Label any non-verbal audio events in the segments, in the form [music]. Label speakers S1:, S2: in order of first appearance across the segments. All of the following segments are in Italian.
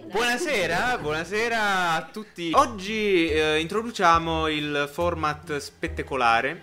S1: Buonasera, buonasera a tutti. Oggi eh, introduciamo il format spettacolare,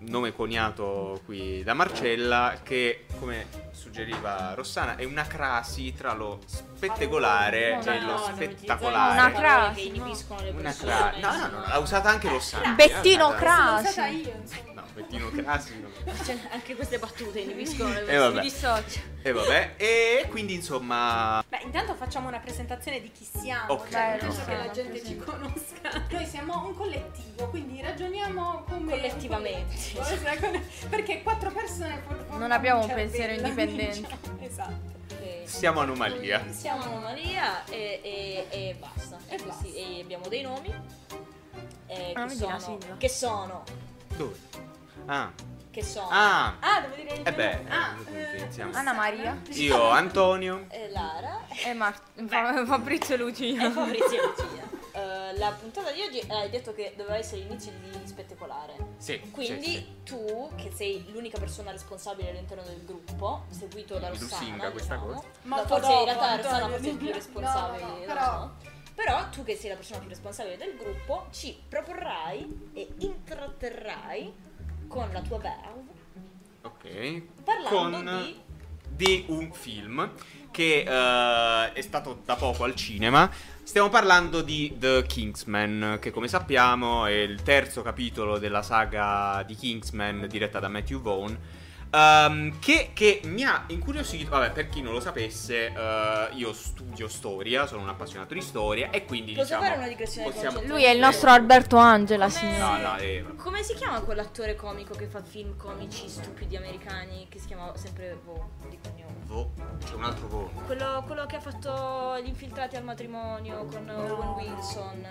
S1: nome coniato qui da Marcella, che come suggeriva Rossana è una crasi tra lo spettacolare
S2: No,
S1: e
S2: no,
S1: lo
S2: non
S1: spettacolare.
S3: Una
S2: crasi
S3: crasi,
S2: che
S3: no.
S2: inibiscono le
S1: Una
S2: persone.
S1: crasi. No, no, no, l'ha usata anche Rossana.
S3: Bettino
S1: Eh,
S3: Crasi.
S4: Sono stata io, insomma.
S1: No, Bettino Crasi. no.
S2: [laughs] Cioè, anche queste battute inibiscono le
S1: Eh, vabbè.
S2: persone. Mi dissocio.
S1: E vabbè, e quindi insomma...
S4: Beh, intanto facciamo una presentazione di chi siamo,
S1: Ok,
S4: cioè,
S1: ok.
S4: giusto che
S5: Esatto,
S4: la gente ci conosca. Noi siamo un collettivo, quindi ragioniamo come [laughs]
S2: Collettivamente.
S4: un collettivo. perché quattro persone for- formano
S3: abbiamo un
S4: cervello, [laughs]
S3: pensiero indipendente.
S4: diciamo. Esatto.
S2: Eh,
S1: Siamo anomalia.
S2: Siamo Anomalia e, e- e basta.
S4: E basta.
S2: Sì, e abbiamo dei nomi. eh,
S3: Ah,
S2: che,
S3: mi
S2: sono,
S3: dica Silvia.
S2: che sono.
S1: Dove? Ah,
S2: Che sono.
S1: ah,
S2: Ah, devo dire il
S1: e
S2: mio
S1: beh,
S2: nome.
S4: Ah,
S1: eh,
S4: eh,
S1: iniziamo.
S3: Anna Maria
S1: Io, Antonio.
S2: Eh, Lara
S3: e Mar- Fa- Fabrizio Lucia.
S2: e [laughs] Fabrizio Lucia. Eh, la puntata di oggi eh, hai detto che doveva essere l'inizio di spettacolare.
S1: Sì.
S2: Quindi
S1: sì, sì.
S2: tu, che sei l'unica persona responsabile all'interno del gruppo, seguito da
S1: Mi
S2: Rossana,
S1: lusinga questa
S2: diciamo.
S1: cosa.
S4: Molto
S2: No, forse in
S4: dopo,
S2: realtà Rossana
S4: Antonio.
S2: forse è più responsabile,
S4: No, no, no,
S2: non
S4: però-
S2: so. Però tu che sei la persona più responsabile del gruppo, ci proporrai e intratterrai con la tua verve
S1: Ok.
S2: parlando
S1: Con-
S2: di...
S1: Di un film che eh, è stato da poco al cinema. Stiamo parlando di The Kingsman, che come sappiamo è il terzo capitolo della saga di Kingsman diretta da Matthew Vaughn. Ehm, che, che mi ha incuriosito, vabbè per chi non lo sapesse, eh, io studio storia, sono un appassionato di storia e quindi
S2: Posso
S1: diciamo...
S2: fare una digressione
S1: possiamo-
S2: concettuale?
S3: Lui è il nostro Alberto Angela,
S2: Come-
S3: signore.
S1: No, no, eh,
S2: Come si chiama quell'attore comico che fa film comici stupidi americani che si chiama sempre Vo di cognome?
S1: Vo- c'è un altro Vaughn.
S2: Quello, quello che ha fatto gli infiltrati al matrimonio con Owen Wilson.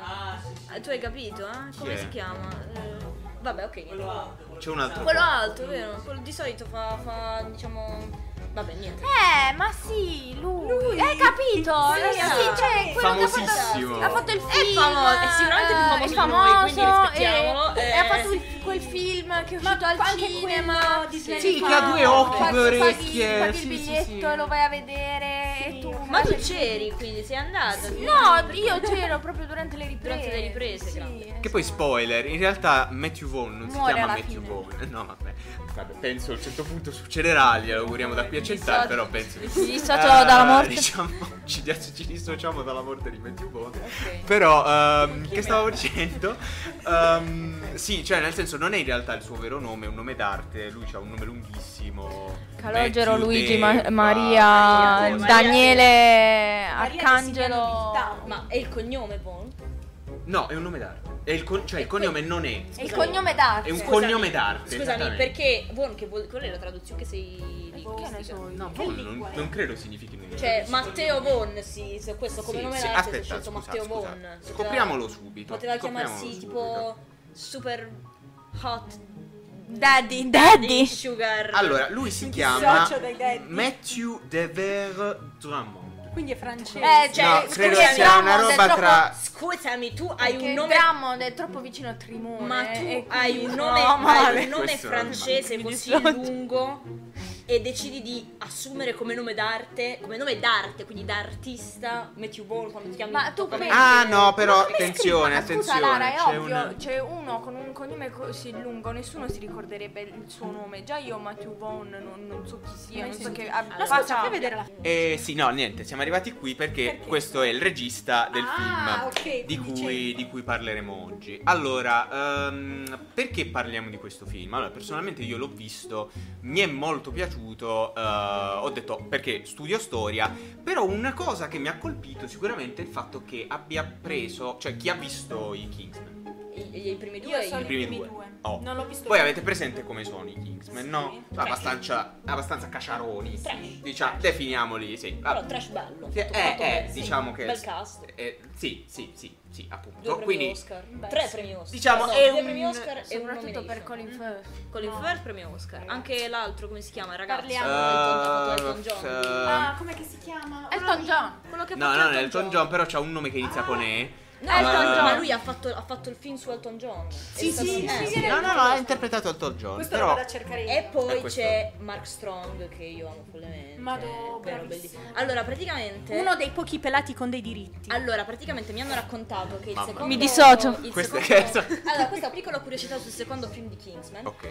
S2: Eh, Tu hai capito, eh? Come
S1: è?
S2: si chiama? Eh, vabbè, ok. niente.
S1: C'è un altro
S2: Quello
S1: Vaughn.
S2: alto, vero? Quello di solito fa, fa, diciamo. Vabbè, niente.
S3: Eh, ma sì, lui. Hai capito?
S2: Sì,
S3: Eh,
S2: esatto.
S3: cioè, quello che ha
S1: Famosissimo.
S3: fatto, ha fatto il
S2: È
S3: film.
S2: famoso, è sicuramente più
S3: eh,
S2: famoso
S3: è
S2: di
S3: famoso,
S2: lui, quindi rispettiamolo,
S3: E,
S2: eh.
S3: e ha fatto il- quel film che è uscito al
S4: anche
S3: cinema.
S4: quello di
S3: Sì,
S4: Sì,
S1: che ha due occhi,
S3: Paghi-
S1: due
S3: paghi-
S1: orecchie,
S3: Paghi
S1: sì,
S3: il
S1: sì,
S3: biglietto
S1: sì.
S3: e lo vai a vedere.
S4: Sì.
S3: e tu
S2: Ma tu c'eri, quindi sei andato.
S3: No, io c'ero proprio durante le riprese.
S2: Durante le riprese, grande.
S1: Che poi spoiler, in realtà Matthew Vaughn non si
S3: Muore
S1: chiama
S3: alla
S1: Matthew
S3: fine.
S1: Vaughn. [laughs] No, vabbè. Vabbè, penso a un certo punto succederà, glielo auguriamo da qui a
S2: dissocio-
S1: cent'anni, però penso che
S3: Si dissocia Esatto. dalla
S1: Eh,
S3: morte.
S1: Diciamo, [laughs] ci, dis- ci dissociamo dalla morte di Matthew Vaughn.
S2: Ok.
S1: Però, ehm, che stavo dicendo? Ehm, sì, cioè, nel senso, non è in realtà il suo vero nome, è un nome d'arte. Lui ha un nome lunghissimo.
S3: Calogero,
S1: Matthew
S3: Luigi,
S1: Deva,
S3: Ma- Maria,
S2: Maria,
S3: Daniele,
S4: Maria
S3: Arcangelo.
S4: Designano
S2: Ma è il cognome Von?
S1: No, è un nome d'arte. È il con- cioè, il cognome non è.
S3: E il cognome d'arte.
S1: È un
S2: Scusami,
S1: cognome d'arte.
S2: Scusami,
S1: esattamente.
S2: perché Von che vuol quella è la traduzione che sei linguistica.
S3: Che ne so io?
S1: No,
S4: Che
S1: Vaughn
S4: lingua
S1: non,
S4: è?
S1: non credo significhi nulla.
S2: Cioè, Matteo Von, sì, se questo come
S1: Sì,
S2: nome
S1: sì,
S2: d'arte si è
S1: aspetta,
S2: scelto
S1: scusa,
S2: Matteo
S1: scusa.
S2: Von.
S1: Scopriamolo subito,
S2: Poteva
S1: scopriamolo
S2: chiamarsi
S1: subito.
S2: tipo Super Hot
S3: Daddy, daddy.
S2: Sugar.
S1: Allora, lui si chiama
S4: dissocio dai detti.
S1: Matthew Dever Drummond.
S4: Quindi è francese.
S3: Eh, cioè,
S1: no, credo
S3: scusa,
S1: sia una
S3: Drummond è
S1: roba
S3: troppo-
S1: tra
S2: Scusami, tu hai
S3: Perché
S2: un nome
S3: Drummond è troppo vicino a Trimone. eh,
S2: Ma tu
S3: e
S2: hai
S3: quindi-
S2: un nome,
S3: No,
S2: hai
S3: male.
S2: un nome
S1: Questo non è male.
S2: francese
S3: Mi
S2: così
S3: dissocio.
S2: lungo e decidi di assumere come nome d'arte, come nome d'arte, quindi da artista, Matthew Ball quando ti chiami.
S3: Ma tu
S2: totalmente-
S3: pensi-
S1: Ah, no, però
S3: Ma come si
S1: attenzione,
S3: chiama? Scusa,
S1: attenzione,
S3: Lara, è
S1: c'è
S3: ovvio,
S1: una-
S3: c'è uno con un cognome così lungo, nessuno si ricorderebbe il suo nome. Già io Matthew Vaughn non, non so chi sia,
S4: Mai
S3: non so
S4: sentito.
S3: che
S4: No,
S3: abbia
S4: scusa, fai vedere la
S1: Eh sì, no, niente, siamo arrivati qui perché,
S4: Perché?
S1: questo è il regista del
S4: Ah,
S1: film
S4: ok,
S1: di,
S4: quindi
S1: cui,
S4: c'è-
S1: di cui parleremo oggi. Allora, ehm, perché parliamo di questo film? Allora, personalmente io l'ho visto, mi è molto piaciuto, eh, ho detto perché studio storia, però una cosa che mi ha colpito sicuramente è il fatto che abbia preso, cioè chi ha visto i Kingsman?
S2: I, i primi
S4: Io
S2: due
S4: sono
S1: i
S4: i
S1: primi
S4: primi,
S1: due.
S4: due.
S1: Oh.
S4: Non l'ho visto.
S1: Voi avete presente come sono i Kingsman, no?
S4: Sì.
S1: Abbastanza, abbastanza caciaroni,
S2: Trash.
S1: diciamo, definiamoli, sì.
S2: però trash bello.
S1: Sì, eh,
S2: Fatto
S1: eh,
S2: bene, sì.
S1: diciamo che
S2: bel cast.
S1: eh, sì, sì, sì, sì, appunto.
S2: Due premi
S1: Quindi
S2: Oscar.
S4: Beh,
S2: tre
S4: sì.
S2: premi Oscar.
S1: Diciamo,
S2: no,
S1: è
S2: due
S1: un-
S2: premi Oscar e un
S3: Soprattutto
S2: nomination.
S3: per
S2: Mm.
S3: Colin Firth.
S2: Colin
S4: No.
S2: Firth premio Oscar. Anche l'altro come si chiama, ragazzo?
S4: Parliamo.
S2: Elton- Elton
S1: Eh,
S2: John.
S1: eh,
S4: Ah, com'è che si chiama?
S3: Elton John.
S2: Quello che
S1: no,
S2: fa
S1: no,
S2: Elton
S1: Elton John, però c'ha un nome che inizia
S4: Ah.
S1: con E.
S2: No,
S3: Elton
S2: ma-
S3: John.
S2: ma lui ha fatto, ha fatto il film su Elton John. È
S4: Sì,
S2: stato-
S4: sì,
S2: eh.
S4: sì,
S1: No, no, no, ha interpretato Elton John.
S4: Questo
S1: però
S4: lo vado a cercare io.
S2: E
S1: Eh,
S2: poi
S1: questo-
S2: c'è Mark Strong che io amo follemente.
S4: Madò,
S3: Eh,
S2: però
S5: oh,
S4: bravissimo.
S2: bellissimo. Allora, praticamente
S4: Uno dei pochi pelati con dei diritti.
S2: Allora, praticamente mi hanno raccontato che il
S1: Mamma
S2: secondo
S1: mia.
S3: Mi dissocio.
S2: il
S1: Questa è
S2: secondo- Allora, questa piccola curiosità sul secondo film di Kingsman.
S1: Ok.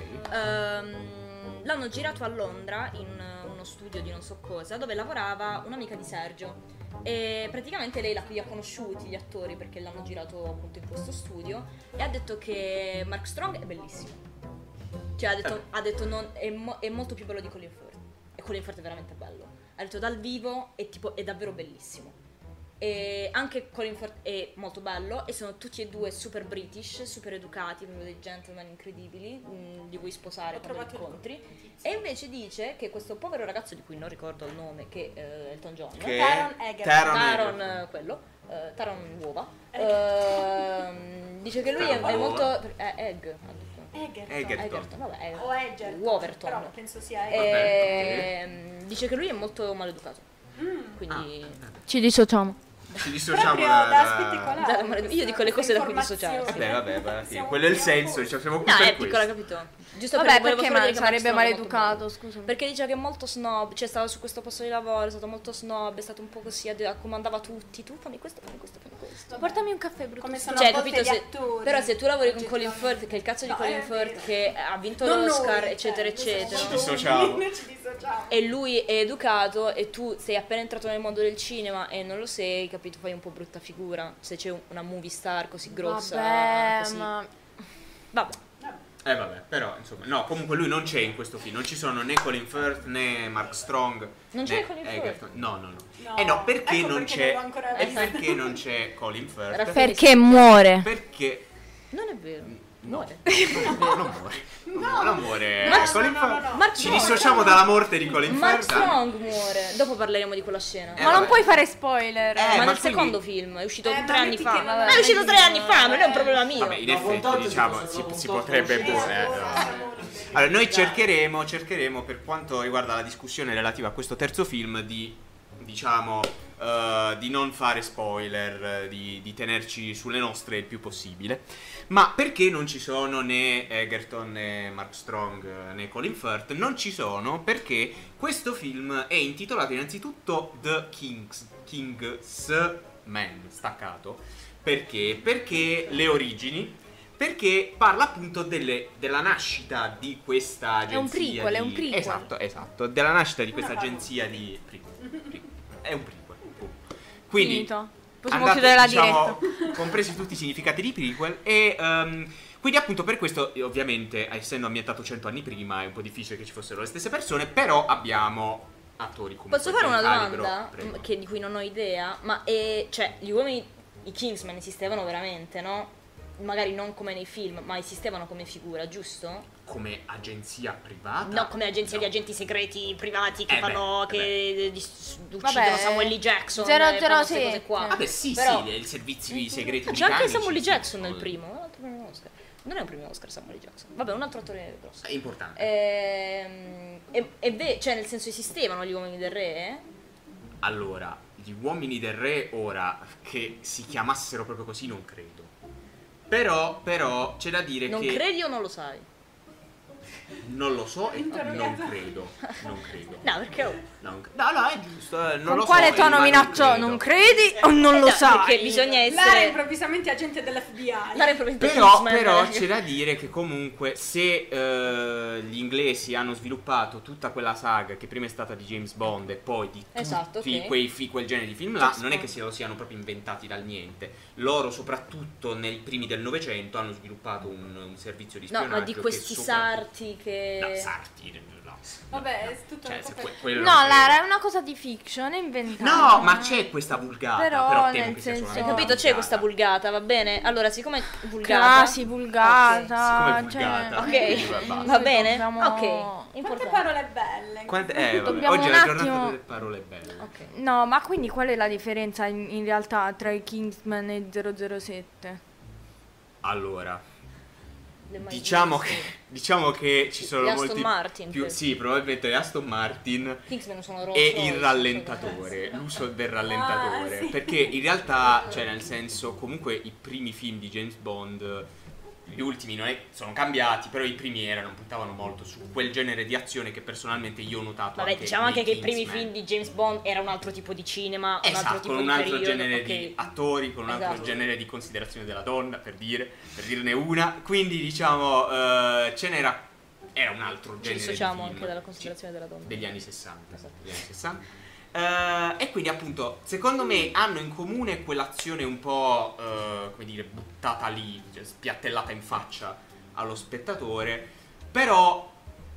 S2: Ehm, l'hanno girato a Londra in eh, uno studio di non so cosa dove lavorava un'amica di Sergio e praticamente lei l'ha- li ha conosciuti gli attori perché l'hanno girato appunto in questo studio e ha detto che Mark Strong è bellissimo cioè ha
S1: Eh.
S2: detto, ha detto non- è, mo- è molto più bello di Colin Firth e Colin Firth è veramente bello ha detto dal vivo è tipo è davvero bellissimo e anche Colin Firth è molto bello e sono tutti e due super british, super educati, proprio dei gentleman incredibili mh, di cui sposare
S4: Ho
S2: quando li
S4: trovato il
S2: incontri. E invece dice che questo povero ragazzo di cui non ricordo il nome, che è eh, Elton John,
S1: Che
S4: Taron Egerton.
S1: Taron
S2: Taron,
S1: Egerton.
S2: eh, quello, eh, Taron uova,
S4: Egg.
S2: ehm, dice che lui è,
S1: Taron
S2: è
S1: uova.
S2: molto... eh, egg, ha detto.
S4: Egerton.
S1: Egerton.
S2: Egerton, vabbè, eh, Egerton.
S4: O Egerton.
S2: Wolverton.
S4: Però penso sia
S3: Eh,
S4: Egerton.
S2: Ehm, Eh, dice che lui è molto maleducato,
S4: Mm.
S2: quindi...
S3: Ci dissociamo.
S1: Ci dissociamo
S4: Proprio
S1: da-
S4: da
S1: da-
S4: spettacolare.
S2: Dai, amore, io dico le cose da cui dissociarsi.
S1: Vabbè, vabbè, vabbè, sì, quello è il senso, cioè, siamo qui
S2: No,
S1: per
S2: è
S1: questo.
S2: piccola, capito? Giusto
S3: Vabbè,
S2: volevo
S3: perché
S2: solo
S3: ma
S2: dire che Mark
S3: sarebbe
S2: Strong è molto
S3: maleducato,
S2: bravo.
S3: scusami.
S2: Perché diceva che è molto snob, cioè stava su questo posto di lavoro, è stato molto snob, è stato un po' così, adde- comandava tutti, tu fammi questo, fammi questo, fammi questo.
S1: cioè.
S3: Portami un caffè, brutto.
S4: Come sono
S2: Cioè,
S4: a volte
S2: capito,
S4: gli
S2: se-
S4: attori.
S2: Però se tu lavori con Colin
S4: oggettivamente.
S2: Firth, che è il cazzo di
S4: No,
S2: Colin
S4: è
S2: Firth
S4: vero.
S2: che ha vinto
S4: Non
S2: l'Oscar,
S4: noi,
S2: eccetera,
S4: cioè, noi
S2: eccetera.
S4: siamo
S1: Ci dissociamo.
S4: noi ci dissociamo.
S2: E lui è educato e tu sei appena entrato nel mondo del cinema e non lo sei, capito? Fai un po' brutta figura. Se c'è un- una movie star così grossa,
S3: Vabbè,
S2: così.
S3: ma...
S2: Vabbè.
S1: Eh vabbè, però insomma, no, comunque lui non c'è in questo film, non ci sono né Colin Firth né Mark Strong.
S2: Non
S1: né
S2: c'è Colin Firth?
S1: Egerton. No, no, no.
S4: No.
S1: Eh no, perché
S4: Ecco
S1: non
S4: perché
S1: c'è
S4: devo ancora
S1: E
S4: vedere.
S1: perché non c'è Colin Firth?
S2: Raffaele-
S3: Perché muore.
S1: Eh,
S2: [laughs]
S1: Perché
S2: Non è vero. Muore.
S1: No, Mm, non muore. No, non muore.
S2: Mark-
S1: eh, Colin
S4: no, no,
S1: Firth.
S4: no.
S2: Mark
S1: Ci
S2: Strong.
S1: dissociamo dalla morte di Colin
S2: Mark
S1: Firth. anche.
S2: Strong muore. Dopo parleremo di quella scena.
S1: Eh,
S3: ma non
S1: vabbè.
S3: puoi fare spoiler.
S1: Eh,
S2: ma
S1: ma
S2: nel
S1: quindi-
S2: secondo film è uscito
S4: Eh, ma
S2: tre anni
S4: metti
S2: fa.
S4: che non- Eh.
S2: Ma è uscito tre anni fa, ma non è un problema mio.
S1: Vabbè, in
S5: No,
S1: effetti,
S5: contatto ci
S1: diciamo,
S5: possono-
S1: si, si
S5: contatto
S1: potrebbe
S5: non c'è.
S1: pure.
S4: Ora
S1: eh, no.
S4: siamo liberi.
S1: Allora, noi cercheremo, cercheremo per quanto riguarda la discussione relativa a questo terzo film di, diciamo, eh, di non fare spoiler, eh, di, di tenerci sulle nostre il più possibile. Ma perché non ci sono né Egerton né Mark Strong eh, né Colin Firth? Non ci sono perché questo film è intitolato innanzitutto The Kings, King's Man, staccato. Perché? Perché le origini perché parla appunto delle- della nascita di questa agenzia.
S3: un prequel,
S1: di-
S3: è un prequel.
S1: Esatto, esatto, della nascita di
S4: Una
S1: questa
S4: parola.
S1: agenzia di prequel,
S3: [laughs]
S1: prequel. È un prequel. boh. Quindi
S3: Finito. Possiamo
S1: andate,
S3: chiudere la
S1: diciamo, Compresi tutti i significati di prequel e ehm, quindi appunto per questo eh, ovviamente essendo ambientato 100 anni prima è un po' difficile che ci fossero le stesse persone, però abbiamo attori come
S2: Posso fare una domanda
S1: Prego.
S2: Mm, che- di cui non ho idea? Ma eh, cioè, gli uomini, i Kingsman esistevano veramente, no? Magari non come nei film, ma esistevano come figura, giusto?
S1: come agenzia privata?
S2: No, come agenzia
S1: No.
S2: di agenti segreti privati che
S1: Eh beh,
S2: fanno.
S1: eh
S2: che dis- uccidono
S3: Vabbè.
S2: Samuel L. Jackson.
S3: Zero,
S2: e
S3: zero,
S2: fanno queste
S3: sì.
S2: cose qua.
S1: Vabbè, sì,
S2: Però-
S1: sì, i servizi segreti
S2: C'è anche
S1: britannici,
S2: Samuel L.
S1: sì,
S2: Jackon nel
S1: cose-
S2: primo, un altro premio Oscar. Non è un premio Oscar Samuel L. Jackson. Vabbè, un altro attore grosso.
S1: È importante.
S2: Eh. Ehm, E, e ve- cioè nel senso esistevano gli uomini del re? eh?
S1: Allora, gli uomini del re ora che si chiamassero proprio così non credo. Però, però c'è da dire
S2: Non
S1: che
S2: credi o non lo sai?
S1: non lo so e non
S4: Interrogata.
S1: credo. Non credo.
S2: No, perché oh,
S1: [laughs] Non cre- no, no, è giusto. eh, Non
S3: Con
S1: lo
S3: quale
S1: so, ma
S3: tono
S1: non
S3: minaccio?
S1: credo. Eh,
S3: Non credi o non lo
S2: no,
S3: sai?
S2: Perché bisogna
S4: Lara è
S2: essere.
S4: improvvisamente agente dell'FBI.
S2: Lara è probabilmente
S1: Però,
S2: Kingsman,
S1: però
S2: eh.
S1: c'è da dire che comunque se eh, gli inglesi hanno sviluppato tutta quella saga che prima è stata di James Bond e poi di tutti
S2: Esatto, ok.
S1: quei fi- quel genere di film là,
S3: James
S1: non è che
S3: Bond.
S1: se lo siano proprio inventati dal niente. Loro soprattutto nei primi del Novecento hanno sviluppato un, un servizio di
S2: No,
S1: spionaggio
S2: ma di
S1: che
S2: questi
S1: soprattutto-
S2: sarti
S1: No,
S2: che.
S1: sarti. No.
S4: Vabbè, è tutto
S1: Cioè,
S4: un po'
S1: se
S4: per-
S1: que- quello non
S3: No,
S1: credo.
S3: Lara, è una cosa di fiction, è inventata.
S1: No, ma c'è questa vulgata. Però,
S3: Però,
S1: temo
S3: nel
S1: che sia
S3: senso-
S1: solamente
S2: Hai
S1: una
S2: capito? C'è
S1: vulgata.
S2: questa vulgata, va bene? Allora, siccome vulgata.
S3: Crasi, vulgata.
S1: Ok, siccome è vulgata,
S3: cioè- [laughs]
S1: quindi va- va.
S2: Va bene?
S3: Dobbiamo-
S2: Ok.
S4: Quante
S2: Importante.
S4: parole belle.
S2: [laughs]
S1: Quante- eh, vabbè,
S3: Dobbiamo
S1: Oggi è
S3: un
S1: la giornata
S3: attimo-
S1: delle parole belle.
S2: Ok.
S3: No, ma quindi qual è la differenza in, in realtà tra i Kingsman e il 007?
S1: Allora,
S2: le Mike
S1: Diciamo
S2: Wilson.
S1: che, diciamo che ci sono
S2: Gli Aston
S1: molti
S2: Martin,
S1: più...
S2: penso.
S1: Sì, probabilmente le Aston Martin
S2: Kingsman sono rosso.
S1: e il rallentatore, l'uso del rallentatore,
S4: Ah, sì.
S1: perché in realtà, cioè nel senso, comunque i primi film di James Bond, gli ultimi non è- sono cambiati, però i primi erano, puntavano molto su quel genere di azione che personalmente io ho notato
S2: Vabbè,
S1: anche
S2: diciamo
S1: nei
S2: anche che i primi
S1: Kingsman.
S2: film di James Bond era un altro tipo di cinema, un altro
S1: Esatto,
S2: tipo
S1: con un
S2: di
S1: altro
S2: periodo,
S1: genere
S2: ok.
S1: di attori, con un altro
S2: Esatto.
S1: genere di considerazione della donna, per dire, per dirne una. Quindi, diciamo, eh, ce n'era. Era un altro
S2: Ci
S1: genere di
S2: dissociamo
S1: film.
S2: anche dalla
S1: Ci-
S2: considerazione della donna.
S1: degli anni 60.
S2: Esatto.
S1: degli anni 60. Eh, e quindi appunto secondo me hanno in comune quell'azione un po' eh, come dire buttata lì, cioè, spiattellata in faccia allo spettatore, però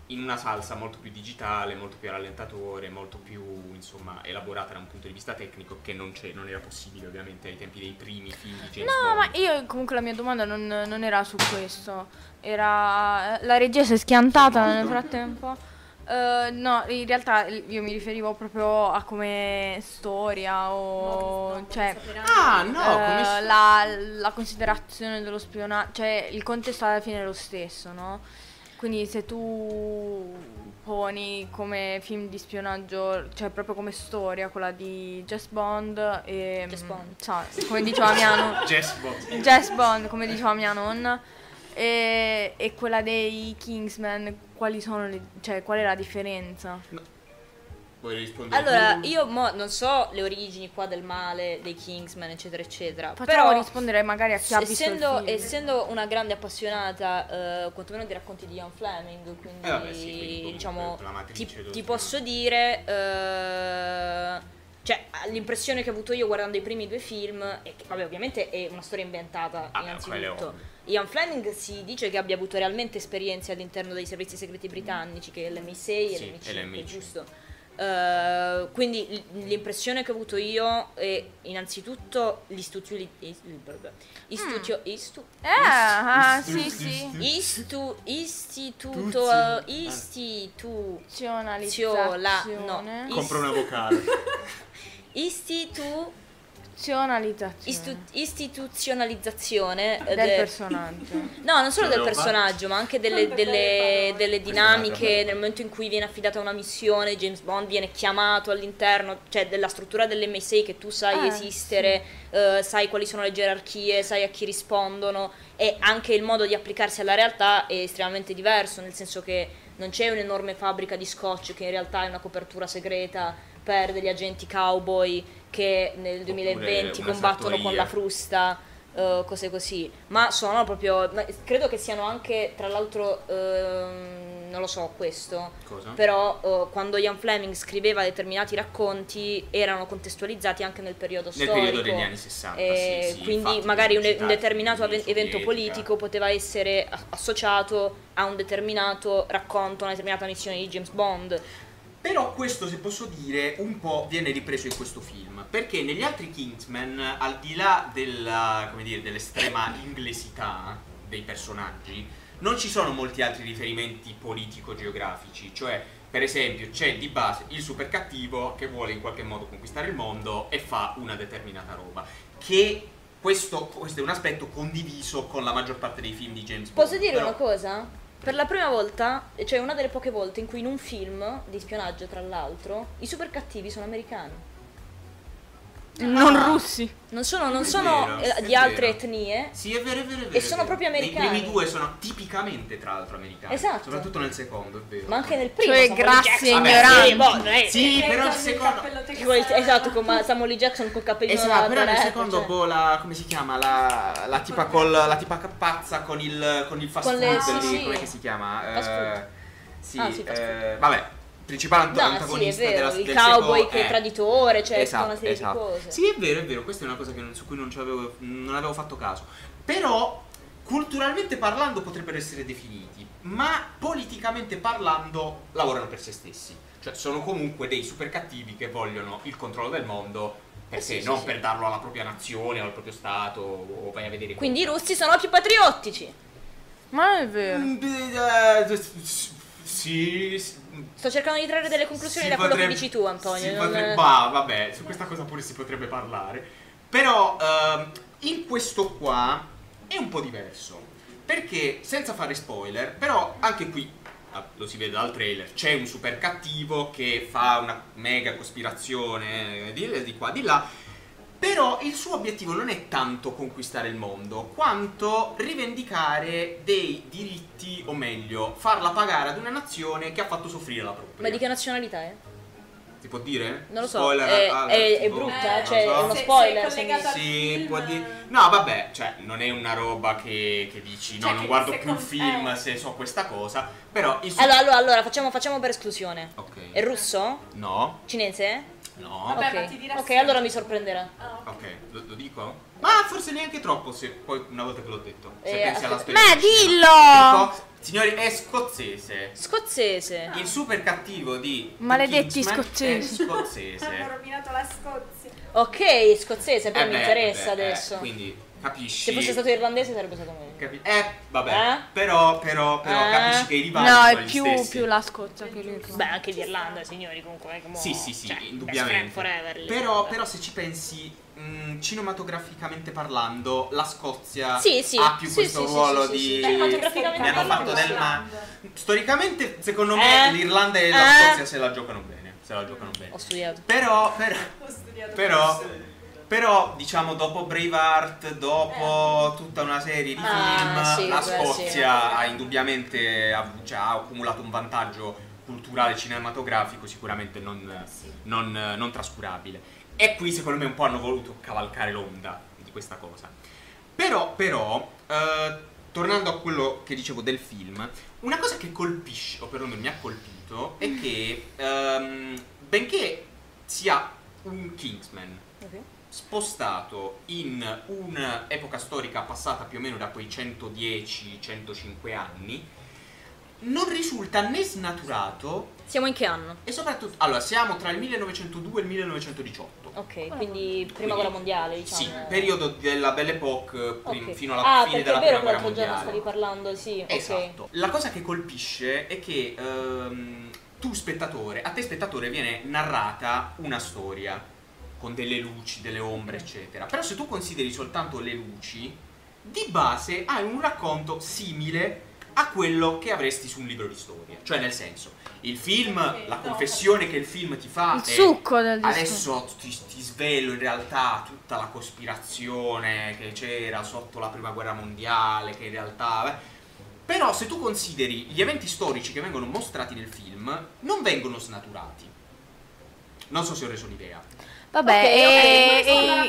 S1: in una salsa molto più digitale, molto più rallentatore, molto più insomma elaborata da un punto di vista tecnico che non, c'è, non era possibile ovviamente ai tempi dei primi film di James
S3: No,
S1: Bond.
S3: ma io comunque la mia domanda non, non era su questo. Era. eh, La regia si è schiantata nel frattempo. Eh, no, in realtà io mi riferivo proprio a come storia o. cioè.
S1: Ah no, come
S3: eh,
S1: si-
S3: la, la considerazione dello spionaggio. Cioè, il contesto alla fine è lo stesso, no? Quindi se tu poni come film di spionaggio, cioè proprio come storia, quella di Jess Bond e
S2: Jess Bond.
S3: cioè, come diceva Miano,
S1: Jess Bond.
S3: Jazz Bond, come diceva mia nonna, e, e quella dei Kingsman, quali sono le, cioè, qual è la differenza?
S1: Vuoi rispondere?
S2: Allora,
S1: tu?
S2: io mo non so le origini qua del male, dei Kingsman, eccetera, eccetera.
S3: Facciamo
S2: però
S3: rispondere magari a chi ha visto
S2: essendo,
S3: il film.
S2: essendo una grande appassionata, eh, quantomeno di racconti di Ian Fleming, quindi,
S1: Eh, vabbè, sì, quindi comunque
S2: diciamo,
S1: la
S2: ti,
S1: matrice dello
S2: ti
S1: spionaggio.
S2: posso dire, eh, cioè, l'impressione che ho avuto io guardando i primi due film è che, vabbè, ovviamente è una storia inventata,
S1: Ah, beh, quello è
S2: innanzitutto.
S1: ovvio.
S2: Ian Fleming si dice che abbia avuto realmente esperienze all'interno dei servizi segreti britannici, che è l'MI6
S1: Sì,
S2: e
S1: e
S2: l'MI5,
S1: l'MI5.
S2: giusto? Eh, quindi l- l'impressione che ho avuto io è innanzitutto l'istituzio istituzio istu-
S3: Eh, ah, sì,
S1: Istu-
S3: sì.
S2: istu- istituto
S1: Tuzio.
S2: istitu
S3: Istituzionalizzazione.
S2: no.
S1: Compro una
S3: [laughs]
S1: vocale.
S2: istitu
S3: Istituzionalizzazione
S2: istu- istituzionalizzazione eh,
S3: del
S2: de- [laughs]
S3: personaggio.
S2: No, non solo
S1: Cioè,
S2: del
S1: devo fare-
S2: personaggio, ma anche delle,
S4: Sono per
S2: delle-
S4: le parole.
S2: delle
S1: Questa è un'altra
S2: dinamiche.
S1: bella-
S2: Nel momento in cui viene affidata una missione, James Bond viene chiamato all'interno, cioè della struttura dell'MI6 che tu sai
S3: Ah,
S2: esistere, eh, sai quali sono le gerarchie, sai a chi rispondono e anche il modo di applicarsi alla realtà è estremamente diverso, nel senso che non c'è un'enorme fabbrica di scotch che in realtà è una copertura segreta per degli agenti cowboy che nel 2020
S1: una
S2: combattono con
S1: sartoria.
S2: la frusta, eh, cose così, ma sono proprio, ma credo che siano anche, tra l'altro, ehm, non lo so questo,
S1: Cosa?
S2: però eh, quando Ian Fleming scriveva determinati racconti erano contestualizzati anche nel periodo
S1: Nel
S2: storico.
S1: periodo degli anni 60,
S2: Eh,
S1: sì, sì,
S2: quindi
S1: infatti,
S2: magari un,
S1: citati
S2: un determinato
S1: nell'Unione
S2: ave- evento
S1: Sovietica.
S2: politico poteva essere a- associato a un determinato racconto, a una determinata missione di James Bond.
S1: Però questo, se posso dire, un po' viene ripreso in questo film. Perché negli altri Kingsman, al di là della, come dire, dell'estrema inglesità dei personaggi, non ci sono molti altri riferimenti politico-geografici. Cioè, per esempio, c'è di base il supercattivo che vuole in qualche modo conquistare il mondo e fa una determinata roba. Che questo, questo è un aspetto condiviso con la maggior parte dei film di James Bond.
S2: Posso dire
S1: Però-
S2: una cosa? Per la prima volta, cioè una delle poche volte in cui in un film di spionaggio, tra l'altro, i super cattivi sono americani. Ah.
S3: Non russi.
S2: Non sono, non
S1: È
S2: sono
S1: vero,
S2: eh,
S1: è
S2: di altre
S1: vero.
S2: etnie,
S1: Sì, è vero, è vero. È vero
S2: E
S1: è
S2: sono
S1: vero.
S2: proprio americani.
S1: I primi due sono tipicamente, tra l'altro, americani.
S2: Esatto.
S1: Soprattutto nel secondo, è vero.
S2: ma anche nel primo.
S3: Cioè,
S2: Samuel
S3: grazie,
S2: Jackson.
S3: ignoranti.
S2: Sì, boh, non è-
S1: Sì, però il secondo.
S2: Che quel- Esatto, come Samuel L. Jackson col cappellino
S1: Esatto, però nel
S2: baretta,
S1: secondo
S2: cioè.
S1: boh, la, come si chiama? La, la tipa col la tipa ca- pazza con il con il fast
S2: Con le-
S1: food
S2: sì,
S1: lì,
S2: sì.
S1: come che si chiama?
S2: Fast food.
S1: Eh, sì,
S2: Ah, sì, fast food.
S1: eh, vabbè, principale
S2: No, sì, è
S1: antagonista
S2: vero,
S1: della
S2: il
S1: del
S2: cowboy
S1: secondo-
S2: che è
S1: eh.
S2: traditore, cioè tutta
S1: Esatto,
S2: una serie
S1: esatto.
S2: di cose.
S1: Sì, è vero, è vero, questa è una cosa che non- su cui non, ci avevo, non avevo fatto caso. Però, culturalmente parlando, potrebbero essere definiti, ma politicamente parlando, lavorano per se stessi. Cioè, sono comunque dei super cattivi che vogliono il controllo del mondo per
S2: Eh sì,
S1: sé,
S2: sì,
S1: non
S2: sì.
S1: per darlo alla propria nazione o al proprio stato, o vai a vedere.
S2: Quindi i russi sono più patriottici.
S3: Ma non è vero.
S1: Mm, beh, eh, s- Sì, s-
S2: Sto cercando di trarre delle conclusioni
S1: si
S2: da quello che
S1: potrebbe-
S2: dici tu, Antonio.
S1: si
S2: non-
S1: potrebbe- bah, vabbè, su questa cosa pure si potrebbe parlare. Però ehm, in questo qua è un po' diverso. Perché, senza fare spoiler, però anche qui, ah, lo si vede dal trailer, c'è un super cattivo che fa una mega cospirazione eh, di, di qua, di là. Però il suo obiettivo non è tanto conquistare il mondo, quanto rivendicare dei diritti, o meglio, farla pagare ad una nazione che ha fatto soffrire la propria.
S2: Ma di che nazionalità è?
S1: Si può dire?
S2: Non lo so,
S1: Spoiler
S2: è-
S1: alert,
S2: è- è
S1: tipo?
S2: brutta,
S1: Non
S2: cioè,
S1: lo so.
S2: uno
S4: Se-
S2: spoiler,
S4: se è collegata al
S1: Sì,
S4: film,
S1: può di- No, vabbè, cioè, non è una roba che, che dici, no,
S4: Cioè,
S1: non
S4: che
S1: guardo
S4: se
S1: più il
S4: con-
S1: film
S4: eh.
S1: se so questa cosa, però il suo...
S2: Allora, allora, allora, facciamo, facciamo per esclusione.
S1: Ok.
S2: È russo?
S1: No,
S2: Cinese?
S1: no.
S4: Vabbè,
S2: ok,
S4: ma ti dirà
S2: Ok,
S4: sì.
S2: allora mi sorprenderà.
S4: Ah, ok.
S1: Ok, lo, lo dico? Ma forse neanche troppo, se poi una volta che l'ho detto. Se
S2: Eh,
S1: pensi alla
S2: aspetta-
S1: storia.
S3: Ma
S1: di Cina.
S3: dillo!
S1: Dico, Signori, è scozzese.
S2: Scozzese.
S4: Ah.
S1: Il super cattivo di The
S3: Maledetti
S1: Kingsman
S3: scozzesi.
S1: È scozzese.
S2: [laughs]
S4: Hanno rovinato la Scozia.
S2: Ok, scozzese, però
S1: Eh
S2: mi
S1: beh,
S2: interessa
S1: beh, eh,
S2: adesso.
S1: quindi capisci.
S2: Se fosse stato irlandese sarebbe stato meglio.
S1: Capi- eh, vabbè,
S2: Eh?
S1: però, però, però
S2: Eh?
S1: capisci che i rivali
S3: No,
S1: sono
S3: è
S1: gli
S3: più,
S1: stessi.
S3: più la Scozia che l'Irlanda.
S2: Beh, anche l'Irlanda, signori, comunque. Come
S1: Sì, sì, sì,
S2: cioè,
S1: indubbiamente.
S2: best friend forever, l'Irlanda.
S1: però, però se ci pensi, mh, cinematograficamente parlando, la Scozia
S2: Sì, sì.
S1: ha più
S2: Sì,
S1: questo
S2: sì, sì,
S1: ruolo
S2: sì, sì,
S1: di...
S2: sì. Cinematograficamente
S1: Eh, Mi hanno
S2: parlando,
S1: fatto del ma...
S4: Irlanda.
S1: Storicamente, secondo me,
S2: Eh?
S1: l'Irlanda e la
S2: Eh?
S1: Scozia se la giocano bene. Se la giocano bene.
S2: Ho studiato.
S1: Però, però...
S4: Ho studiato
S1: Però,
S4: questo.
S1: però, diciamo, dopo Braveheart,
S2: Eh.
S1: dopo tutta una serie di film,
S2: Ah, sì,
S1: la
S2: beh,
S1: Scozia
S2: sì.
S1: ha indubbiamente av- cioè, ha accumulato un vantaggio culturale cinematografico sicuramente non, non- non trascurabile. E qui, secondo me, un po' hanno voluto cavalcare l'onda di questa cosa. Però, però, eh, tornando a quello che dicevo del film, una cosa che colpisce, o perlomeno mi ha colpito,
S2: Mm.
S1: è che ehm, benché sia un Kingsman
S2: Ok.
S1: spostato in un'epoca storica passata più o meno da quei 110-105 anni, non risulta né snaturato
S2: Siamo in che anno?
S1: e soprattutto... Allora, siamo tra il 1902 e il 1918.
S2: Ok, quindi prima
S1: Quindi-
S2: guerra mondiale, diciamo.
S1: Sì, periodo della Belle Époque
S2: Ok.
S1: prim- fino alla
S2: ah,
S1: fine
S2: perché
S1: della
S2: è vero
S1: Prima
S2: che
S1: Guerra
S2: l'altro
S1: Mondiale.
S2: giorno stavi parlando, sì,
S1: Esatto. La cosa che colpisce è che ehm, tu spettatore, a te spettatore viene narrata una storia con delle luci, delle
S4: Mm.
S1: ombre, eccetera. Però se tu consideri soltanto le luci, di base hai un racconto simile a quello che avresti su un libro di storia. Cioè nel senso, il film,
S4: Ok,
S1: la
S4: no,
S1: confessione che il film ti fa
S3: Il
S1: è-
S3: succo del discorso.
S1: eh. Adesso ti, ti svelo in realtà tutta la cospirazione che c'era sotto la prima guerra mondiale, che in realtà... beh. Però se tu consideri gli eventi storici che vengono mostrati nel film, non vengono snaturati. Non so se ho reso l'idea.
S3: Vabbè,
S2: Ok, ok,
S3: e-
S4: questo
S3: e-
S4: era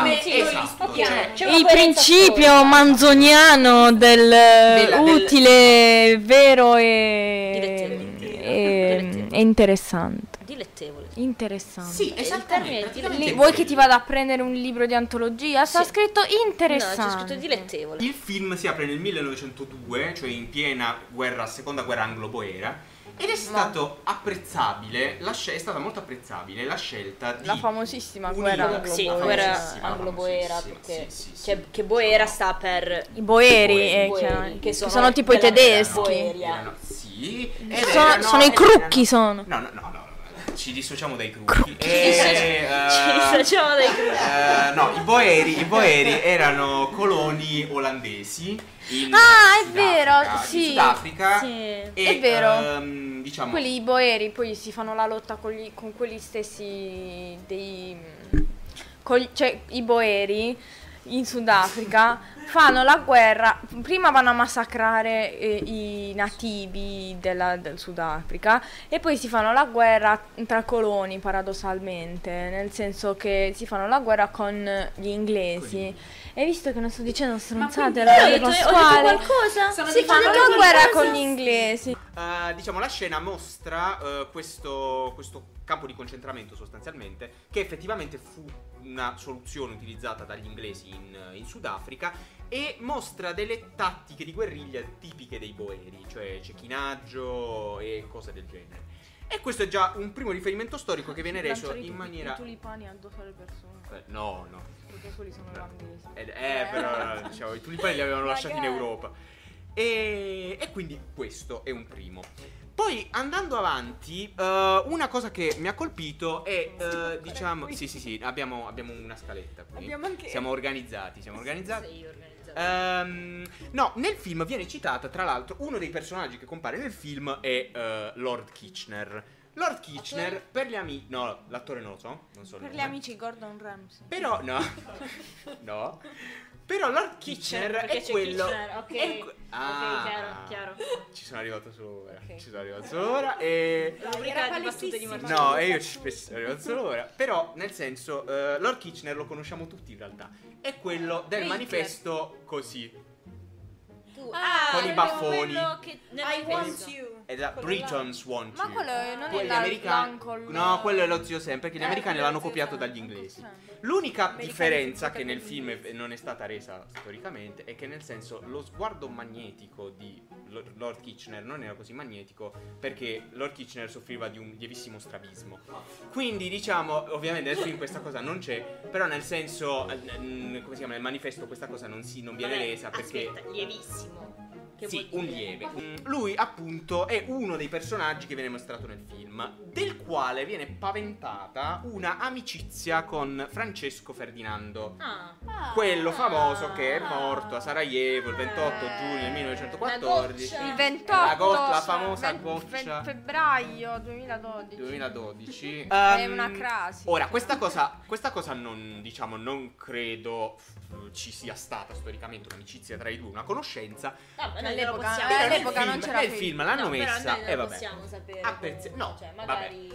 S4: abbastanza
S3: e-
S4: chiaro.
S1: esatto,
S4: Sì,
S1: cioè,
S2: c'è una
S3: il
S2: coerenza storica.
S3: principio manzoniano del
S1: Della- del-
S3: utile, vero
S2: Dilettevole.
S3: e, e,
S2: Dilettevole.
S3: e interessante.
S2: Dilettevole.
S3: Interessante.
S1: Sì,
S2: termine
S1: esattamente.
S2: è
S1: praticamente
S3: Lì,
S1: è
S3: vuoi che ti
S1: quello.
S3: vada a prendere un libro di antologia? Sta
S2: Sì.
S3: scritto interessante.
S2: No, c'è scritto dilettevole.
S1: Il film si apre nel 1902, cioè in piena guerra, seconda guerra anglo-boera, ed è stato apprezzabile, la scel- è stata molto apprezzabile la scelta di
S3: La famosissima
S1: unire-
S3: guerra
S2: Sì,
S1: la
S2: guerra
S1: famosissima,
S2: anglo-boera,
S1: famosissima,
S2: perché
S1: sì, sì, sì.
S2: cioè, che boera sta per
S3: I boeri,
S1: I
S3: eh,
S2: boeri,
S3: chiaro,
S2: che
S3: che sono,
S2: sono
S3: tipo i
S2: della-
S1: Erano-
S3: tedeschi.
S2: Boeria.
S1: erano- sì, ed
S3: Sono,
S1: erano-
S3: sono i
S1: ed
S3: crocchi,
S1: erano-
S3: sono.
S1: No, no, no, no, no, ci dissociamo dai crocchi.
S3: Crocchi.
S1: E,
S2: [laughs] ci
S1: eh,
S2: rifacciamo dai gruppi.
S1: eh, no, i boeri, i boeri erano coloni olandesi. in
S3: Ah, è
S1: Sudafrica-
S3: vero,
S1: in
S3: sì,
S1: Sudafrica.
S2: Sì.
S1: E,
S3: È vero.
S1: ehm, diciamo,
S3: Quelli i boeri poi si fanno la lotta con, gli- con quelli stessi dei... con- cioè i boeri in Sudafrica fanno la guerra, prima vanno a massacrare eh, i nativi della- del Sudafrica e poi si fanno la guerra tra coloni paradossalmente, nel senso che si fanno la guerra con gli inglesi. E visto che non sto dicendo stronzate,
S4: quindi-
S3: la
S2: Ho detto, ho detto
S3: Pasquale,
S2: qualcosa?
S4: Sono
S3: si
S4: di
S3: fanno
S4: fronte a
S3: la guerra
S4: qualcosa?
S3: con gli inglesi.
S1: Eh, diciamo, la scena mostra eh, questo, questo campo di concentramento sostanzialmente, che effettivamente fu una soluzione utilizzata dagli inglesi in, in Sudafrica e mostra delle tattiche di guerriglia tipiche dei boeri, cioè cecchinaggio e cose del genere. E questo è già un primo riferimento storico che viene reso in maniera...
S3: tulipani addosso alle persone,
S1: Eh, No, no.
S3: perché quelli sono olandesi.
S1: Ed- eh, però no, diciamo, i tulipani li avevano lasciati in
S3: Magari.
S1: Europa. E, e quindi questo è un primo. Poi andando avanti, eh, una cosa che mi ha colpito è, eh, diciamo, sì sì sì, abbiamo, abbiamo una scaletta qui.
S3: Abbiamo anche-
S1: Siamo organizzati, siamo organizzati.
S2: Sei organizzato.
S1: Ehm, no, nel film viene citata, tra l'altro, uno dei personaggi che compare nel film è eh, Lord Kitchener. Lord Kitchener,
S2: Attore?
S1: per gli amici... No, l'attore non lo so, non so il
S3: Per gli
S1: nome.
S3: amici Gordon Ramsay.
S1: Però, no. no. Però Lord Kitchener
S2: Perché
S1: è
S2: c'è
S1: quello...
S2: Kitchener, ok.
S1: è que-
S2: Ok,
S1: Ah.
S2: chiaro, chiaro.
S1: Ci sono arrivato solo ora.
S2: Ok.
S1: Ci sono arrivato solo ora e...
S2: La
S4: era
S2: rubrica di battute di
S4: palesissima.
S2: Marcello.
S1: No, e io ci penso, arrivo solo ora. Però, nel senso, eh, Lord Kitchener lo conosciamo tutti in realtà. È quello del
S2: Hitler.
S1: manifesto così.
S2: Tu-
S4: Ah,
S1: Con i
S2: quello-
S1: baffoni.
S2: quello che- nella
S4: I want
S2: testa.
S4: you.
S1: È da
S4: Quello
S1: Britain's Want
S3: Ma
S1: You.
S3: quello è- non
S1: Quelli
S3: è la
S1: americani-
S3: Uncle-
S1: No, quello è lo zio Sam, perché gli
S3: Eh,
S1: americani
S3: quello
S1: l'hanno
S3: è lo zio
S1: copiato
S3: Sam,
S1: dagli
S3: Uncle
S1: inglesi.
S3: Sam.
S1: L'unica
S3: Americani
S1: differenza
S3: sono
S1: che nel
S3: copiati
S1: film
S3: dagli
S1: è- non è stata resa storicamente è che nel senso lo sguardo magnetico di Lo- Lord Kitchener non era così magnetico perché Lord Kitchener soffriva di un lievissimo strabismo. Quindi diciamo, ovviamente adesso in questa cosa non c'è, però nel senso, eh, mm, come si chiama, nel manifesto questa cosa non, si, non viene
S2: Vabbè,
S1: resa perché...
S2: Aspetta, lievissimo. Che
S1: Sì,
S2: vuol
S1: un
S2: dire?
S1: lieve. Mm, Lui, appunto, è uno dei personaggi che viene mostrato nel film, del quale viene paventata una amicizia con Francesco Ferdinando.
S2: Ah,
S4: Ah.
S1: Quello famoso che è
S2: Ah.
S1: morto a Sarajevo il 28 giugno del
S2: La
S1: 1914.
S2: goccia.
S3: Il 28
S1: La goccia, la famosa
S3: ven-
S1: goccia.
S3: fe- febbraio 2012.
S1: 2012.
S3: È
S1: Um,
S3: una crasi.
S1: Ora, questa cosa, questa cosa non, diciamo, non credo f- ci sia stata storicamente un'amicizia tra i due, una conoscenza.
S2: no, ma noi
S3: Cioè, All'epoca-
S2: lo possiamo-
S3: Però
S1: Però
S3: all'epoca
S1: nel
S3: non
S1: film-
S3: c'era
S1: nel
S3: film.
S1: film l'hanno
S2: No, però
S1: messa
S2: noi non
S1: e vabbè.
S2: possiamo sapere.
S1: Ah, per- no,
S2: cioè,
S1: vabbè.
S2: magari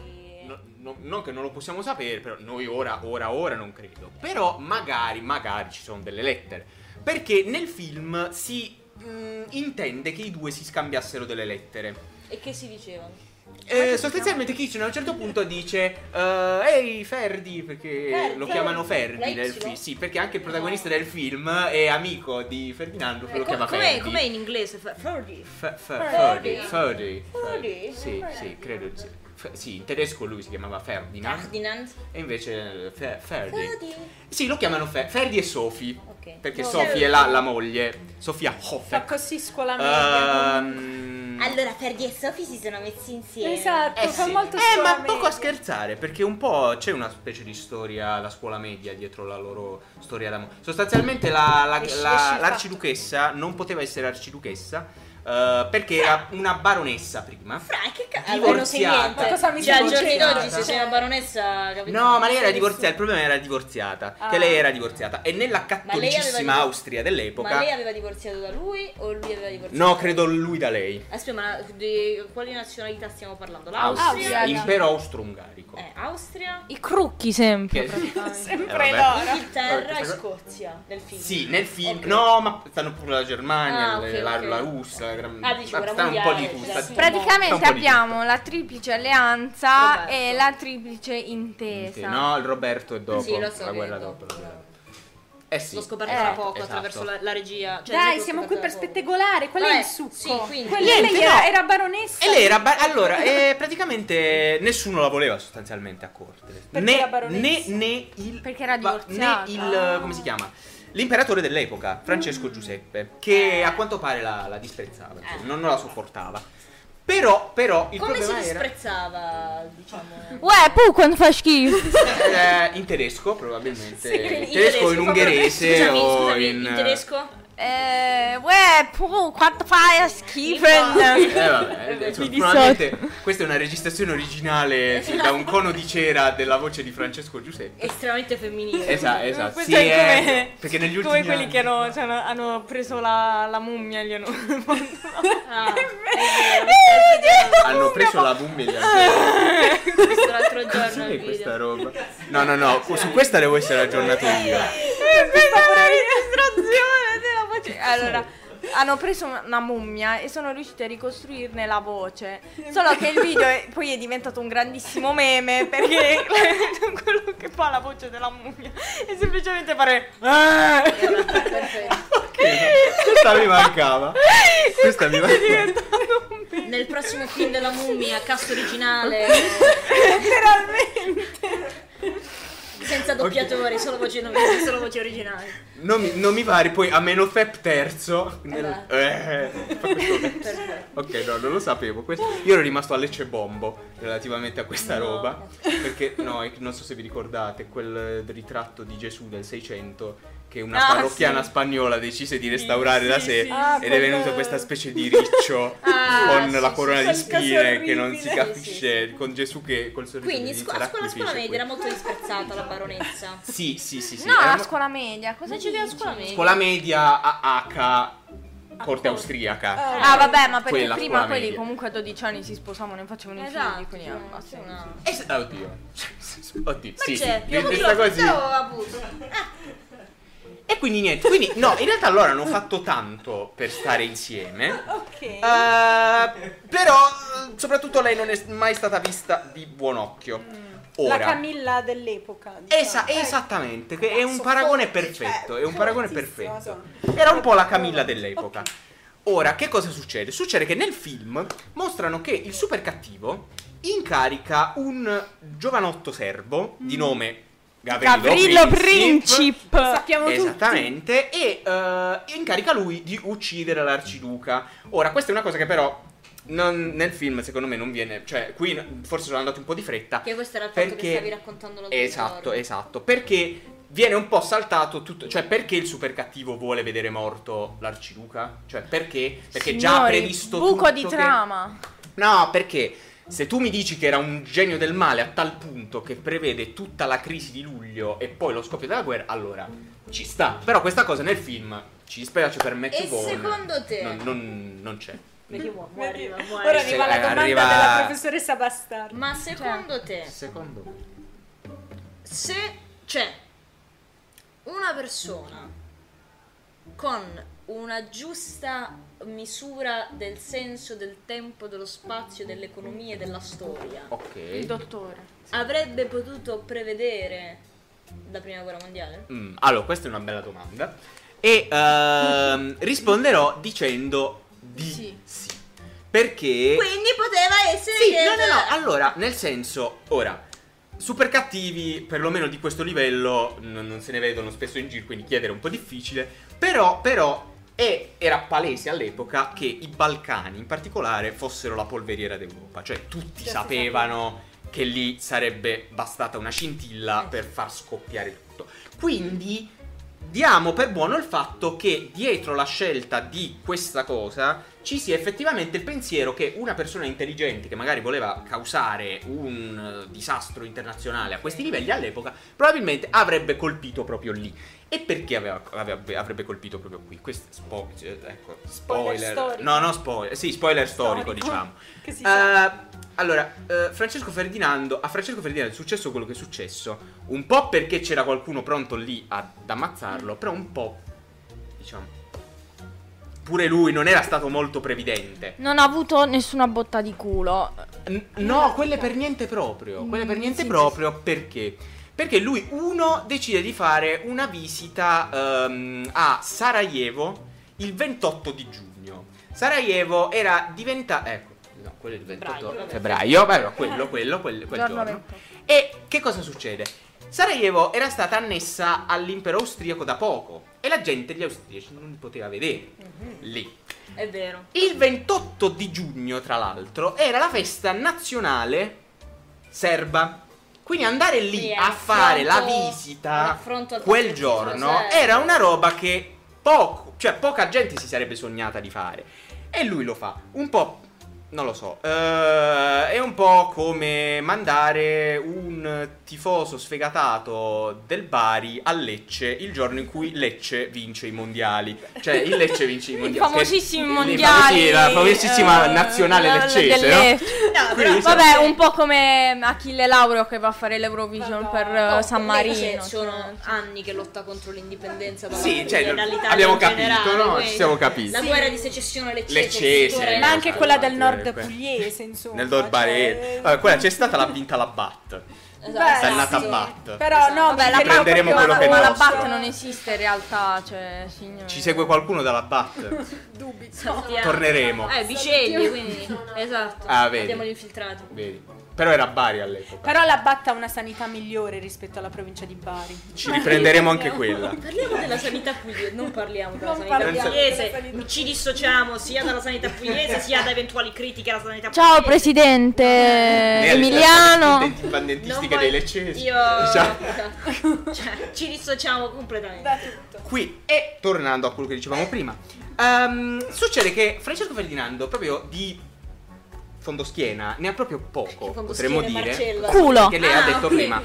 S1: No- no- non che non lo possiamo sapere, però noi ora, ora, ora non credo. Però magari, magari ci sono delle lettere. Perché nel film si mm, intende che i due si scambiassero delle lettere.
S2: e che si dicevano?
S1: Eh,
S2: diciamo?
S1: sostanzialmente Kitchen a un certo punto dice eh, Ehi Ferdi, perché
S2: Ferdi.
S1: lo chiamano
S2: La
S1: Ferdi
S2: Y?
S1: nel film. Sì, perché anche il protagonista del film è amico di Ferdinando, che lo
S2: Eh,
S1: chiama
S2: com- com'è,
S1: Ferdi.
S2: com'è in inglese? F- Ferdi.
S1: F- f-
S2: Ferdi.
S1: Ferdi, Ferdi,
S2: Ferdi?
S1: Sì, sì, credo di sì. F- sì, in tedesco lui si chiamava Ferdinand
S2: Ferdinand.
S1: e invece eh, Fe- Ferdi.
S2: Ferdi.
S1: Sì, lo chiamano Fe- Ferdi e Sophie,
S2: Ok.
S1: perché
S2: No,
S1: Sophie
S2: Ferdi.
S1: è la, la moglie, Sofia
S4: Fa
S1: Hoffer.
S4: così scuola
S1: Ehm,
S2: Allora Ferdi e Sophie si sono messi insieme.
S4: Esatto,
S1: Eh,
S4: fa
S1: sì.
S4: molto
S1: Eh, ma
S4: scuola
S1: poco
S4: media.
S1: a scherzare, perché un po' c'è una specie di storia, la scuola media dietro la loro storia d'amore. Sostanzialmente la- la-
S4: Esci-
S1: la-
S4: esci il fatto.
S1: l'arciduchessa non poteva essere arciduchessa eh, perché era una baronessa prima.
S2: Fra, che cazzo?
S1: Divorziata.
S2: Non so niente.
S4: Ma cosa mi
S2: Cioè, al
S4: dici?
S2: giorno d'oggi se
S1: Divorziata.
S2: sei una baronessa, capito?
S1: No, ma lei era divorziata, il problema era divorziata,
S4: Ah.
S1: che lei era divorziata. E nella
S2: Ma lei aveva
S1: cattolicissima
S2: divor-
S1: Austria
S2: Ma
S1: dell'epoca...
S2: lei aveva divorziato da lui o lui aveva divorziato?
S1: No, credo lui da lei.
S2: Aspetta, ma di quali nazionalità stiamo parlando?
S1: Austria,
S2: L'Austria?
S4: Austria.
S1: impero austro-ungarico.
S2: Eh, Austria,
S3: I crucchi sempre.
S1: Che-
S3: praticamente.
S4: Sempre
S1: Eh, vabbè.
S4: loro.
S2: Inghilterra e
S1: questa-
S2: Scozia nel film.
S1: Sì, nel film.
S2: Ok.
S1: No, ma stanno pure la Germania,
S2: Ah,
S1: le-
S2: ok,
S1: la,
S2: ok.
S1: la Russia, la Gran...
S2: Ah, dici,
S1: ma
S2: guerra
S1: stanno un po' di
S2: mondiale,
S1: tutto.
S2: cioè, sì.
S3: Praticamente
S1: Sta un po' di
S3: abbiamo la triplice alleanza e
S2: Roberto.
S3: la triplice intesa.
S1: No, il Roberto è dopo.
S2: Sì, lo so
S1: La
S2: che
S1: guerra
S2: è
S1: dopo.
S2: dopo.
S1: la guerra dopo. Eh sì.
S2: L'ho scoperto
S1: esatto,
S2: da poco
S1: esatto.
S2: attraverso la, la regia. Cioè,
S4: Dai,
S2: l'ho
S4: siamo qui
S2: scoperto
S4: per
S2: da poco.
S4: spettegolare. Qual è
S2: Vabbè,
S4: il succo?
S2: sì, quindi.
S4: Quella-
S1: Niente,
S4: lei era,
S1: no.
S4: era baronessa.
S1: E lei era. ba- allora, eh, praticamente nessuno la voleva sostanzialmente a corte.
S4: Perché
S1: né,
S4: era baronessa?
S1: né- né il.
S3: Perché era
S1: va-
S3: divorziata.
S1: Né il. eh, come si chiama? L'imperatore dell'epoca, Francesco Giuseppe, che a quanto pare la, la disprezzava, insomma,
S2: Eh.
S1: non, non la sopportava. Però, però, il
S2: Come si
S1: problema era.
S2: disprezzava, diciamo.
S3: Uè, pu, quando fa schifo.
S1: [laughs] Eh, in tedesco probabilmente
S2: Sì,
S1: [laughs] in tedesco o
S2: proprio-
S1: in ungherese
S2: diciamo? Scusami,
S1: o
S2: scusami,
S1: in,
S2: tedesco?
S3: Eh, uè, pu, quanto fa schifo.
S1: eh vabbè,
S2: Mi
S1: insomma,
S3: dissocio.
S1: probabilmente questa è una registrazione originale sì, da un cono di cera della voce di Francesco Giuseppe
S2: Estremamente femminile.
S1: esatto esatto
S3: Questo
S1: sì,
S3: è
S1: eh,
S3: come-
S1: perché negli ultimi
S3: Come quelli
S1: anni-
S3: che hanno, cioè, hanno- hanno preso la, la mummia e gli hanno...
S2: Ah,
S1: hanno preso
S3: [laughs]
S1: la mummia e gli hanno
S2: questo
S1: [laughs]
S2: l'altro giorno
S1: Cos'è
S2: il
S1: questa
S2: video.
S1: roba? No, no, no, su questa devo essere aggiornato io.
S3: Allora, hanno preso una mummia e sono riusciti a ricostruirne la voce. Solo che il video è- poi è diventato un grandissimo meme perché quello che fa la voce della mummia è semplicemente fare...
S2: Perfetto.
S1: [laughs] Questa mi mancava. Questa mi mancava.
S2: Nel prossimo film della mummia, cast originale.
S3: Letteralmente.
S2: senza doppiatore, solo voci nominali, solo voci originali.
S1: Non mi, non mi pare, poi a meno Fep terzo. nel-
S2: Esatto.
S1: Eh, fa questo pezzo.
S2: Perfetto.
S1: Ok, no, non lo sapevo. Questo- io ero rimasto a Lecce Bombo relativamente a questa
S2: No.
S1: roba. Perché, no, e- non so se vi ricordate, quel eh, ritratto di Gesù del 600 che una
S3: Ah,
S1: parrocchiana
S3: sì.
S1: spagnola decise di restaurare da
S2: sì,
S1: sé
S2: sì,
S3: Ah,
S1: ed è
S3: quel-
S1: venuta questa specie di
S2: [laughs]
S1: riccio
S2: Ah,
S1: con
S2: sì,
S1: la
S2: sì,
S1: corona di
S2: quel caso
S1: spine che non si
S2: orribile. Eh,
S1: capisce, con Gesù che col sorriso
S2: Quindi
S1: che
S2: scu-
S1: inizia
S2: a scuola
S1: da qui,
S2: scuola
S1: finisce
S2: media
S1: qui.
S2: era molto disprezzata la baronessa.
S1: Sì, sì, sì, sì.
S3: no,
S1: era
S3: la
S1: mo-
S3: scuola media. Cosa ci
S2: Invece della
S3: dici?
S2: scuola media.
S1: Scuola media AH Corte austriaca.
S3: Ah, vabbè, ma perché
S1: Eh, Quella
S3: prima
S1: scuola
S3: quelli
S1: media.
S3: comunque a 12 anni si sposavano e facevano i figli, quindi
S2: cioè,
S3: ha
S2: c'è
S3: senso.
S2: una-
S1: Eh, s- oddio. [laughs] Oddio,
S2: Ma
S1: sì, sì.
S2: c'è,
S1: Vi-
S2: prima di
S1: detta
S2: lo
S1: così.
S2: pensavo avuto.
S1: E quindi niente, quindi no, in realtà loro hanno fatto tanto per stare insieme.
S4: Ok.
S1: Eh, però eh, soprattutto lei non è s- mai stata vista di buon occhio.
S5: La
S1: Ora.
S5: Camilla dell'epoca. diciamo.
S1: Esa-
S5: Eh,
S1: esattamente, che è un
S5: soffoco,
S1: paragone
S5: cioè,
S1: perfetto, è un paragone
S5: fortissimo,
S1: perfetto.
S5: insomma.
S1: Era un po' la Camilla dell'epoca. Ora, che cosa succede? Succede che nel film mostrano che il super cattivo incarica un giovanotto serbo di nome Gavrilo,
S3: Gavrilo
S1: Princip.
S3: Princip.
S5: Sappiamo
S1: Esattamente, e eh, incarica lui di uccidere l'arciduca. Ora, questa è una cosa che però non- nel film secondo me non viene, cioè qui n- forse sono andato un po' di fretta.
S2: Che questo era il fatto
S1: Perché-
S2: che stavi raccontando l'altro
S1: Esatto,
S2: giorno.
S1: esatto. Perché viene un po' saltato tutto. Cioè, perché il super cattivo vuole vedere morto l'arciduca? Cioè, perché? Perché già ha
S3: Signori,
S1: previsto
S3: buco
S1: tutto
S3: di
S1: che-
S3: trama.
S1: No, perché se tu mi dici che era un genio del male a tal punto che prevede tutta la crisi di luglio e poi lo scoppio della guerra, allora ci sta. Però questa cosa nel film ci dispiace per me
S2: E secondo te?
S1: Non, non- non c'è.
S2: Perché muo- muo-
S5: tutti.
S2: arriva, muo-
S5: Ora
S2: arriva.
S5: arriva la
S1: Eh,
S5: domanda
S1: arriva-
S5: della professoressa Bastardo.
S2: Ma secondo te,
S1: Secondo me.
S2: se c'è una persona con una giusta misura del senso, del tempo, dello spazio, dell'economia e della storia,
S3: Il
S1: Ok.
S3: dottore.
S2: avrebbe potuto prevedere la prima guerra mondiale?
S1: Mm, allora, questa è una bella domanda. E ehm, risponderò dicendo di sì.
S3: Sì.
S1: Perché...
S2: Quindi poteva essere
S1: Sì,
S2: che-
S1: no, no, no. Allora, nel senso, ora, super cattivi, perlomeno di questo livello, n- non se ne vedono spesso in giro, quindi chiedere è un po' difficile. Però, però, è- era palese all'epoca che i Balcani in particolare fossero la polveriera d'Europa. Cioè, tutti
S5: Già si
S1: sapevano che lì sarebbe bastata una scintilla
S2: Eh.
S1: per far scoppiare tutto. Quindi diamo per buono il fatto che dietro la scelta di questa cosa ci sia effettivamente il pensiero che una persona intelligente che magari voleva causare un eh, disastro internazionale a questi livelli all'epoca probabilmente avrebbe colpito proprio lì. E perché aveva- aveva- avrebbe colpito proprio qui? Questo spo- eh, ecco,
S5: Spoiler
S1: spoiler.
S5: storico.
S1: no, no, spoiler. Sì, spoiler storico, diciamo.
S5: Che si sa.
S1: Eh, allora, eh, Francesco Ferdinando, a Francesco Ferdinando è successo quello che è successo, un po' perché c'era qualcuno pronto lì ad
S5: Mm.
S1: ammazzarlo, però un po', diciamo, pure lui non era stato molto previdente.
S3: Non ha avuto nessuna botta di culo.
S1: N- no, quelle per niente proprio, quelle per
S3: Mm,
S1: niente
S3: sì,
S1: proprio perché? Perché lui, uno, decide di fare una visita ehm, a Sarajevo il 28 di giugno. Sarajevo era diventata... Ecco, no, quello è il 28
S2: Febbraio, vabbè.
S1: febbraio, vabbè, quello, quello, quel, quel
S3: Giorno
S1: giorno.
S3: 28.
S1: E che cosa succede? Sarajevo era stata annessa all'impero austriaco da poco e la gente, gli austriaci, non li poteva vedere
S3: Mhm.
S1: lì.
S2: È vero.
S1: Il 28 di giugno, tra l'altro, era la festa nazionale serba. Quindi andare
S2: Sì,
S1: lì
S2: è
S1: a
S2: un
S1: fare la
S2: affronto- un
S1: visita
S2: affronto al
S1: quel
S2: patriottismo certo.
S1: giorno
S2: serbo.
S1: era una roba che poco, cioè poca gente si sarebbe sognata di fare. E lui lo fa, un po', non lo so, eh, è un po' come mandare un tifoso sfegatato del Bari a Lecce il giorno in cui Lecce vince i mondiali. Cioè il Lecce vince i
S3: I
S1: mondiali.
S3: famosissimi
S1: Che-
S3: mondiali.
S1: Sì, la famosissima
S3: eh,
S1: nazionale
S3: la-
S1: leccese,
S3: del
S1: no?
S3: Lecce.
S2: No,
S1: Quindi,
S2: però-
S1: diciamo-
S3: Vabbè, un po' come Achille Lauro che va a fare l'Eurovision
S5: Madonna.
S3: per eh,
S2: No,
S3: San
S2: comunque,
S3: Marino.
S2: cioè, sono
S3: cioè.
S2: anni che lotta contro l'indipendenza dalla-
S1: Sì, cioè,
S2: dall'Italia
S1: abbiamo
S2: in
S1: capito,
S2: generale,
S1: no?
S2: quindi
S1: Ci siamo capiti.
S2: La
S5: Sì.
S2: guerra di secessione leccese,
S1: Leccese,
S2: sicuramente.
S5: Ma anche quella del
S1: Infatti,
S5: nord
S1: que-
S5: pugliese, insomma.
S1: Eh, Nel Dor Barese.
S5: cioè-
S1: Vabbè, quella c'è stata l'ha vinta la Bat.
S5: Beh,
S2: Esatto.
S1: Dannata
S5: sì.
S1: Bat.
S5: Però no,
S3: Vabbè, la
S5: perché
S1: Prenderemo quello
S5: proprio-
S3: ma,
S1: che è
S3: ma la
S1: nostro.
S3: BAT non esiste in realtà, cioè, signore.
S1: Ci segue qualcuno dalla Bat?
S5: Dubito.
S2: Sentiamo.
S1: Torneremo.
S2: Eh, Vicelli, quindi. Esatto.
S1: Ah, vedi.
S2: Abbiamo gli infiltrati.
S1: Vedi. Però era a Bari all'epoca.
S5: [laughs] Però la Batta ha una sanità migliore rispetto alla provincia di Bari.
S1: Ci riprenderemo
S2: [laughs]
S1: anche quella.
S2: Parliamo della sanità pugliese, non parliamo della
S5: Non
S2: sanità
S5: parliamo
S2: pugliese,
S5: della sanità
S2: ci dissociamo sia dalla sanità pugliese sia da eventuali critiche alla sanità pugliese.
S3: Ciao presidente
S1: Lei ha
S3: Eh, Emiliano.
S1: risposto alla Dentistica
S2: Non
S1: dei
S2: voglio-
S1: leccesi.
S2: Io...
S1: [laughs] Ciao.
S2: Cioè, ci dissociamo completamente.
S4: Da tutto.
S1: Qui, e tornando a quello che
S2: Eh.
S1: dicevamo prima, ehm, succede che Francesco Ferdinando proprio di fondoschiena ne ha proprio poco,
S2: Che
S1: potremmo
S2: fondoschiena,
S1: dire.
S2: Marcello.
S3: Culo.
S1: Che lei ha
S2: Ah,
S1: detto
S2: ok.
S1: prima.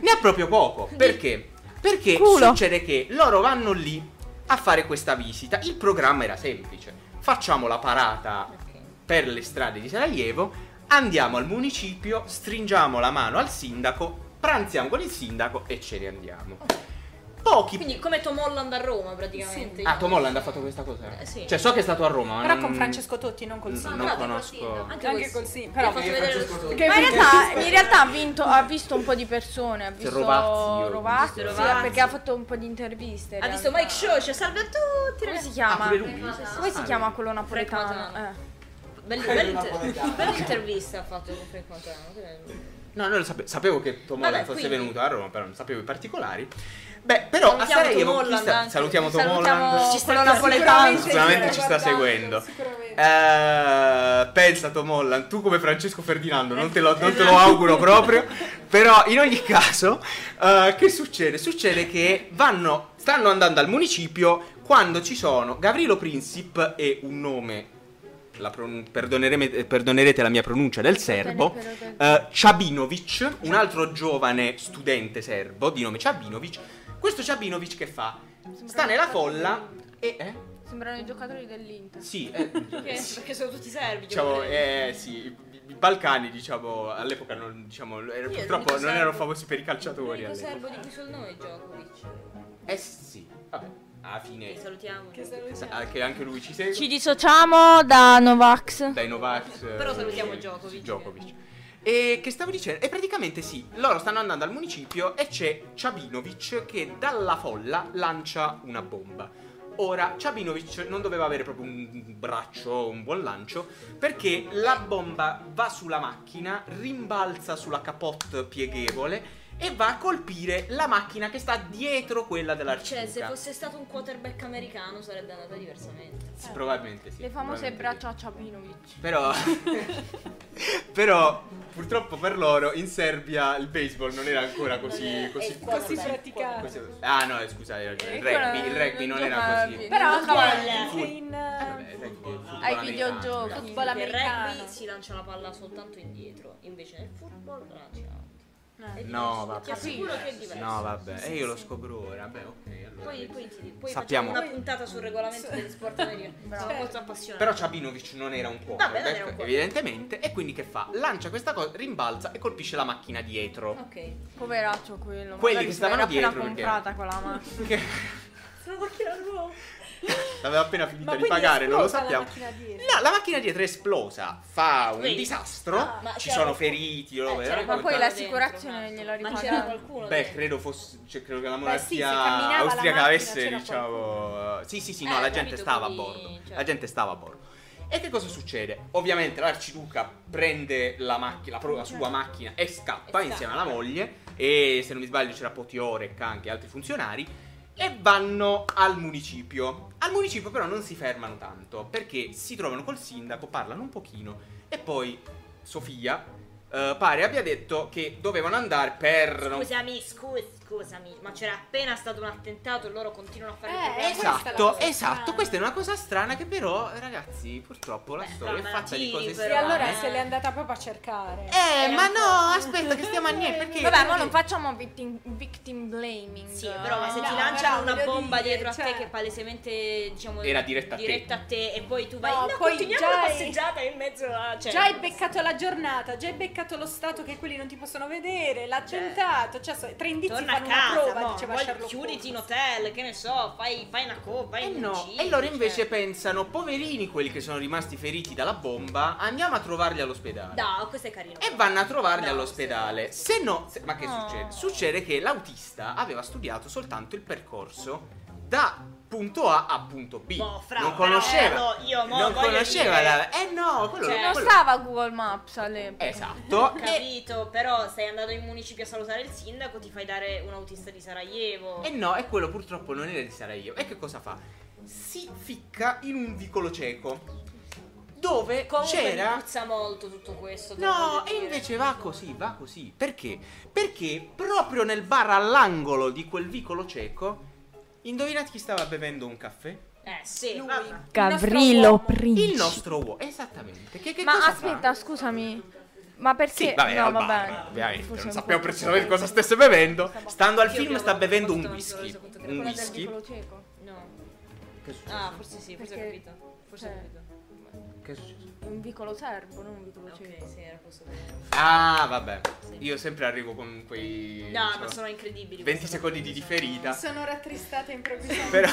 S1: Ne ha proprio poco. Perché? Perché
S3: Culo.
S1: succede che loro vanno lì a fare questa visita. Il programma era semplice. Facciamo la parata
S2: Ok.
S1: per le strade di Sarajevo, andiamo al municipio, stringiamo la mano al sindaco, pranziamo con il sindaco e ce ne andiamo. Pochi
S2: Quindi come Tom Holland a Roma praticamente.
S1: Ah, Tom Holland ha fatto questa cosa?
S2: Eh, sì.
S1: Cioè, so che è stato a Roma, ma
S5: Però
S1: non-
S5: con Francesco Totti, non col
S1: Mm,
S5: Sino.
S1: non
S2: però
S1: conosco.
S2: Anche,
S5: Anche
S2: col
S5: col
S2: sì.
S5: sì,
S2: Però
S5: però-
S2: faccio vedere lo studio.
S3: Ma in realtà, in realtà ha, vinto- ha visto un po' di persone, ha visto
S1: Rovazzi, io-
S3: Rovazzi,
S1: Rovazzi.
S3: sì, perché ha fatto un po' di interviste. in
S2: Ha visto
S3: realtà.
S2: Mike Show, cioè salve a tutti.
S3: Come si
S2: ragazzi.
S3: chiama?
S1: Ah, pure lui?
S3: Come si
S1: Ah,
S3: chiama
S1: lui.
S3: quello
S2: Frank Montana.
S3: napoletano? Eh.
S2: Belli- belli inter- Bella intervista ha fatto con Frank Montana. quindi-
S1: No, non lo sapevo. Sapevo che Tom
S2: Vabbè,
S1: Holland fosse
S2: quindi-
S1: venuto a Roma, però non sapevo i particolari. Beh, però
S2: Salutiamo
S1: a Sarajevo
S2: Tom
S1: chi
S2: Holland
S1: sta-
S2: anche.
S1: salutiamo Tom
S3: Salutiamo
S1: Holland.
S3: Ci sta
S2: quello Esatto.
S1: napoletano, sicuramente
S4: Sicuramente
S1: ci sta
S4: guardando,
S1: seguendo.
S4: Sicuramente.
S1: Eh, pensa Tom Holland, tu come Francesco Ferdinando, non te lo, non te lo auguro proprio. Però in ogni caso, eh, che succede? Succede che vanno, stanno andando al municipio quando ci sono Gavrilo Princip e un nome, la pron- perdonereme- eh, perdonerete la mia pronuncia del serbo, eh, Ciabinovic, un altro giovane studente serbo di nome Ciabinovic. Questo Ciabinovic che fa? Sta nella folla e... Eh?
S3: Sembrano i giocatori dell'Inter.
S1: Sì, eh,
S2: Perché [laughs] perché sono tutti servi.
S1: Diciamo,
S2: devo dire.
S1: eh sì, i, i- i Balcani, diciamo, all'epoca non, diciamo, er-
S2: Io
S1: purtroppo
S2: l'unico
S1: non
S2: serbo-
S1: erano famosi per i calciatori.
S2: L'unico
S1: all'epoca.
S2: serbo di cui so il nome è Djokovic.
S1: Eh sì, vabbè, alla fine
S2: Che salutiamo.
S4: Che
S1: sa-
S4: salutiamo.
S1: anche, anche lui ci segue.
S3: Ci dissociamo da Novax.
S1: dai Novak. eh,
S2: Però salutiamo
S1: sì,
S2: Djokovic.
S1: Djokovic. E che stavo dicendo? E praticamente sì, loro stanno andando al municipio e c'è Ciabinovic che dalla folla lancia una bomba. Ora, Ciabinovic non doveva avere proprio un braccio, un buon lancio, perché la bomba va sulla macchina, rimbalza sulla capote pieghevole e va a colpire la macchina che sta dietro quella
S2: Cioè, se
S1: dell'arciduca.
S2: fosse stato un quarterback americano sarebbe andata diversamente.
S1: Sì, probabilmente sì.
S3: Le famose
S1: probabilmente sì.
S3: braccia a Ciabinovic.
S1: Però, però, purtroppo per loro in Serbia il baseball non era ancora così.
S2: è-
S1: così,
S2: è
S5: Così
S2: Vabbè.
S5: praticato.
S1: così- ah, no, eh, scusa, hai ragione. Il rugby, il rugby non era così.
S3: Però
S5: Però
S2: Football.
S5: anche anche
S1: Foot-
S5: in...
S1: Vabbè,
S5: eh,
S1: il rugby è il football
S3: Ai
S1: americano,
S3: videogiochi.
S1: ragazzi.
S5: Football
S2: Nel
S5: americano.
S2: rugby si lancia la palla soltanto indietro, invece nel football la lancia avanti. È
S5: Eh.
S1: No,
S2: diverso,
S1: vabbè.
S2: Ti assicuro che è diverso.
S1: No, vabbè, e io lo scopro ora. Beh, ok, allora.
S2: Poi, poi, ti- poi
S1: Sappiamo.
S2: facciamo una puntata sul regolamento degli sport americani.
S3: Bravo.
S2: Sono molto appassionata.
S1: Però Ciabinovic non era un quarterback,
S2: Vabbè, non era un quarterback.
S1: evidentemente. E quindi che fa? Lancia questa cosa, rimbalza e colpisce la macchina dietro.
S2: Ok.
S3: Poveraccio quello.
S1: Quelli
S3: magari
S1: che
S3: se
S1: stavano
S3: l'era appena
S1: dietro, perché-
S3: comprata quella macchina.
S2: Sono macchina nuova.
S1: L'aveva appena
S5: Ma
S1: finita di
S5: quindi
S1: pagare, non lo
S5: esplosa la
S1: sappiamo.
S5: macchina dietro.
S1: No, la macchina dietro è esplosa, fa un
S2: Quindi-
S1: disastro,
S5: Ah,
S2: ma c'era
S1: ci sono
S2: qualcuno-
S1: feriti,
S2: Eh,
S1: roba,
S2: c'era
S1: era
S3: Ma poi
S1: qualcosa-
S3: l'assicurazione
S2: dentro,
S3: gliela
S2: Ma
S3: ripagano.
S2: c'era qualcuno
S1: Beh,
S2: dentro?
S1: credo fosse cioè, credo che la
S5: Beh, sì, se
S1: monarchia
S5: camminava la
S1: austriaca
S5: macchina,
S1: avesse,
S5: c'era
S1: diciamo, eh, sì, sì, sì, no,
S2: Eh,
S1: la
S2: ho
S1: gente
S2: capito,
S1: stava a
S2: quindi,
S1: bordo.
S2: cioè-
S1: La
S5: certo.
S1: gente stava a bordo. E che cosa succede? Ovviamente l'arciduca prende la, macchi- la, pro- la
S5: Eh.
S1: sua macchina e scappa,
S2: scappa.
S1: insieme alla moglie e se non mi sbaglio c'era Potiore, Canche e altri funzionari e vanno al municipio. Al municipio però non si fermano tanto perché si trovano col sindaco, parlano un pochino e poi Sofia eh, pare abbia detto che dovevano andare per... non
S2: Scusami, scu- scusami, ma c'era appena stato un attentato e loro continuano a fare
S5: Eh,
S2: il programma.
S5: questa è la
S1: Esatto,
S5: cosa
S1: esatto,
S5: strana.
S1: questa è una cosa strana che però, ragazzi, purtroppo la
S2: Beh,
S1: storia è
S2: strana,
S1: fatta di
S2: sì,
S1: cose
S2: però-
S5: E
S1: strane.
S5: allora se l'è andata proprio a cercare.
S1: Eh,
S2: Era
S1: ma
S2: un po'.
S1: no, aspetta che
S2: [laughs]
S1: stiamo a niente perché
S3: Vabbè, ma non facciamo victim, victim blaming. Eh,
S2: Sì, però ma se
S5: No,
S2: ti
S5: però
S2: lanciano una
S5: voglio
S2: bomba
S5: dire,
S2: dietro a
S5: cioè-
S2: te che palesemente diciamo
S1: Era diretta a te.
S2: a te e poi tu vai
S5: No,
S2: no,
S5: poi
S2: continuiamo
S5: già
S2: la
S5: è-
S2: passeggiata in mezzo a cioè,
S5: Già hai beccato la giornata, già hai beccato lo stato che quelli non ti possono vedere, l'ha tentato, cioè so- tre indizi
S2: Certo. torna a
S5: fanno una
S2: casa,
S5: prova,
S2: mo,
S5: diceva
S2: vuoi-
S5: Sherlock
S2: chiuditi in
S5: Holmes.
S2: hotel, che ne so, fai, fai una coppa,
S1: Eh
S2: in
S1: no,
S2: giro,
S1: e loro
S2: cioè.
S1: invece pensano, poverini quelli che sono rimasti feriti dalla bomba, andiamo a trovarli all'ospedale.
S2: No, questo è carino.
S1: E vanno a trovarli
S2: No,
S1: all'ospedale.
S2: questo
S1: Se no, se- ma che
S3: No.
S1: succede? Succede che l'autista aveva studiato soltanto il percorso da punto A a punto B.
S2: Boh, fra,
S1: non
S2: però,
S1: conosceva.
S2: no, io mo
S1: non
S2: voglio
S1: conosceva
S2: dire-
S1: la- Eh no, quello
S2: Cioè,
S1: quello-
S3: Non stava Google Maps all'epoca.
S1: Esatto. e,
S2: Capito, però sei andato in municipio a salutare il sindaco, ti fai dare un autista di Sarajevo.
S1: e no, e quello purtroppo non era di Sarajevo. E che cosa fa? Si ficca in un vicolo cieco. Dove
S2: Comunque mi
S1: c'era
S2: puzza molto tutto questo. te lo voglio
S1: No, e
S2: dire.
S1: invece va così, va così. Perché? Perché proprio nel bar all'angolo di quel vicolo cieco, indovinate chi stava bevendo un caffè?
S2: Eh, sì.
S5: Lui.
S2: vabbè.
S5: Gavrillo
S3: Princi.
S1: Il nostro uomo, esattamente. Che, che
S3: Ma
S1: cosa fa?
S3: aspetta, scusami. Ma perché?
S1: Sì, vabbè,
S3: no,
S1: al bar,
S3: vabbè.
S1: ma ovviamente,
S3: forse
S1: non
S3: un
S1: sappiamo
S3: po'
S1: precisamente cosa stesse bevendo. Stando al
S2: Io
S1: film
S2: abbiamo
S1: sta bevendo un
S2: fatto, non sono
S1: whisky.
S2: reso conto che
S1: Un
S3: Quella del
S1: whisky.
S3: vicolo cieco.
S2: No.
S1: Che è successo?
S2: Ah, forse sì, forse ho
S3: Perché-
S2: capito. Forse ho
S3: cioè-
S2: capito.
S1: Che è successo?
S3: Un vicolo serbo, non un vicolo cieco.
S2: Ok, sì, era questo.
S1: Ah, vabbè.
S2: Sì.
S1: Io sempre arrivo con quei
S2: No,
S1: insomma,
S2: ma sono incredibili.
S1: 20
S2: queste
S1: secondi di
S2: cose, sono-
S1: differita
S5: Sono rattristata improvvisamente.
S1: Però-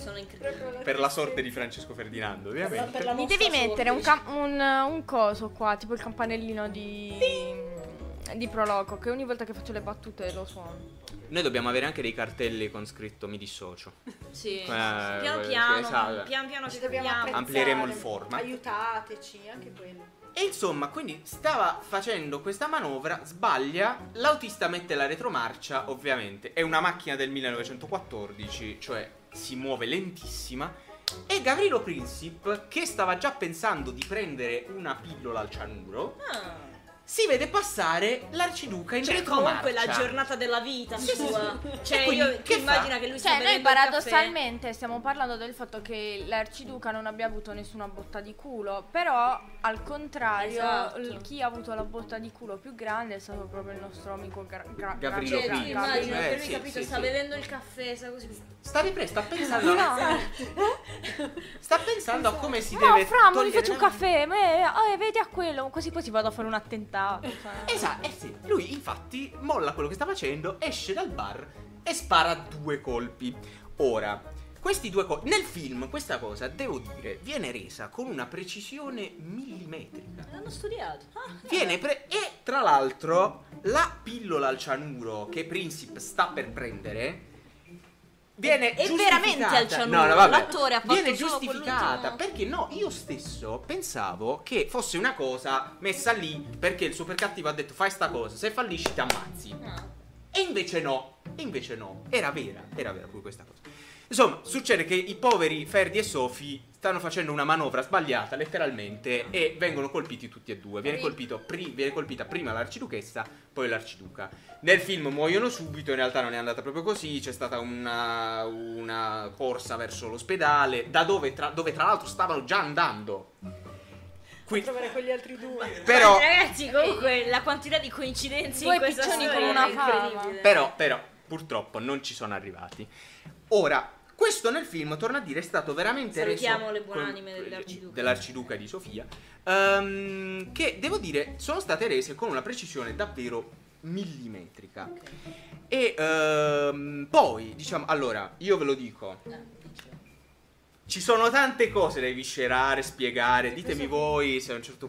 S2: Sono incredibili.
S5: [laughs] Proprio la
S1: per la sorte di Francesco Ferdinando, ovviamente.
S5: Per la
S3: Mi
S5: nostra
S3: devi mettere un,
S5: sorte.
S3: cam- un, un coso qua, tipo il campanellino di. di Proloco, che ogni volta che faccio le battute lo suono.
S1: Noi dobbiamo avere anche dei cartelli con scritto mi dissocio.
S2: Sì.
S1: Eh,
S2: Piano
S1: sì,
S2: piano,
S1: esatto.
S2: pian piano
S5: Ci
S2: ci
S5: dobbiamo
S2: troviamo.
S5: apprezzare.
S1: Amplieremo il format.
S5: Aiutateci, anche quello.
S1: E insomma, quindi stava facendo questa manovra, sbaglia, l'autista mette la retromarcia, ovviamente, è una macchina del 1914, cioè si muove lentissima, e Gavrilo Princip, che stava già pensando di prendere una pillola al cianuro,
S2: Ah.
S1: si vede passare l'arciduca in
S2: Cioè,
S1: retromarcia.
S2: comunque la giornata della vita
S1: Sì, sì,
S2: sua.
S1: sì.
S2: Cioè,
S1: E quindi
S2: io
S1: che
S2: che
S1: fa?
S2: immagina che lui sta
S3: Cioè, noi
S2: bevendo il caffè.
S3: paradossalmente stiamo parlando del fatto che l'arciduca non abbia avuto nessuna botta di culo, però al contrario,
S2: Esatto.
S3: l- chi ha avuto la botta di culo più grande è stato proprio il nostro amico Gra- Gra-
S1: Gavrilo
S2: Cioè,
S1: Lo
S2: tu
S1: Princip.
S3: Gra-
S2: immagina
S1: Eh,
S2: per lui
S1: sì,
S2: capito,
S1: sì,
S2: sta
S1: sì.
S2: bevendo il caffè, sta così. Eh?
S1: Sta ripresa, sta pensando,
S3: No.
S1: sta pensando a come si
S3: No,
S1: deve
S3: Fra, ma mi
S1: togliere
S3: faccio un
S1: la-
S3: caffè, ma- eh, vedi a quello, così poi ti vado a fare un attentato. cioè.
S1: Esatto, eh sì. Lui infatti molla quello che sta facendo, esce dal bar e spara due colpi. Ora, questi due colpi... Nel film questa cosa, devo dire, viene resa con una precisione millimetrica.
S2: L'hanno studiato. Ah,
S1: Viene pre- e tra l'altro la pillola al cianuro che Princip sta per prendere viene
S2: È
S1: giustificata.
S2: veramente al cianuro,
S1: No, no, vabbè.
S2: l'attore ha fatto
S1: Viene
S2: solo
S1: giustificata
S2: quell'ultimo-
S1: perché no, io stesso pensavo che fosse una cosa messa lì perché il super cattivo ha detto fai sta cosa, se fallisci ti ammazzi.
S2: Ah.
S1: E invece no, e invece no, era vera, era vera pure questa cosa. Insomma, succede che i poveri Ferdi e Sofi stanno facendo una manovra sbagliata, letteralmente, e vengono colpiti tutti e due. Viene,
S2: Sì.
S1: colpito pri- viene colpita prima l'arciduchessa, poi l'arciduca. Nel film muoiono subito, in realtà non è andata proprio così, c'è stata una, una corsa verso l'ospedale, da dove tra, dove tra l'altro stavano già andando. Qui,
S5: Trovare quegli altri due.
S1: però... Eh.
S2: ragazzi, comunque la quantità di coincidenze
S3: Due
S2: in questa
S3: piccioni
S2: storia
S3: con una
S2: è incredibile.
S1: Però, però, purtroppo non ci sono arrivati. Ora, questo nel film, torna a dire, è stato veramente
S2: Salutiamo
S1: reso
S2: le buone anime dell'arciduca.
S1: dell'arciduca di Sofia. ehm, che devo dire, sono state rese con una precisione davvero millimetrica. E ehm, poi, diciamo, allora, io ve lo dico.
S2: Eh.
S1: Ci sono tante cose da eviscerare, spiegare, ditemi voi se a un certo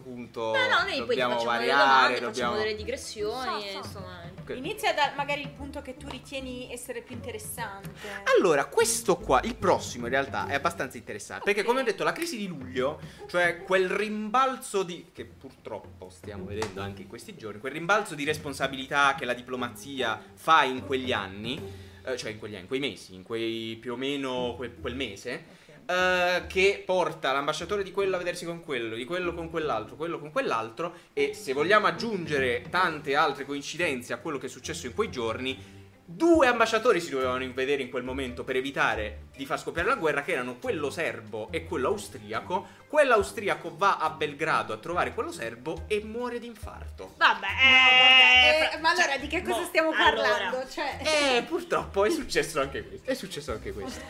S2: No,
S1: punto
S2: no, noi poi ti
S1: dobbiamo
S2: facciamo delle
S1: variare,
S2: domande,
S1: dobbiamo...
S2: facciamo delle digressioni,
S5: So, so.
S2: e insomma. [laughs]
S1: Ok.
S5: Inizia da magari il punto che tu ritieni essere più interessante.
S1: Allora, questo qua, il prossimo in realtà è abbastanza interessante. Perché,
S5: Ok.
S1: come ho detto, la crisi di luglio, cioè quel rimbalzo di. che purtroppo stiamo vedendo anche in questi giorni, quel rimbalzo di responsabilità che la diplomazia fa in quegli anni, eh, cioè in quegli anni, in quei mesi, in quei più o meno quel, quel mese. eh, che porta l'ambasciatore di quello a vedersi con quello, di quello con quell'altro, quello con quell'altro, e se vogliamo aggiungere tante altre coincidenze a quello che è successo in quei giorni, Due ambasciatori si dovevano vedere in quel momento per evitare di far scoppiare la guerra, che erano quello serbo e quello austriaco. Quello austriaco va a Belgrado a trovare quello serbo e muore di infarto.
S2: Vabbè,
S5: Eh,
S2: eh, fra-
S1: cioè,
S5: ma allora di che cosa
S2: boh,
S5: stiamo
S2: allora.
S5: parlando?
S2: Eh,
S5: Cioè,
S1: E Eh, purtroppo è successo anche questo. È successo anche questo.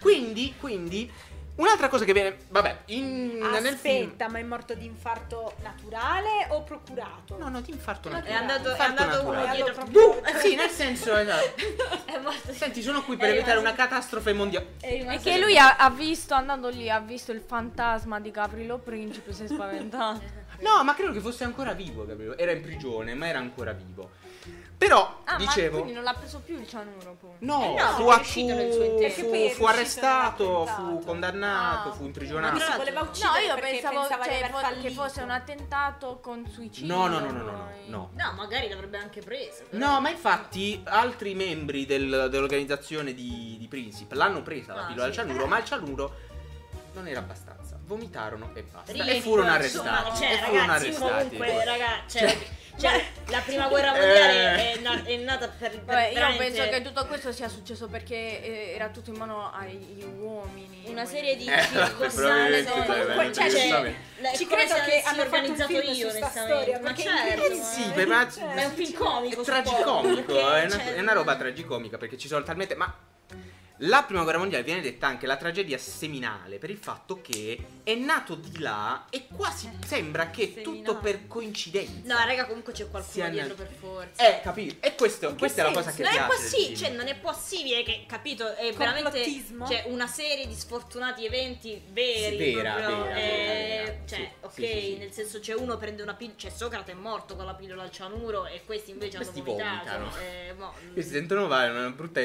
S1: Quindi, quindi, un'altra cosa che viene. Vabbè, in, nel film.
S5: aspetta, ma è morto di infarto naturale o procurato?
S1: No, no, di infarto
S2: è
S1: naturale.
S2: andato, è
S1: Infarto
S2: andato uno
S1: naturale.
S2: dietro
S5: Allora,
S1: Buh, eh, sì, nel senso, esatto.
S2: è morto.
S1: Senti, sono qui per
S2: È
S1: evitare
S2: rimasto-
S1: una catastrofe mondiale.
S2: È
S3: E
S2: rimasto
S3: che lui ha, ha visto, andando lì, ha visto il fantasma di Gavrilo Principe, si è spaventato.
S2: [laughs]
S1: No, ma credo che fosse ancora vivo, Gabriele. Era in prigione, ma era ancora vivo. Però,
S3: Ah, ma
S1: dicevo...
S3: quindi non l'ha preso più il Cianuro poi.
S1: No,
S2: Eh no, perché
S1: fu,
S2: è
S1: accu-
S2: uscito nel suo
S1: fu-
S2: interesse.
S1: fu
S5: Perché è uscito
S1: arrestato,
S5: nell'attentato.
S1: fu condannato,
S3: Ah.
S1: fu
S5: Ma
S1: imprigionato.
S5: lui si voleva uccidere
S3: No, io
S5: perché
S3: pensavo
S5: pensava di
S3: cioè,
S5: aver
S3: fo- che
S5: fallito.
S3: fosse un attentato con suicidio.
S1: No, no, no, no, no, no,
S3: poi.
S1: no.
S2: No, magari l'avrebbe anche preso. però.
S1: No, ma infatti altri membri del- dell'organizzazione di, di Princip l'hanno presa la
S2: Ah,
S1: pillola
S2: sì.
S1: del cianuro, ma il cianuro non era abbastanza. Vomitarono e basta.
S2: Rientrano,
S1: e furono
S2: insomma,
S1: arrestati.
S2: Cioè,
S1: e furono
S2: ragazzi, uno
S1: arrestati.
S2: comunque, raga, cioè, cioè, la prima guerra mondiale
S1: Eh.
S2: è, na- è nata per, per
S3: Vabbè, io
S2: veramente
S3: penso che tutto questo sia successo perché eh, era tutto in mano agli uomini.
S2: una
S3: voglio
S2: serie di
S3: dire.
S1: Eh,
S2: circostanze
S1: probabilmente,
S2: comunque,
S1: probabilmente,
S2: cioè,
S1: giustamente.
S2: la- è
S5: Ci
S2: come
S5: credo
S2: se
S5: che
S2: avessi
S5: hanno fatto un
S2: organizzato
S5: film su
S2: io
S5: sta
S2: onestamente
S5: storia,
S2: ma
S5: perché
S2: certo
S5: in-
S1: Eh sì,
S2: ma-
S1: per- ma-
S2: ma è un film comico
S1: È
S2: sto posto,
S1: tragicomico, eh,
S2: perché,
S1: è una,
S2: cioè,
S1: è una roba tragicomica perché ci sono talmente. Ma la prima guerra mondiale viene detta anche la tragedia seminale per il fatto che è nato di là e quasi sembra che tutto
S3: Seminale.
S1: per coincidenza.
S2: Eh, no raga comunque c'è
S1: Sia
S2: qualcuno
S1: nat-
S2: dietro per forza
S1: Eh, capito? E questo, questa è la cosa che
S2: non è,
S1: piace. del
S2: possi-
S1: film.
S2: eh, cioè, non è possibile che, capito, è veramente
S5: Complottismo?
S2: cioè, una serie di sfortunati eventi veri.
S1: Sì, vera,
S2: proprio,
S1: vera,
S2: eh,
S1: vera, vera.
S2: Cioè,
S1: Sì,
S2: ok,
S1: sì, sì, sì.
S2: nel senso, cioè, uno prende una pillola, cioè Socrate è morto con la pillola al cianuro e questi invece
S1: Questi
S2: hanno vomitato.
S1: vomitano.
S2: Eh, mo-
S1: Io si sentono male, una brutta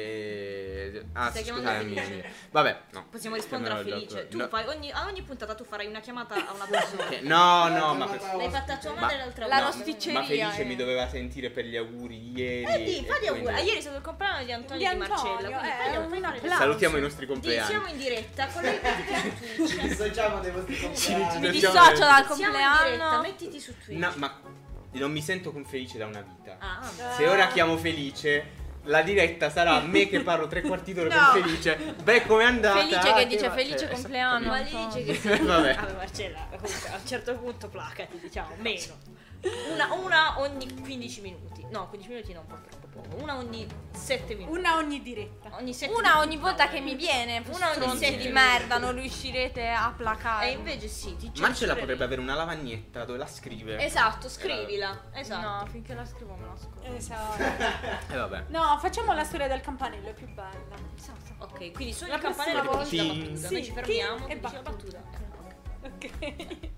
S1: e... Ah,
S2: Stai chiamando
S1: scusatemi.
S2: Felice?
S1: Vabbè, no.
S2: Possiamo rispondere a
S1: Chiamiamolo
S2: Felice.
S1: dopo.
S2: Tu
S1: No.
S2: fai ogni, a ogni puntata tu farai una chiamata a una persona.
S1: [laughs] Ok, No, no, ma...
S2: L'hai fatta a tua madre
S1: Ma-
S2: l'altra
S3: La
S2: volta.
S3: rosticceria.
S1: Ma Felice
S3: eh.
S1: mi doveva sentire per gli auguri ieri.
S2: Eh, di,
S1: e
S2: fagli auguri.
S1: quindi-
S2: Ah, ieri è stato il compleanno di Antonio e di
S5: Antonio,
S2: Marcella. Quindi
S5: eh,
S2: fagli
S5: un
S2: auguri.
S5: applauso.
S1: Salutiamo i nostri compleanni.
S2: Siamo in diretta [laughs] con le Tucci.
S6: Dissociamo dai vostri compagni.
S3: Mi
S1: Perché-
S3: dissocio dal
S2: Siamo in diretta,
S3: compleanno.
S2: mettiti su Twitch.
S1: No, ma non mi sento con Felice da una vita.
S2: Ah, ah.
S1: Se ora chiamo Felice, la diretta sarà a me che parlo tre
S2: [laughs]
S1: quarti d'ora
S3: No.
S1: con Felice. Beh, com'è andata?
S3: Felice che
S1: Ah,
S3: dice
S1: va-
S3: felice
S1: eh,
S3: compleanno.
S2: ma
S3: Antonio.
S2: dice che sei...
S1: [laughs] Vabbè.
S2: Vabbè, Marcella, comunque a un certo punto placati, diciamo, meno. Una, una ogni 15 minuti. No, 15 minuti no, purtroppo poco. Una ogni 7 minuti.
S5: Una ogni diretta.
S2: Ogni sette
S3: Una ogni
S2: minuti,
S3: volta
S2: no,
S3: che mi viene,
S2: Una
S3: una
S2: ogni
S3: stronzi
S1: sette
S3: di
S1: minuti.
S3: merda, non riuscirete a placare.
S2: E invece sì, ti
S1: Marcella
S2: censurerei.
S1: potrebbe avere una lavagnetta dove la scrive.
S2: Esatto, scrivila. Esatto.
S3: No, finché la scrivo me la scordo.
S5: Esatto.
S1: E Eh, vabbè.
S5: No, facciamo la storia del campanello, è più bella.
S2: Ok, quindi solo
S5: La
S2: il campanello
S5: prossima
S2: che dice la
S1: volta-
S2: battuta.
S5: Sì,
S2: Noi ci fermiamo,
S5: sì,
S2: che
S5: e
S2: dice la
S5: battuta.
S2: battuta.
S5: Ok.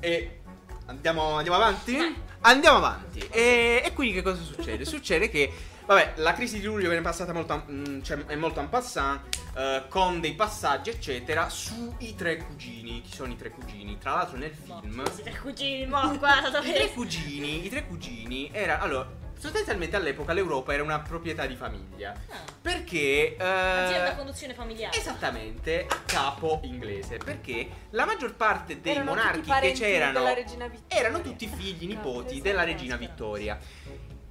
S1: E andiamo, andiamo avanti?
S2: Vai.
S1: Andiamo avanti. E, e quindi che cosa succede? succede che, vabbè, la crisi di luglio viene passata molto, a- mm, cioè, è molto en passant, eh, con dei passaggi, eccetera, sui tre cugini. Chi sono i tre cugini? Tra l'altro nel film...
S2: Siete tre cugini, mo, [laughs] guarda
S1: I tre
S2: dove...
S1: cugini, i tre cugini era, allora, sostanzialmente all'epoca l'Europa era una proprietà di famiglia.
S2: Ah,
S1: Perché... eh,
S2: azienda conduzione familiare.
S1: Esattamente, a capo inglese, perché la maggior parte dei
S5: Erano tutti
S1: monarchi che
S5: parenti
S1: c'erano
S5: della regina Vittoria.
S1: erano tutti figli, nipoti
S5: esatto,
S1: della
S5: la
S1: regina
S5: speranza.
S1: Vittoria.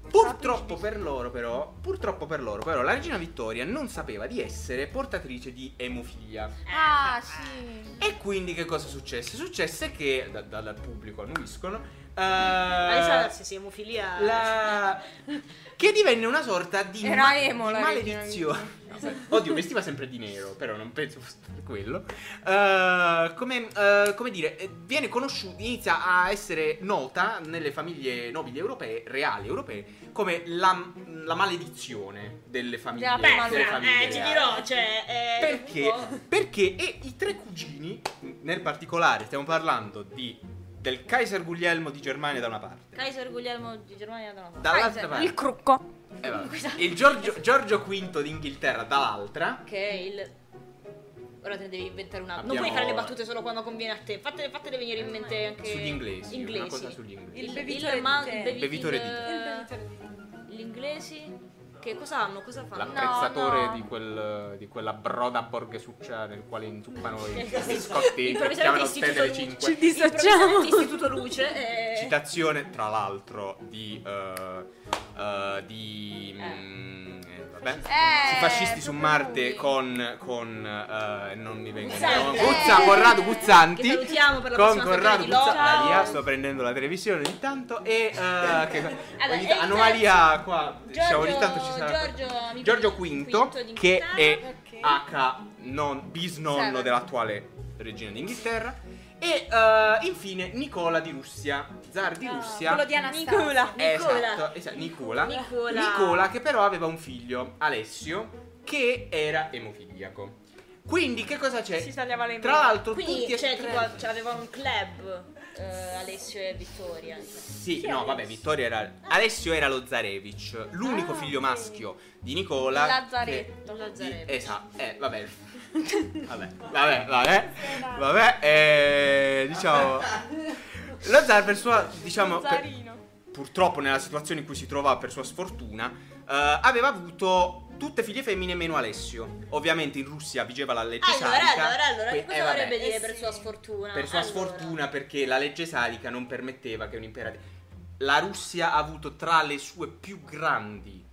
S1: Purtroppo per loro però, purtroppo per loro però, la regina Vittoria non sapeva di essere portatrice di emofilia.
S2: Eh,
S3: Ah,
S5: Eh.
S3: sì.
S1: E quindi che cosa successe? Successe che, da- da- dal pubblico annuiscono, eh,
S2: Adesso si emofilia.
S1: la... che divenne una sorta di,
S3: Era
S1: ma-
S3: emo
S1: di
S3: la regina
S1: maledizione. Vabbè. [laughs] Oddio, vestiva sempre di nero, però non penso fosse quello. Eh, come, eh, come dire, eh, viene conosciuta, inizia a essere nota nelle famiglie nobili europee, reali europee, come la, la maledizione delle famiglie.
S3: Della
S2: Beh,
S3: Ma
S1: delle
S2: fra,
S1: famiglie
S2: eh, ti
S1: reali.
S2: dirò, cioè... eh, un
S1: Perché? Perché e i tre cugini, nel particolare, stiamo parlando di, del Kaiser Guglielmo di Germania da una
S2: po'.
S1: parte.
S2: Kaiser Guglielmo di Germania da una parte.
S1: dall'altra
S3: Kaiser,
S1: parte.
S3: il crucco.
S1: Eh, vabbè. Il Giorgio, Giorgio V d'Inghilterra dall'altra.
S2: Che è il... Ora te ne devi inventare una... Non
S1: Abbiamo-
S2: puoi fare le battute solo quando conviene a te. Fatele, fatele venire in mente anche...
S1: Sugli inglesi,
S2: Inglesi.
S1: una cosa sugli inglesi.
S2: Il,
S5: Eh, Il
S2: il
S5: bevitore di
S2: ma-
S5: tè.
S2: il bevi-
S1: Il bevitore
S2: il-
S1: di tè.
S5: Il bevitore di vino.
S2: Gli inglesi? Che cosa hanno? Cosa fanno?
S1: L'apprezzatore
S3: No, no.
S1: Di, quel, di quella broda borghesuccia nel quale
S2: [laughs]
S1: inzuppano i gli scotti.
S2: Improvvisamente
S1: Chiamano te
S2: istituto
S1: delle
S2: luce.
S1: 5.
S2: Improvvisamente istituto luce. eh.
S1: Citazione, tra l'altro, di. eh, eh, di. mm, eh, vabbè.
S3: Eh,
S1: I fascisti su
S3: proprio
S1: Marte
S3: lui.
S1: con. con eh, non mi vengono.
S2: Guzzanti.
S1: Guzza, Corrado Guzzanti.
S2: Che salutiamo per la
S1: con
S2: prossima
S1: Corrado
S2: stagione di Lost.
S1: Guzzanti.
S2: Ciao.
S1: Lia, sto prendendo la televisione ogni tanto. E. eh, che- ogni-
S2: e il
S1: anomalia qua.
S2: Giorgio,
S1: diciamo, ogni tanto ci sarà.
S2: Giorgio, amico
S1: Giorgio
S2: di-
S1: Quinto,
S2: Quinto
S1: che è
S2: d'Inghilterra.
S1: H non- bisnonno
S3: Seven.
S1: dell'attuale regina d'Inghilterra. E eh, infine Nicola di Russia, zar di
S5: Ah,
S1: Russia.
S5: Quello di Anastasia.
S2: Nicola.
S1: Eh,
S2: Nicola.
S1: Esatto, esatto, Nicola.
S2: Nicola.
S1: Nicola che però aveva un figlio, Alessio, che era emofiliaco. Quindi che cosa c'è?
S5: Si tagliava le
S1: Tra l'altro
S2: Quindi
S1: tutti e
S2: cioè,
S1: tre-
S2: tipo, cioè, avevano un club eh, Alessio e Vittoria.
S1: Sì, no, vabbè, Vittorio era. Alessio era lo Zarevich,
S2: Ah,
S1: l'unico figlio maschio di Nicola.
S3: Lazzaretto.
S1: che-
S2: Lo
S1: di-
S2: Zarevich.
S1: Esatto,
S2: [laughs]
S1: eh, vabbè. Vabbè, vabbè, vabbè. Vabbè, eh, diciamo.
S2: [laughs]
S1: Lo zar per sua, diciamo, per-
S3: Zarino.
S1: purtroppo nella situazione in cui si trovava per sua sfortuna, eh, aveva avuto tutte figlie femmine meno Alessio. Ovviamente in Russia vigeva la legge
S2: Allora,
S1: sarica.
S2: allora, allora,
S1: que-
S2: che cosa
S1: eh, vabbè,
S2: vorrebbe dire
S5: Eh
S2: per
S5: sì.
S2: sua sfortuna?
S1: per sua
S2: Allora.
S1: sfortuna perché la legge sarica non permetteva che un imperatore la Russia ha avuto tra le sue più grandi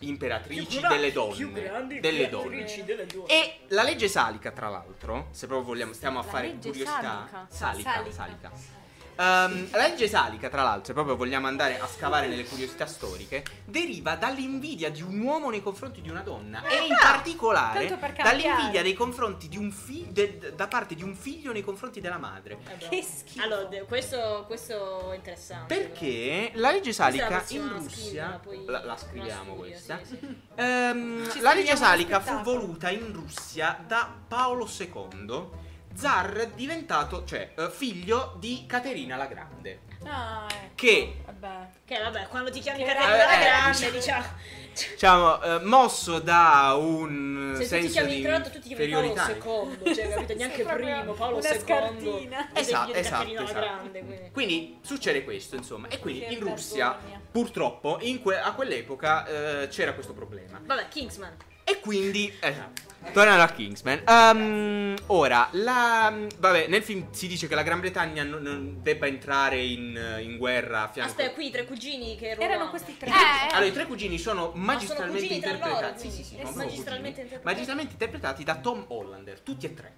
S1: imperatrici delle donne delle donne
S5: delle donne.
S1: e la legge salica tra l'altro se proprio vogliamo stiamo a
S3: La
S1: fare
S3: legge
S1: curiosità
S3: salica.
S1: salica salica,
S5: Salica.
S1: Ehm, la legge salica, tra l'altro, se proprio vogliamo andare a scavare nelle curiosità storiche, deriva dall'invidia di un uomo nei confronti di una donna e in particolare
S5: tanto per cambiare.
S1: dall'invidia nei confronti di un fi- de- da parte di un figlio nei confronti della madre.
S2: Eh, beh.
S5: Che schifo.
S2: Allora, de- questo, questo è interessante.
S1: Perché la legge salica
S2: Questa è la
S1: in
S2: prossima
S1: Russia
S2: scriviamola, poi
S1: la, la
S2: la
S1: scriviamo
S2: studio,
S1: questa.
S2: sì, sì.
S1: Ehm,
S5: Ci
S1: la legge
S5: scriviamo
S1: salica
S5: lo
S1: fu
S5: spettacolo.
S1: voluta in Russia da Paolo II, zar diventato, cioè eh, figlio di Caterina la Grande,
S5: Ah, ecco.
S1: che
S5: Vabbè.
S2: Che vabbè, quando ti chiami
S5: Che
S2: Caterina
S1: vabbè,
S2: la
S1: eh,
S2: Grande,
S1: diciamo-
S2: diciamo.
S1: diciamo eh, mosso da un eh,
S2: Se tu ti
S1: senso
S2: chiami
S1: di
S2: Croto, tu ti chiami Paolo
S1: inferiorità.
S2: secondo, cioè capito? Neanche
S5: proprio
S2: primo, Paolo
S5: una
S2: secondo.
S5: scartina.
S2: Esempio
S1: Esatto,
S2: di
S1: esatto,
S2: Caterina la
S1: esatto.
S2: Grande, quindi.
S1: Quindi succede questo, insomma, e quindi
S5: Che
S1: in Russia
S5: vergogna.
S1: purtroppo in que- a quell'epoca eh, c'era questo problema.
S2: Vabbè, Kingsman.
S1: E quindi.
S2: Ah.
S1: eh, Tornando a Kingsman. Ehm, ora, la. Vabbè, nel film si dice che la Gran Bretagna non, non debba entrare in, in guerra a fianco.
S2: Aspetta, qui i tre cugini che
S5: Erano questi tre.
S2: Eh.
S3: Eh,
S1: Allora, i tre cugini sono magistralmente
S2: cugini tra loro,
S1: interpretati.
S2: quindi.
S1: sì, sì, sì,
S2: Eh
S1: sono
S2: sì.
S1: proprio
S2: Magistralmente
S1: cugini.
S2: interpretati.
S1: Magistralmente interpretati da Tom Hollander, tutti e tre.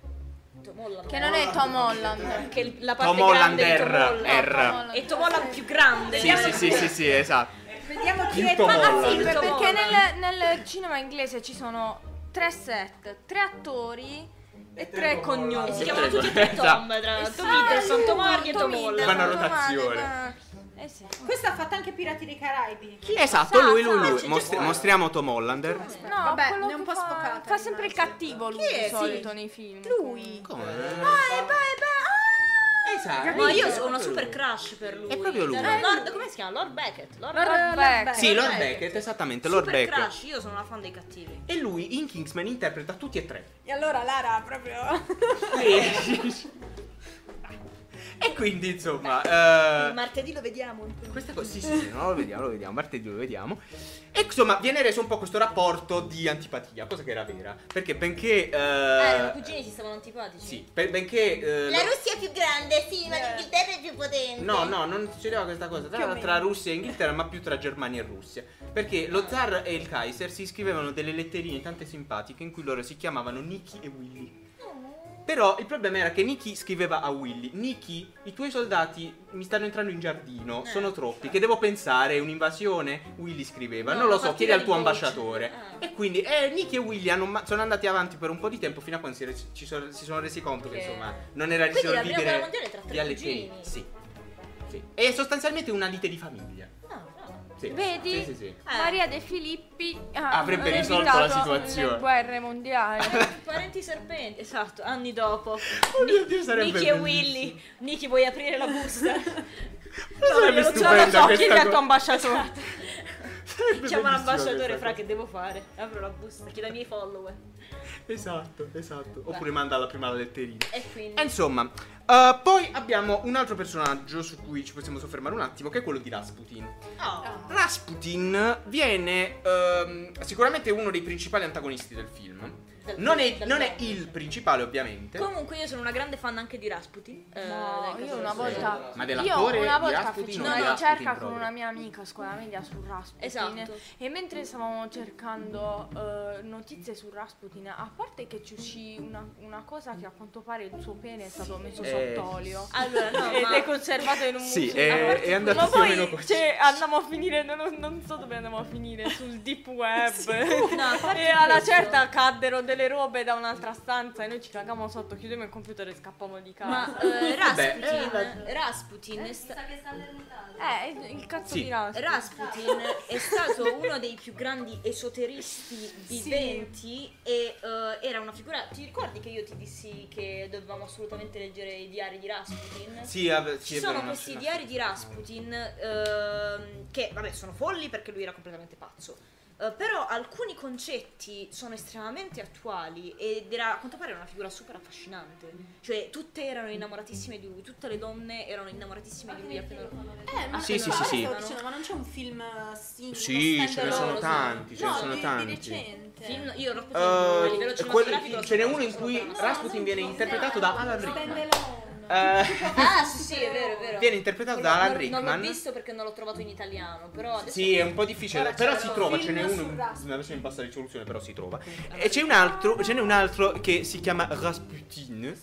S3: Che non è Tom Holland.
S2: Che la parte
S1: Tom
S2: grande di
S1: Hollander.
S2: Tom Holland.
S1: R.
S2: E Tom Holland più grande.
S1: Sì, sì, sì, sì, sì, esatto.
S5: Vediamo chi
S1: Il
S5: è.
S1: Tom
S5: Ma-
S1: Holland.
S5: ah,
S3: Sì,
S5: sì,
S3: beh,
S5: per-
S3: perché
S2: Tom
S3: nel, nel cinema inglese ci sono tre set, tre attori e tre
S2: E
S3: cognomi. Esatto.
S2: si chiamano tutti e tre Tom, tra Eh, Tom Hiddleston, Tom Hardy e Tom Holland.
S1: Fanno
S3: Tom
S1: rotazione.
S3: Holland, ma- Eh sì.
S5: Questa ha fatto anche Pirati dei Caraibi.
S1: Esatto, lui, lui,
S3: Sa, sa,
S1: lui.
S3: c'è
S1: Mostri- mostriamo Tom Hollander.
S3: No,
S5: Vabbè,
S3: quello
S5: ne è un
S3: che
S5: po'
S3: fa-
S5: sfocata
S3: Fa sempre il
S5: rimasta.
S3: cattivo lui
S5: Chi è?
S3: di
S5: Sì.
S3: solito nei film.
S5: Lui.
S1: Come? Esatto.
S2: Ma io ho una super crush per lui.
S1: È proprio lui.
S2: Era Lord, come si chiama? Lord Beckett. Lord,
S3: Lord
S2: Beckett.
S3: Beck.
S1: Sì, Lord
S2: Lord
S1: Beckett,
S2: Beckett.
S1: esattamente,
S2: Super
S1: Lord Beckett.
S2: crush, io sono una fan dei cattivi.
S1: E lui in Kingsman interpreta tutti e tre.
S5: E allora Lara proprio.
S1: [laughs] e quindi, insomma, eh,
S2: Martedì lo vediamo.
S1: questa cosa. Sì, sì, sì, no, lo vediamo, lo vediamo. Martedì lo vediamo. E insomma, viene reso un po' questo rapporto di antipatia, cosa che era vera. Perché benché. eh,
S2: Ah, erano cugini, si stavano antipatici.
S1: sì, per- benché. eh, lo-
S2: Russia è più grande, sì, ma l'Inghilterra è più potente.
S1: No, no, non succedeva questa cosa
S5: Più o
S1: tra,
S5: meno.
S1: tra Russia e Inghilterra, ma più tra Germania e Russia. Perché lo zar e il Kaiser si scrivevano delle letterine tante simpatiche in cui loro si chiamavano Nicky e Willy. Però il problema era che Nicky scriveva a Willy: Nicky, i tuoi soldati mi stanno entrando in giardino,
S2: Eh.
S1: sono troppi, che devo pensare? È un'invasione? Willy scriveva:
S2: No,
S1: Non lo
S2: una
S1: so,
S2: partita
S1: chiedi al
S2: di
S1: tuo
S2: voci.
S1: ambasciatore.
S2: Ah.
S1: E quindi eh, Nicky e Willy hanno ma- sono andati avanti per un po' di tempo fino a quando si, re- ci sono- si sono resi conto che,
S2: Che-
S1: insomma non era
S2: Quindi la prima
S1: risolvibile
S2: guerra mondiale è tra tre
S1: via
S2: cugini.
S1: letterine. Sì. Sì. È sostanzialmente una lite di famiglia.
S2: No, no.
S1: Sì.
S3: Vedi?
S1: Sì, sì, sì.
S2: Eh.
S3: Maria De Filippi ha-
S1: Avrebbe
S3: ha
S1: risolto la
S3: evitato
S1: situazione.
S3: Le guerre mondiali.
S2: Parenti serpenti, esatto, anni dopo.
S1: Oh mio Dio, sarebbe
S2: Nicky e
S1: bellissimo.
S2: Willy. Nicky, vuoi aprire la
S1: [laughs]
S2: busta?
S1: sarebbe
S2: glielo-
S1: stupenda
S2: non lo so,
S1: questa
S2: chiedi al tuo
S1: cosa.
S2: ambasciatore.
S1: Sarebbe
S2: Chiama
S1: bellissima
S2: l'ambasciatore,
S1: questa
S2: fra,
S1: cosa.
S2: che devo fare? Apro la busta, chiedo ai miei follower.
S1: Esatto, esatto. Oppure manda la prima letterina.
S2: E quindi...
S1: E insomma, eh, poi abbiamo un altro personaggio su cui ci possiamo soffermare un attimo, che è quello di Rasputin. Ah,
S2: Oh.
S1: Rasputin viene ehm, sicuramente uno dei principali antagonisti del film.
S2: Del-
S1: Non è,
S2: del-
S1: non è il principale, ovviamente.
S2: Comunque io sono una grande fan anche di Rasputin. eh,
S3: No,
S2: del
S3: io
S2: caso
S3: una
S2: del-
S3: volta.
S1: Ma dell'attore
S3: io una
S1: di
S3: volta
S1: Rasputin,
S3: feci
S1: non
S3: una
S1: di Rasputin
S3: ricerca con
S1: proprio.
S3: una mia amica a scuola media su Rasputin.
S2: Esatto.
S3: E mentre stavamo cercando eh, notizie su Rasputin, a parte che ci uscì una, una cosa che a quanto pare il suo pene è stato messo
S1: Eh,
S3: sott'olio.
S2: Allora,
S1: [laughs]
S2: no,
S3: Ed è
S2: ma...
S3: conservato in un
S1: Sì,
S3: museo.
S1: è-
S3: A parte
S1: è andato
S3: quello.
S1: più o
S3: Ma
S1: meno
S3: poi
S1: così.
S3: cioè, andiamo a finire, non, non so dove andiamo a finire, sul deep web. [laughs]
S2: No, a parte
S3: e alla
S2: questo-
S3: certa caddero delle robe da un'altra stanza e noi ci cagavamo sotto, chiudiamo il computer e scappavamo di casa.
S2: Ma eh,
S1: Vabbè.
S2: Rasputin, Rasputin, è sta-
S7: Sa che sta all'Italia.
S3: Eh, il- il cazzo
S1: Sì.
S3: di Rasputin.
S2: Rasputin è stato uno dei più grandi esoteristi viventi e eh, era una figura... Ti ricordi che io ti dissi che dovevamo assolutamente leggere i diari di Rasputin?
S1: Sì, vabbè, sì,
S2: Ci
S1: è vero,
S2: sono
S1: no,
S2: questi
S1: sì, no.
S2: diari di Rasputin ehm, che, vabbè, sono folli perché lui era completamente pazzo. Eh, però alcuni concetti sono estremamente attuali ed era a quanto pare una figura super affascinante. Cioè, tutte erano innamoratissime di lui, tutte le donne erano innamoratissime di lui. appena-
S4: Eh, ma
S1: Sì, sì, sì, sì.
S4: stavo dicendo, ma non c'è un film eh, simile?
S1: Sì,
S4: uno
S1: ce ne
S4: standalone?
S1: sono tanti, ce ne
S4: No,
S1: sono
S4: di- di
S1: tanti.
S4: recente.
S2: Film- io Rasputin a livello
S1: Eh,
S2: cinematografico
S1: quelli-
S2: lo
S1: Eh, ce n'è
S2: conosco
S1: uno in
S2: solo
S1: cui
S2: per una-
S1: Rasputin
S4: Ah,
S1: viene interpretato da Alan Rickman.
S4: Standalone.
S1: Eh,
S2: Ah, sì, sì, è vero, è vero.
S1: viene interpretato
S2: Non-
S1: da Alan
S2: non- Non l'ho
S1: Rickman.
S2: visto perché non l'ho trovato in italiano, però adesso...
S1: Sì, è un po' difficile,
S2: Ora
S1: però
S2: c'è
S1: si
S2: un
S1: trova,
S4: film
S1: ce n'è uno
S4: su
S1: in
S4: Rasputin.
S1: una versione in bassa risoluzione, però si trova. E c'è un altro, ce n'è un altro che si chiama Rasputin.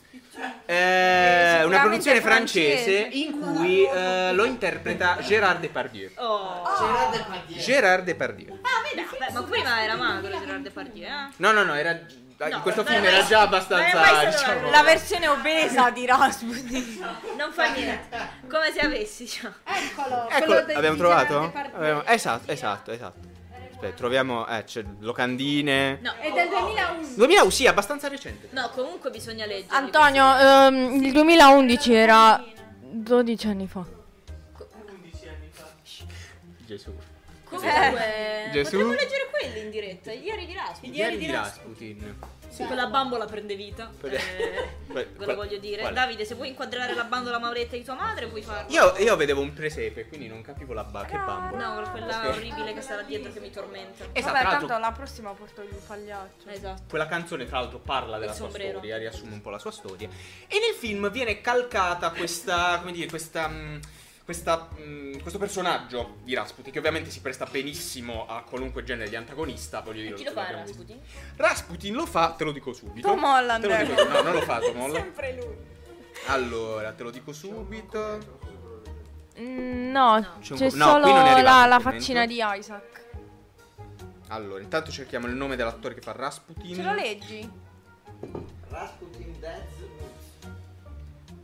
S1: Eh, una produzione francese in cui eh, lo interpreta Gérard Depardieu.
S2: Oh.
S6: Gerard Depardieu.
S1: Gérard Depardieu.
S2: Ah, vedi, vabbè, ma prima era magro Gerard Depardieu, eh?
S1: No, no, no, era in questo
S2: ma-
S1: film
S2: ma-
S1: era già
S2: ma-
S1: abbastanza,
S2: ma- ma-
S1: diciamo.
S3: La versione obesa di Rasputin.
S2: Non fa niente. Come se avessi, diciamo.
S4: Eccolo.
S1: Ecco,
S4: quello del-
S1: abbiamo
S4: di
S1: trovato?
S4: Gerard Depardieu.
S1: Abbiamo- Esatto, esatto, esatto. Aspetta, troviamo eh, c'è locandine.
S2: No,
S4: È del 2001.
S1: 2000, sì, abbastanza recente.
S2: no, comunque bisogna leggere.
S3: Antonio, ehm, il 2011 era 12 anni fa.
S1: Gesù.
S2: Comunque,
S1: Gesù?
S2: potremmo leggere quelli in diretta, i diari di Rasputin.
S1: Ieri di Rasputin.
S2: Sì, quella bambola prende vita.
S1: Per-
S2: eh,
S1: [laughs] Beh,
S2: ve
S1: qual-
S2: lo voglio dire.
S1: quale?
S2: Davide, se vuoi inquadrare la bandola mauretta di tua madre, puoi farlo.
S1: Io, io vedevo un presepe, quindi non capivo la ba- che bambola.
S2: No, quella
S1: Ok.
S2: orribile che sarà dietro che mi tormenta.
S1: Esatto,
S3: Vabbè,
S1: tra l'altro-
S3: tanto la prossima porto il pagliaccio.
S2: Esatto.
S1: Quella canzone, tra l'altro, parla della
S2: Il
S1: sua
S2: sombrero.
S1: storia, riassume un po' la sua storia. E nel film viene calcata questa, come dire, questa. mh, questa, mh, questo personaggio di Rasputin, che ovviamente si presta benissimo a qualunque genere di antagonista, voglio dire.
S2: E chi lo fa
S1: l'abbiamo visto.
S2: Rasputin?
S1: Rasputin lo fa, te lo dico subito.
S3: Tom Holland.
S1: Te lo dico, no, non lo fa
S3: [laughs]
S1: Tom Holland.
S5: Sempre lui.
S1: Allora, te lo dico subito.
S3: Mm, No,
S1: C'è un
S3: c'è
S1: po- no,
S3: solo
S1: qui non è arrivato
S3: la, la
S1: il commento.
S3: faccina di Isaac.
S1: Allora, intanto cerchiamo il nome dell'attore che fa Rasputin.
S3: Ce lo leggi?
S6: Rasputin Death.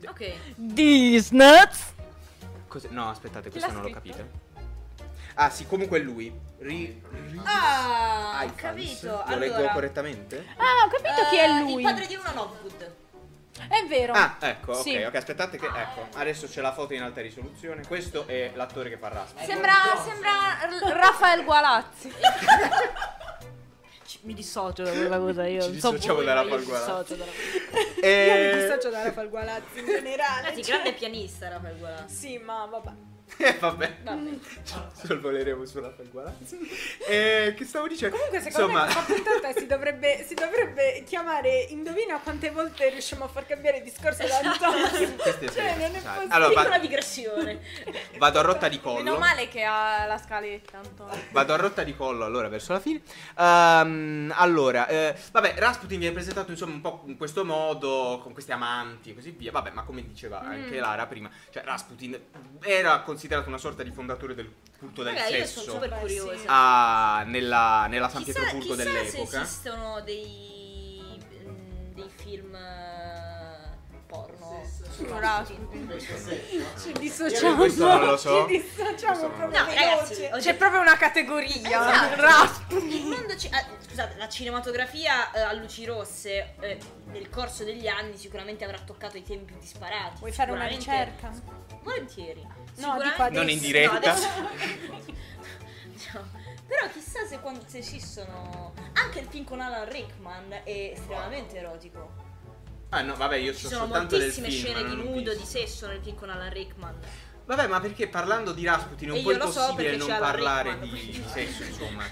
S2: Ok.
S3: Disney.
S1: Cos'è? No, aspettate,
S3: Chi
S1: questo
S3: l'ha
S1: non l'ho
S3: scritto?
S1: capito. Ah, sì, comunque è lui. Ri- Ri-
S2: Ah, ho
S1: Ifans.
S2: capito.
S1: Lo
S2: allora,
S1: leggo correttamente?
S3: Ah, ho capito chi è
S2: eh,
S3: lui.
S2: Il padre di Una Lovegood.
S3: È vero.
S1: Ah, ecco,
S3: Sì.
S1: ok, ok, aspettate che ecco, adesso c'è la foto in alta risoluzione. Questo è l'attore che fa Rasputin.
S3: Sembra, sembra R- Raffaele Gualazzi.
S7: Mi dissocio da quella cosa io.
S1: Ci
S7: non so
S1: dissociamo
S7: voi,
S1: da
S7: ma
S1: Rafael
S7: io dissocio
S1: Gualazzi.
S7: da
S3: Eh,
S7: Rafael.
S1: Eh,
S5: Io mi
S1: E...
S5: dissocio da Rafael Gualazzi in generale.
S2: Anzi,
S5: cioè-
S2: Ah, grande pianista Raffaele Gualazzi.
S5: Sì, ma vabbè.
S1: Eh, vabbè,
S2: Vabbè.
S1: sorvoleremo sulla Rafael Gualazzi. Eh, che stavo dicendo?
S5: Comunque, secondo
S1: Insomma,
S5: me questa puntata si dovrebbe, si dovrebbe chiamare Indovina quante volte riusciamo a far cambiare discorso da Antonio.
S1: queste
S5: cioè,
S1: sono-
S5: non è
S1: scusate.
S5: possibile.
S1: Allora,
S2: Piccola
S1: va- [laughs]
S2: digressione.
S1: vado a rotta di
S3: Meno
S1: collo.
S3: male che ha la scaletta, Antonio.
S1: Vado a rotta di collo allora verso la fine. Ehm, allora, eh, vabbè, Rasputin viene presentato insomma un po' in questo modo, con questi amanti e così via. Vabbè, ma come diceva
S2: Mm.
S1: anche Lara prima, cioè Rasputin era considerato una sorta di fondatore del culto del
S2: Raga, io sono
S1: sesso
S2: super
S5: Beh,
S2: curiosa.
S5: sì.
S1: a- nella, nella San
S2: chissà,
S1: Pietroburgo
S2: chissà se
S1: dell'epoca.
S2: esistono dei, mm, dei film eh, porno su Rasputin.
S5: Ci
S1: Io
S5: dissociamo.
S1: questo non lo so.
S5: Ci dissociamo
S1: Questo non lo
S5: proprio
S2: so. No, ragazzi,
S5: veloce.
S2: oggi-
S3: C'è proprio una categoria.
S2: Esatto.
S3: Rasputin.
S2: Il mondo ci- ah, scusate, la cinematografia eh, a luci rosse eh, nel corso degli anni sicuramente avrà toccato i tempi disparati.
S5: Vuoi fare una
S2: sicuramente-
S5: ricerca?
S2: Volentieri.
S5: dico
S2: Sicuramente-
S1: Non in
S5: Adesso-
S1: diretta.
S2: No, adesso- No, Però chissà se quando se esistono. Anche il film con Alan Rickman è estremamente erotico.
S1: Ah no, vabbè, io
S2: Ci
S1: so
S2: sono
S1: soltanto del
S2: moltissime
S1: film.
S2: scene di
S1: non ho
S2: nudo,
S1: visto.
S2: di sesso nel film con Alan Rickman.
S1: Vabbè, ma perché parlando di Rasputin è un
S2: E
S1: po'
S2: io lo so
S1: impossibile
S2: perché
S1: non
S2: c'è Alan
S1: parlare
S2: Rickman,
S1: di,
S2: quindi-
S1: di sesso, insomma.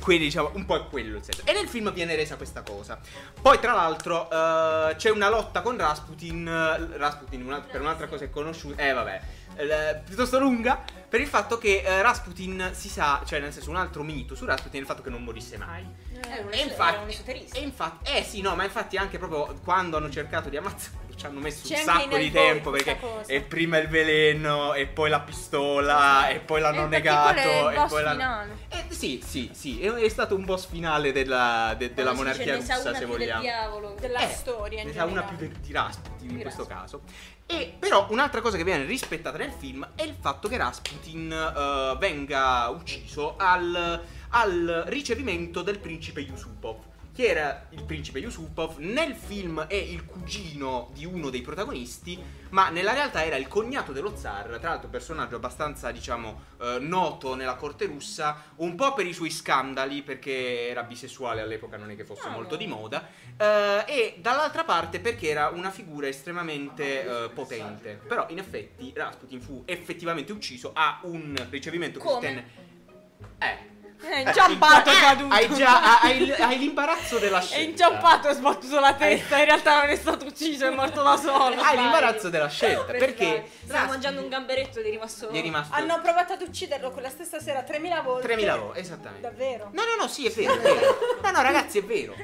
S1: Quindi diciamo un po' è quello il senso. E nel film viene resa questa cosa. Poi tra l'altro eh, c'è una lotta con Rasputin, eh, Rasputin un alt- per un'altra cosa è conosciuta, eh vabbè, eh, piuttosto lunga, per il fatto che eh, Rasputin si sa, cioè nel senso un altro mito su Rasputin è il fatto che non morisse mai.
S2: Era un,
S1: Eh, E
S2: era
S1: infatti-
S2: un esoterista.
S1: E infatti, eh sì, no, ma infatti anche proprio quando hanno cercato di ammazzarlo ci hanno messo
S5: C'è
S1: un
S5: anche
S1: sacco
S5: in
S1: di
S5: Hellboy
S1: tempo
S5: questa
S1: perché
S5: cosa.
S1: è prima il veleno e poi la pistola e poi l'hanno
S3: in
S1: negato
S3: particolare il
S1: e
S3: boss
S1: poi l'hanno...
S3: finale.
S1: Eh, sì, sì, sì, è, è stato un boss finale della, de- della
S2: Quando si dice,
S1: monarchia
S2: ne sa
S1: russa
S2: una
S1: se
S2: più del
S1: vogliamo.
S2: diavolo.
S5: della
S1: Eh,
S5: storia in
S1: Ne sa una più
S5: generale.
S1: de- di Rasputin in
S2: Di
S1: questo
S2: Rasputin.
S1: caso. E però un'altra cosa che viene rispettata nel film è il fatto che Rasputin eh, venga ucciso al, al ricevimento del principe Yusupov. Che era il principe Yusupov, nel film è il cugino di uno dei protagonisti, ma nella realtà era il cognato dello zar, tra l'altro personaggio abbastanza, diciamo, eh, noto nella corte russa, un po' per i suoi scandali, perché era bisessuale all'epoca, non è che fosse
S2: Ah,
S1: molto
S2: no.
S1: di moda, eh, e dall'altra parte perché era una figura estremamente eh, potente. Però in effetti Rasputin fu effettivamente ucciso a un ricevimento che
S2: Come?
S1: ottenne... Eh.
S3: È inciampato, è
S1: Eh,
S3: caduto.
S1: Hai già [laughs] hai, hai l'imbarazzo della
S3: È
S1: scelta.
S3: inciampato, ha sbattuto la testa. In realtà non è stato ucciso, è morto da solo.
S1: Hai Ah, l'imbarazzo della scelta perché
S2: Stava mangiando un gamberetto ed è rimasto.
S1: gli è rimasto
S5: Hanno provato ad ucciderlo quella stessa sera 3000 volte.
S1: 3000 euro, esattamente.
S5: Davvero?
S1: No, no, no, sì, è vero, è vero. No, no, ragazzi, è vero.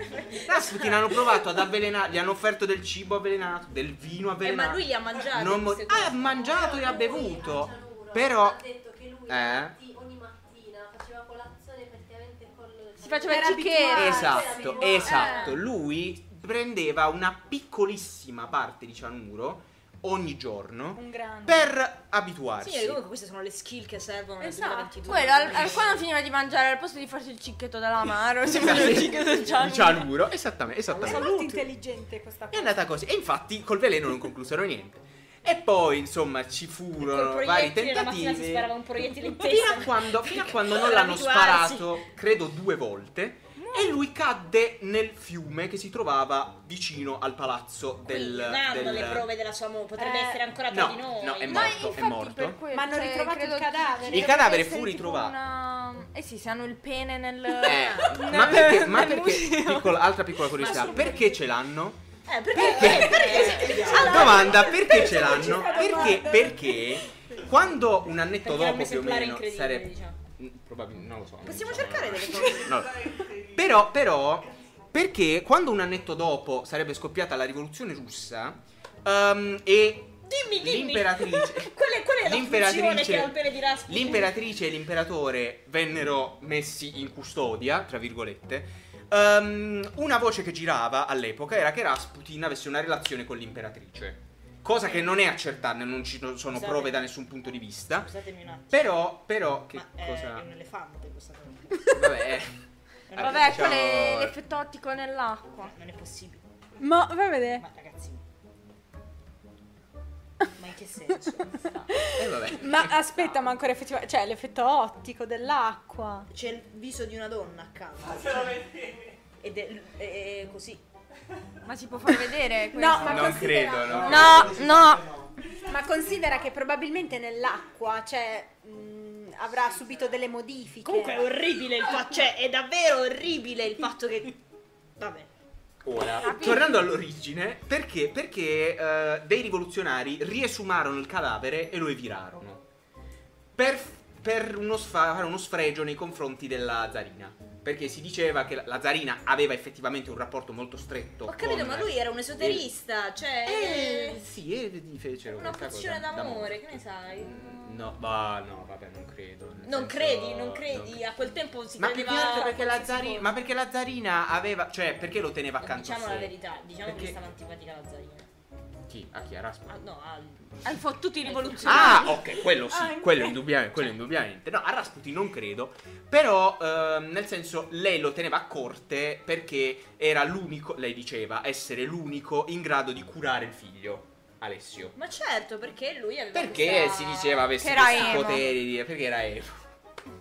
S1: Rasputin hanno provato ad avvelenare, gli hanno offerto del cibo avvelenato, del vino
S2: Eh,
S1: avvelenato.
S2: ma lui li ha mangiati.
S1: Non mo- Ah,
S2: queste cose.
S1: ha mangiato e ha bevuto. Però
S8: Ha detto che lui
S1: Eh?
S8: matti- ogni mattina faceva colazione praticamente con
S3: Si faceva il
S5: Era
S3: cicchiere.
S5: abituato.
S1: esatto,
S8: Eh.
S1: esatto. Lui prendeva una piccolissima parte di cianuro ogni giorno
S5: Un grande.
S1: per
S2: Signori,
S1: abituarsi.
S2: comunque queste sono le skill che servono nel
S3: Esatto,
S2: 2022.
S3: quello al, al- quando finiva di mangiare al posto di farsi il cicchetto dell'amaro, si faceva il cicchetto del
S1: Di
S3: cianuro.
S1: cianuro, esattamente,
S5: È
S1: esattamente.
S5: molto intelligente questa
S1: È
S5: cosa.
S1: andata così. E infatti col veleno non conclusero niente. E poi, insomma, ci
S2: Col
S1: furono vari
S2: proiettile la mattina si
S1: tentativi.
S2: sparava un proiettile in
S1: Fino
S2: testa.
S1: a
S2: [laughs]
S1: quando, fino a quando non
S2: Per
S1: l'hanno
S2: abituarsi.
S1: sparato, credo due volte. E lui cadde nel fiume che si trovava vicino al palazzo del.
S2: Quindi non hanno
S1: del-
S2: le prove della sua mo, potrebbe
S5: Eh,
S2: essere ancora tra
S1: no,
S2: di noi. Eh,
S1: no, è
S3: Ma
S1: morto, è
S3: infatti
S1: morto.
S3: per quello-
S5: Ma hanno
S3: cioè,
S5: ritrovato il
S3: credo che
S5: cadavere.
S3: ci
S1: Il cadavere
S3: dovrebbe
S1: fu
S3: essere tipo
S1: ritrovato.
S3: una- Eh sì, se hanno il pene nel...
S1: Eh, ma
S3: nel-
S1: perché, ma
S3: nel
S1: perché-
S3: museo.
S1: piccola- altra piccola curiosità, perché ce l'hanno?
S2: Eh, perché? Perché?
S1: Eh. Domanda, perché ce l'hanno?
S5: questa
S1: Perché,
S5: domanda.
S1: perché quando un annetto
S2: Perché era un
S1: dopo più o
S2: esemplare
S1: meno
S2: incredibile,
S1: sarebbe...
S2: diciamo.
S1: Probabilmente, non lo so. non
S2: Possiamo
S1: so,
S2: cercare
S1: no.
S2: delle
S1: [laughs]
S2: cose.
S1: No. Però, però, perché quando un annetto dopo sarebbe scoppiata la rivoluzione russa ehm, e
S2: Dimmi, dimmi. [laughs]
S1: L'imperatrice.
S2: qual, è, qual è la funzione che ha il pene di Rasputin?
S1: l'imperatrice e l'imperatore vennero messi in custodia, tra virgolette, ehm, una voce che girava all'epoca era che Rasputin avesse una relazione con l'imperatrice. Cosa che non è accertabile, non ci sono
S2: Scusate.
S1: prove da nessun punto di vista.
S2: Scusatemi un attimo.
S1: Però, però, che
S2: ma
S1: cosa...
S2: è un elefante questa cosa.
S1: Vabbè.
S3: Vabbè,
S1: diciamo-
S3: con le- l'effetto ottico nell'acqua.
S2: Non è possibile.
S5: Ma vai a vedere.
S2: Ma ragazzi. Ma in che [laughs] senso?
S1: eh, vabbè.
S5: Ma aspetta, ma ancora effettivamente. Cioè, l'effetto ottico dell'acqua.
S2: C'è il viso di una donna accanto. cioè, Ed è, è- è così.
S3: Ma si può far vedere questo?
S5: No, ma
S1: Non
S5: considera-
S1: credo, no.
S3: No, no.
S5: Ma considera che probabilmente nell'acqua, cioè, mh, avrà subito delle modifiche.
S2: Comunque è orribile il fatto. Cioè, è davvero orribile il fatto che. Vabbè.
S1: Ora, tornando all'origine, perché? Perché eh, dei rivoluzionari riesumarono il cadavere e lo evirarono. Per, per uno sfa- fare uno sfregio nei confronti della zarina. Perché si diceva che la, la zarina aveva effettivamente un rapporto molto stretto.
S2: Ho capito,
S1: con-
S2: ma lui era un esoterista. Cioè.
S1: Eh,
S2: è
S1: sì, e gli fecero
S2: Una
S1: questa
S2: passione
S1: cosa,
S2: d'amore, che ne sai?
S1: Mm, No, ma no, vabbè, non credo. nel senso-
S2: Non credi, non
S1: non
S2: credi. A quel tempo si
S1: Ma più
S2: credeva
S1: che altro perché la,
S2: qualsiasi
S1: zari-
S2: cosa.
S1: ma perché la zarina aveva. Cioè, perché lo teneva
S2: No,
S1: accanto
S2: Diciamo
S1: a sé?
S2: la verità, diciamo
S1: Perché-
S2: che stava antipatica la zarina.
S1: Chi? A chi? A Rasputin?
S2: Ah, no, al-
S3: Hai
S5: Eh,
S3: fottuto i
S1: Ah,
S3: rivoluzionari.
S1: ok, quello
S2: Ah,
S1: sì,
S5: Anche.
S1: quello indubbiamente,
S2: Cioè.
S1: quello indubbiamente. No, a Rasputin non credo, però ehm, nel senso lei lo teneva a corte perché era l'unico, lei diceva, essere l'unico in grado di curare il figlio, Alessio.
S2: Ma certo, perché lui aveva
S1: Perché
S2: questa-
S1: si diceva avesse
S3: Che era
S1: questi
S3: emo.
S1: poteri, di- perché era emo.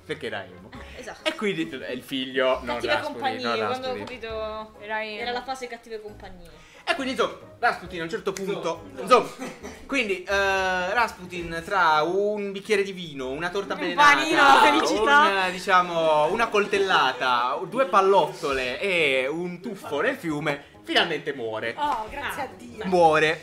S1: Perché era emo.
S2: Esatto.
S1: E quindi il figlio non
S2: Cattive
S1: Rasputin,
S2: compagnie,
S1: non
S2: quando ho
S1: Rasputin.
S2: capito
S3: Era emo.
S2: era la fase cattive compagnie.
S1: E quindi insomma, Rasputin a un certo punto. Insomma, quindi eh, Rasputin tra un bicchiere di vino, una torta
S3: Un
S1: avvelenata,
S3: panino alla felicità.
S1: un, diciamo, una coltellata, due pallottole e un tuffo nel fiume, finalmente muore.
S5: Oh, grazie
S1: Ah.
S5: a Dio.
S1: Muore.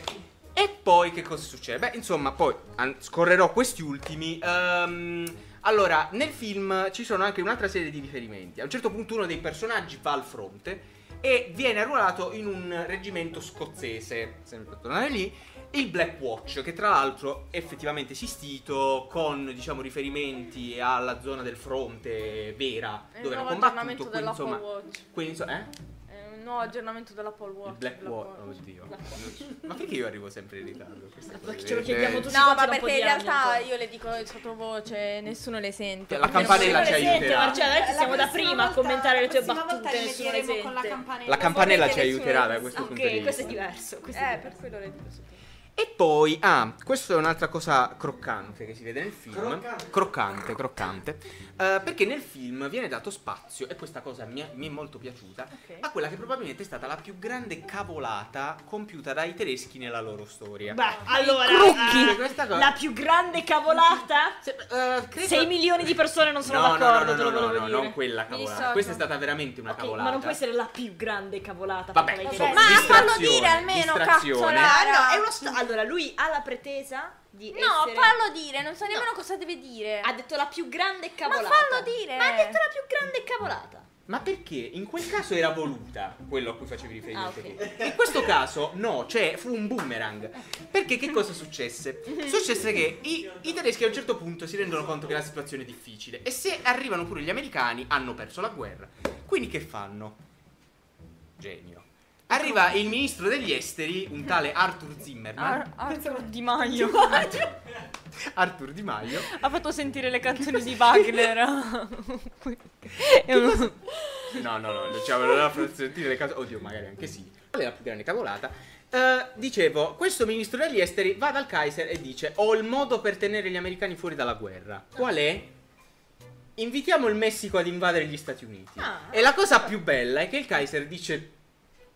S1: E poi che cosa succede? Beh, insomma, poi an- scorrerò questi ultimi. Ehm, allora, nel film ci sono anche un'altra serie di riferimenti. A un certo punto uno dei personaggi va al fronte e viene arruolato in un reggimento scozzese, sempre per tornare lì, il Black Watch, che tra l'altro è effettivamente esistito con diciamo riferimenti alla zona del fronte vera,
S3: È il
S1: dove hanno
S3: nuovo
S1: combattuto,
S3: aggiornamento
S1: quindi
S3: della
S1: insomma,
S3: Apple Watch.
S1: quindi, insomma, eh?
S3: È un nuovo aggiornamento dell'Apple Watch.
S1: Il Black
S3: della
S1: Watch,
S3: Apple
S1: oh Dio. [laughs] Ma perché io arrivo sempre in ritardo? Questa cosa
S2: Perché ce lo
S1: è-
S2: chiediamo tutti
S3: No,
S2: quanti
S3: ma
S2: da un po'
S3: perché
S2: di
S3: in
S2: anni
S3: realtà
S2: ancora.
S3: io le dico sottovoce, nessuno le sente.
S1: La
S3: perché
S1: campanella
S3: nessuno
S1: ci
S3: le
S2: Nessuno
S3: sente.
S2: le sente,
S1: aiuterà.
S2: Marcella, noi che
S4: La
S2: siamo da
S4: prossima
S2: prima a
S4: volta-
S2: commentare le tue
S4: La prossima volta
S2: battute,
S4: le
S2: nessuno le
S4: medieremo con la
S2: sente.
S4: campanella.
S1: La campanella
S4: Vorrei
S1: ci
S4: che
S1: aiuterà
S4: nessuno-
S1: da questo punto di
S2: Ok,
S1: vista.
S2: questo è diverso. questo è
S3: Eh, per
S2: diverso.
S3: quello le dico sottovoce.
S1: E poi, ah, questa è un'altra cosa croccante che si vede nel film.
S6: Croccante.
S1: croccante. croccante. Eh, perché nel film viene dato spazio, e questa cosa mi è, mi è molto piaciuta,
S3: Ok.
S1: a quella che probabilmente è stata la più grande cavolata compiuta dai tedeschi nella loro storia.
S2: Beh, allora,
S1: Crucchi!
S2: eh,
S1: Questa cosa-
S2: la più grande cavolata?
S1: Se- eh, credo-
S2: 6 milioni di persone non sono
S1: No, no, no,
S2: d'accordo, te
S1: no, no,
S2: lo
S1: no,
S2: volevo
S1: no,
S2: dire.
S1: non quella cavolata.
S3: dissocio.
S1: Questa è stata veramente una
S2: Ok,
S1: cavolata.
S2: ma non può essere la più grande cavolata.
S1: Vabbè,
S2: fatta dai
S1: insomma,
S2: tedeschi.
S3: Ma fallo
S1: distrazione,
S3: dire almeno,
S1: distrazione.
S3: cazzola.
S2: Ah, no, è uno sta- allora, lui ha la pretesa di
S3: No,
S2: essere...
S3: fallo dire, non so nemmeno cosa deve dire.
S2: Ha detto la più grande
S3: Ma
S2: cavolata.
S3: fallo dire.
S2: Ma ha detto la più grande cavolata.
S1: Ma perché in quel caso era voluta quello a cui facevi riferimento
S2: Ah, ok.
S1: tu? In questo caso no, cioè fu un boomerang. Perché che cosa successe? Successe che i, i tedeschi a un certo punto si rendono conto che la situazione è difficile e se arrivano pure gli americani hanno perso la guerra. Quindi che fanno? Genio. Arriva il ministro degli esteri, un tale Arthur Zimmerman,
S2: Ah.
S3: Ar- Arthur Ah. Di Maio
S1: Arthur Di Maio,
S3: ha fatto sentire le canzoni di [laughs] Wagner. È uno-
S1: No, no, no, diciamo, non era per sentire le cose. Oddio, magari anche sì. Qual è la più grande cavolata? Eh, dicevo, questo ministro degli esteri va dal Kaiser e dice: Ho il modo per tenere gli americani fuori dalla guerra. Qual è? Invitiamo il Messico ad invadere gli Stati Uniti.
S2: Ah.
S1: e la cosa più bella è che il Kaiser dice: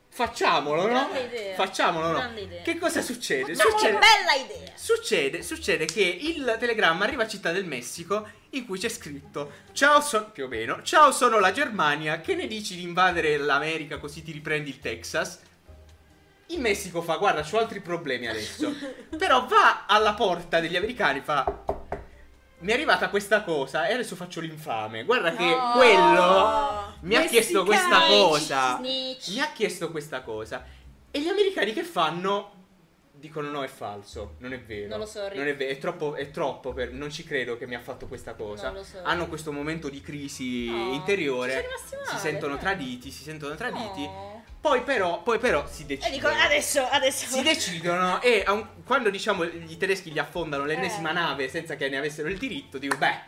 S1: Facciamolo, no?
S2: Grande idea.
S1: Facciamolo, no?
S2: Grande idea.
S1: Che cosa succede?
S2: Facciamo
S1: succede...
S2: una bella idea.
S1: Succede, succede che il telegramma arriva a Città del Messico in cui c'è scritto Ciao sono più o meno, ciao sono la Germania, che ne dici di invadere l'America così ti riprendi il Texas? Il Messico fa guarda, ho altri problemi adesso. Però va alla porta degli americani fa mi è arrivata questa cosa e adesso faccio l'infame. Guarda che
S3: No.
S1: quello mi ha chiesto questa
S2: Snitch,
S1: cosa.
S2: Snitch.
S1: Mi ha chiesto questa cosa. E gli americani che fanno? Dicono no, è falso, non è vero.
S2: Non lo so, Rick.
S1: Non è vero, è troppo, è troppo per- non ci credo che mi ha fatto questa cosa.
S2: Non lo so.
S1: Hanno questo momento di crisi
S2: No,
S1: interiore.
S2: ci sono rimasti male,
S1: si sentono
S2: dai.
S1: traditi, si sentono traditi.
S2: No.
S1: Poi però, poi però si
S2: E
S1: decidono.
S2: dico, adesso, adesso.
S1: Si decidono e a un- quando diciamo gli tedeschi gli affondano
S2: Eh.
S1: l'ennesima nave senza che ne avessero il diritto, dico beh,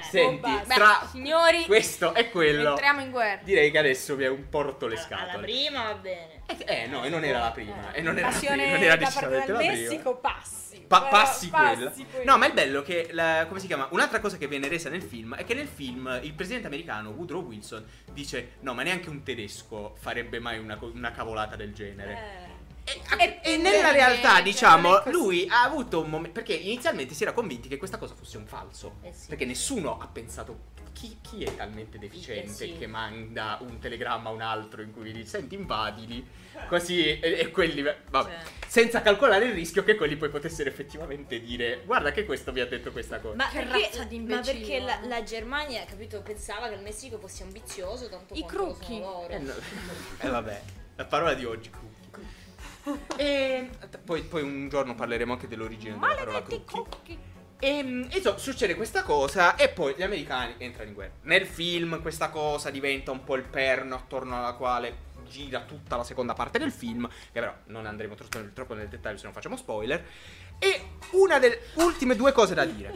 S1: senti,
S3: Beh,
S1: tra
S3: signori,
S1: questo e quello
S3: entriamo in guerra.
S1: direi che adesso mi è un porto le
S2: Alla- Eh. Alla
S1: scatole.
S2: prima va bene.
S1: Eh no, e non era la prima. Eh, E non era, la prima,
S5: Passione
S1: non era
S5: da parte
S1: decisamente
S5: del
S1: la prima.
S5: Messico, passi.
S1: Pa-
S5: Però
S1: passi quella.
S5: quella.
S1: No, ma il bello che la- come si chiama? Un'altra cosa che viene resa nel film è che nel film il presidente americano Woodrow Wilson dice: No, ma neanche un tedesco farebbe mai una, co- una cavolata del genere. E, a-
S5: E-
S1: e nella
S5: eh,
S1: realtà,
S5: cioè, non
S1: diciamo,
S5: è così.
S1: lui ha avuto un momento. Perché inizialmente si era convinti che questa cosa fosse un falso.
S2: Eh sì.
S1: Perché nessuno ha pensato. Chi, chi è talmente deficiente
S2: sì.
S1: che manda un telegramma a un altro in cui gli dice senti invadili così e, e quelli vabbè
S2: Cioè.
S1: senza calcolare il rischio che quelli poi potessero effettivamente dire guarda che questo mi ha detto questa cosa.
S2: Ma
S3: Che
S2: perché,
S3: razza di
S2: ma
S3: imbecilli,
S2: perché la,
S3: no?
S2: la Germania, capito, pensava che il Messico fosse ambizioso, tanto
S3: I
S2: quanto lo
S3: crocchi.
S2: sono loro.
S1: Eh, no. Eh, vabbè, la parola di oggi. crocchi. E t- poi, poi un giorno parleremo anche dell'origine della parola crocchi. E mm, insomma, succede questa cosa e poi gli americani entrano in guerra. Nel film questa cosa diventa un po' il perno attorno alla quale gira tutta la seconda parte del film, che però non andremo troppo, troppo nel dettaglio se non facciamo spoiler. E una delle ultime due cose da dire.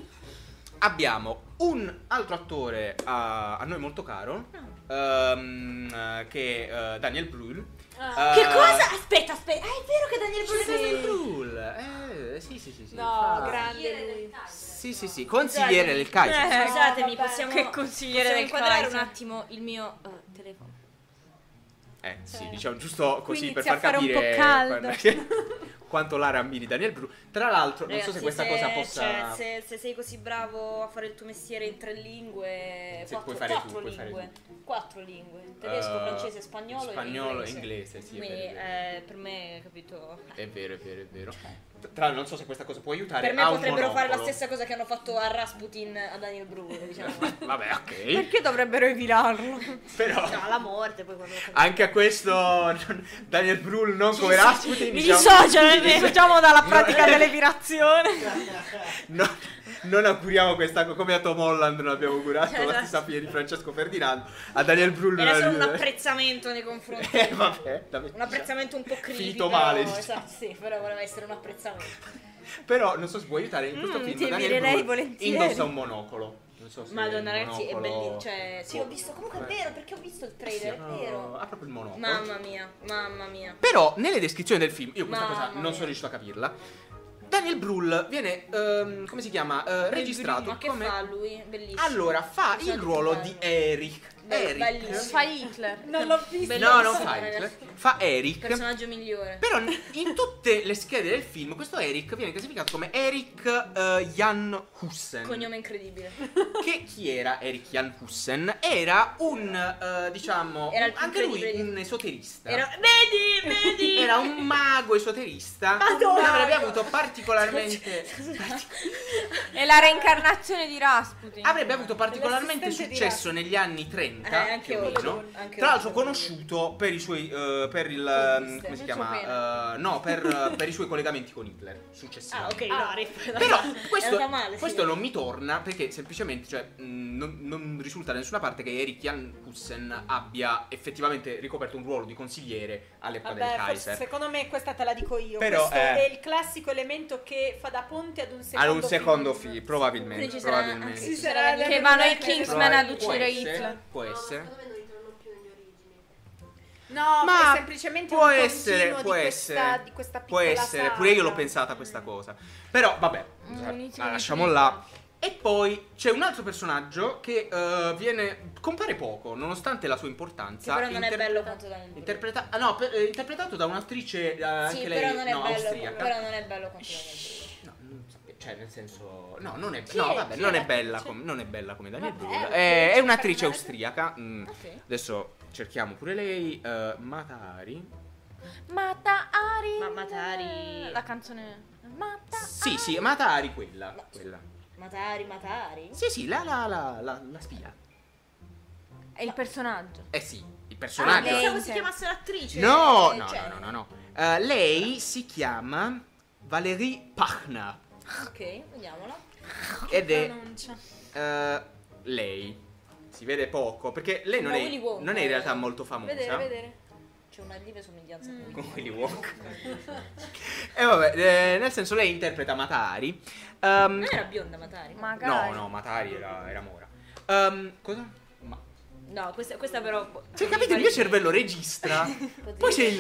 S1: Abbiamo un altro attore eh, a, a noi molto caro,
S2: Ah.
S1: ehm, eh, che è eh, Daniel Brühl.
S2: Ah.
S1: Eh,
S2: Che cosa? Aspetta, aspetta. Ah, è vero che Daniel Brühl è
S1: Daniel
S2: stato-
S1: Brühl! Eh, sì, sì, sì. sì.
S5: No,
S1: Fa-
S5: grande lui.
S1: Sì, sì, sì,
S2: Esatto.
S1: consigliere del Kaiser.
S3: Eh,
S2: Scusatemi,
S5: vabbè.
S2: possiamo,
S3: Che consigliere
S2: possiamo
S3: del
S2: inquadrare
S3: Kaiser.
S2: un attimo il mio eh, telefono.
S1: Eh sì, diciamo giusto così
S5: Qui
S1: per
S5: inizia
S1: far
S5: a fare un
S1: capire
S5: po' caldo.
S1: [laughs] quanto la Rambini Daniel Bru. Tra l'altro, non so se
S2: Ragazzi,
S1: questa cosa possa.
S2: cioè, se, se sei così bravo a fare il tuo mestiere in tre lingue,
S1: Se
S2: quattro,
S1: puoi fare tu,
S2: quattro
S1: puoi fare
S2: lingue, quattro lingue, tedesco,
S1: Eh,
S2: francese, spagnolo,
S1: spagnolo,
S2: e inglese.
S1: inglese, sì, è
S2: Quindi
S1: vero, è vero.
S2: eh, per me, capito,
S1: È vero, è vero, è vero. Tra l'altro, non so se questa cosa può aiutare.
S2: per me
S1: ha un
S2: potrebbero fare la
S1: monopolo.
S2: stessa cosa che hanno fatto a Rasputin, a Daniel Brühl,
S1: [laughs]
S2: diciamo.
S1: Vabbè, ok.
S3: Perché dovrebbero evilarlo?
S1: Però
S2: No, la morte poi quando...
S1: [laughs] anche a questo non- Daniel Brühl non come Rasputin.
S3: Mi
S1: diciamo-
S3: dissocio, eh, mi
S1: Disso-
S3: dissociamo dalla pratica dell'evirazione.
S1: No- non auguriamo questa cosa come a Tom Holland non abbiamo augurato la stessa fine di Francesco Ferdinando a Daniel Brühl non
S2: Esatto. Era solo un
S1: auguriamo-
S2: apprezzamento nei confronti.
S1: [laughs] eh vabbè la mettiamo.
S2: Un apprezzamento un po' critico.
S1: Finito male, diciamo.
S2: esatto, sì, però voleva essere un apprezzamento.
S1: però non so se può aiutare in questo
S3: Mm,
S1: film
S3: ti
S1: Daniel
S3: direi
S1: Brühl
S3: volentieri.
S1: indossa un monocolo non so se
S2: Madonna,
S1: il
S2: ragazzi, è
S1: monocolo-
S2: bellissimo. Cioè, sì, ho visto. Comunque è vero, perché ho visto il
S1: Sì,
S2: trailer,
S1: no, Ah,
S2: è vero.
S1: ha Ah, proprio il monocolo
S2: Mamma mia, mamma mia.
S1: Però nelle descrizioni del film, io questa
S2: Mamma
S1: cosa non
S2: mia.
S1: sono riuscito a capirla. Daniel Brühl viene, ehm, come si chiama, Eh, registrato
S2: Ma che
S1: come...
S2: fa lui? Bellissimo.
S1: Allora, fa
S2: Mi
S1: il
S2: sono
S1: ruolo di
S2: dimenticato.
S1: Eric.
S2: Be-
S1: Eric.
S2: bellissimo.
S3: Fa Hitler.
S5: Non l'ho visto.
S1: No,
S2: Bellissimo,
S1: non fa Hitler.
S2: ragazzi.
S1: Fa Eric.
S2: Personaggio migliore.
S1: Però in tutte le schede del film questo Eric viene classificato come Eric eh, Jan Hussen.
S2: Cognome incredibile.
S1: Esatto. Che chi era Eric Jan Hussen? Era un, eh, diciamo,
S2: Era il
S1: un-
S2: più
S1: anche lui
S2: incredibile.
S1: un esoterista.
S2: Era... Vedi, vedi.
S1: Era un mago esoterista
S2: Madonna!
S1: che avrebbe avuto
S2: [laughs]
S1: particolarmente
S3: È la reincarnazione di Rasputin.
S1: avrebbe avuto particolarmente
S5: Dell'assistente di
S1: successo negli anni
S2: Eh,
S1: 30
S2: anche
S1: più o
S2: oggi.
S1: meno.
S2: anche
S1: Tra l'altro
S2: oggi.
S1: conosciuto per i suoi eh, per il ehm, come si
S3: Il suo
S1: chiama? Eh, no, per, eh, per i suoi collegamenti con Hitler successivamente.
S2: Ah, ok, no, [laughs] rip.
S1: Però
S2: È
S1: questo,
S2: andata male, sì.
S1: questo non mi torna perché semplicemente cioè, mh, non, non risulta da nessuna parte che Eric Jan Hussen abbia effettivamente ricoperto un ruolo di consigliere all'epoca
S5: Vabbè,
S1: del
S5: forse
S1: Kaiser.
S5: secondo me questa te la dico io.
S1: Però,
S5: Questo
S1: eh.
S5: è il classico elemento che fa da ponte ad un secondo
S1: Ad un secondo
S5: film.
S1: film, probabilmente.
S2: Quindi ci sarà-
S1: probabilmente.
S5: Ci
S2: Sì,
S5: sarà
S2: Che
S5: la-
S3: vanno ai
S5: la-
S3: Kingsman ad
S1: Può
S3: uccidere
S1: essere,
S3: Hitler.
S1: Può
S8: No, ma
S1: essere.
S8: secondo me non ritornano più nelle origini.
S5: No,
S1: Ma
S5: è semplicemente
S1: può
S5: un
S1: essere,
S5: continuo
S1: può
S5: di
S1: essere,
S5: questa, di questa
S1: può
S5: piccola
S1: essere,
S5: saga. Mm.
S1: pure io l'ho pensata questa cosa. Però vabbè,
S3: Mm,
S1: la-
S3: inizio
S1: la
S3: con
S1: lasciamo
S3: il
S1: là. E poi c'è un altro personaggio che eh, viene compare poco, nonostante la sua
S2: Che
S1: importanza.
S2: però non è
S1: inter-
S2: bello quanto da
S1: interpreta- ah, no, per- eh, interpretato da un'attrice eh,
S2: Sì,
S1: anche lei
S2: però non è
S1: no,
S2: bello,
S1: austriaca.
S2: però non è bello quanto da
S1: No, non sape- cioè nel senso no, non è, no, vabbè, non è bella come non è bella come Daniel
S5: Vabbè,
S1: Brühl.
S5: ok,
S1: È, è
S5: ci
S1: un'attrice
S5: fermate.
S1: austriaca. mm,
S2: Ok.
S1: Adesso cerchiamo pure lei eh, Matari.
S3: Matari.
S2: Ma Matari-
S3: La canzone. Matari.
S1: Sì, sì, Matari quella.
S2: Ma-
S1: quella.
S2: Matari, Matari.
S1: Sì, sì, la, la, la, la, la spia.
S3: Ah, È il personaggio.
S1: Eh sì, il
S2: Ah,
S1: personaggio.
S3: lei-
S2: pensavo si chiamasse l'attrice.
S1: no,
S2: eh,
S1: no,
S2: cioè-
S1: no, no, no, no. Eh, lei si chiama Valerie Pachna
S2: Ok, vediamola.
S1: ed è
S5: Pronuncia.
S1: eh, lei. Si vede poco perché lei non,
S2: Ma
S1: è,
S2: Willy Wonka,
S1: non è in realtà
S2: eh.
S1: molto famosa.
S5: Vedere, vedere.
S2: C'è una lieve somiglianza.
S5: Mm.
S2: con-
S1: Con Willy Wonka. e vabbè, eh, nel senso lei interpreta Matari. Ehm,
S2: Non era bionda Eh, Matari.
S3: Magari.
S1: no, no, Matari era, era Mora. Ehm, cosa? Ma...
S2: No, questa, questa però.
S1: Cioè, capite, il mio cervello registra. Poi c'è il...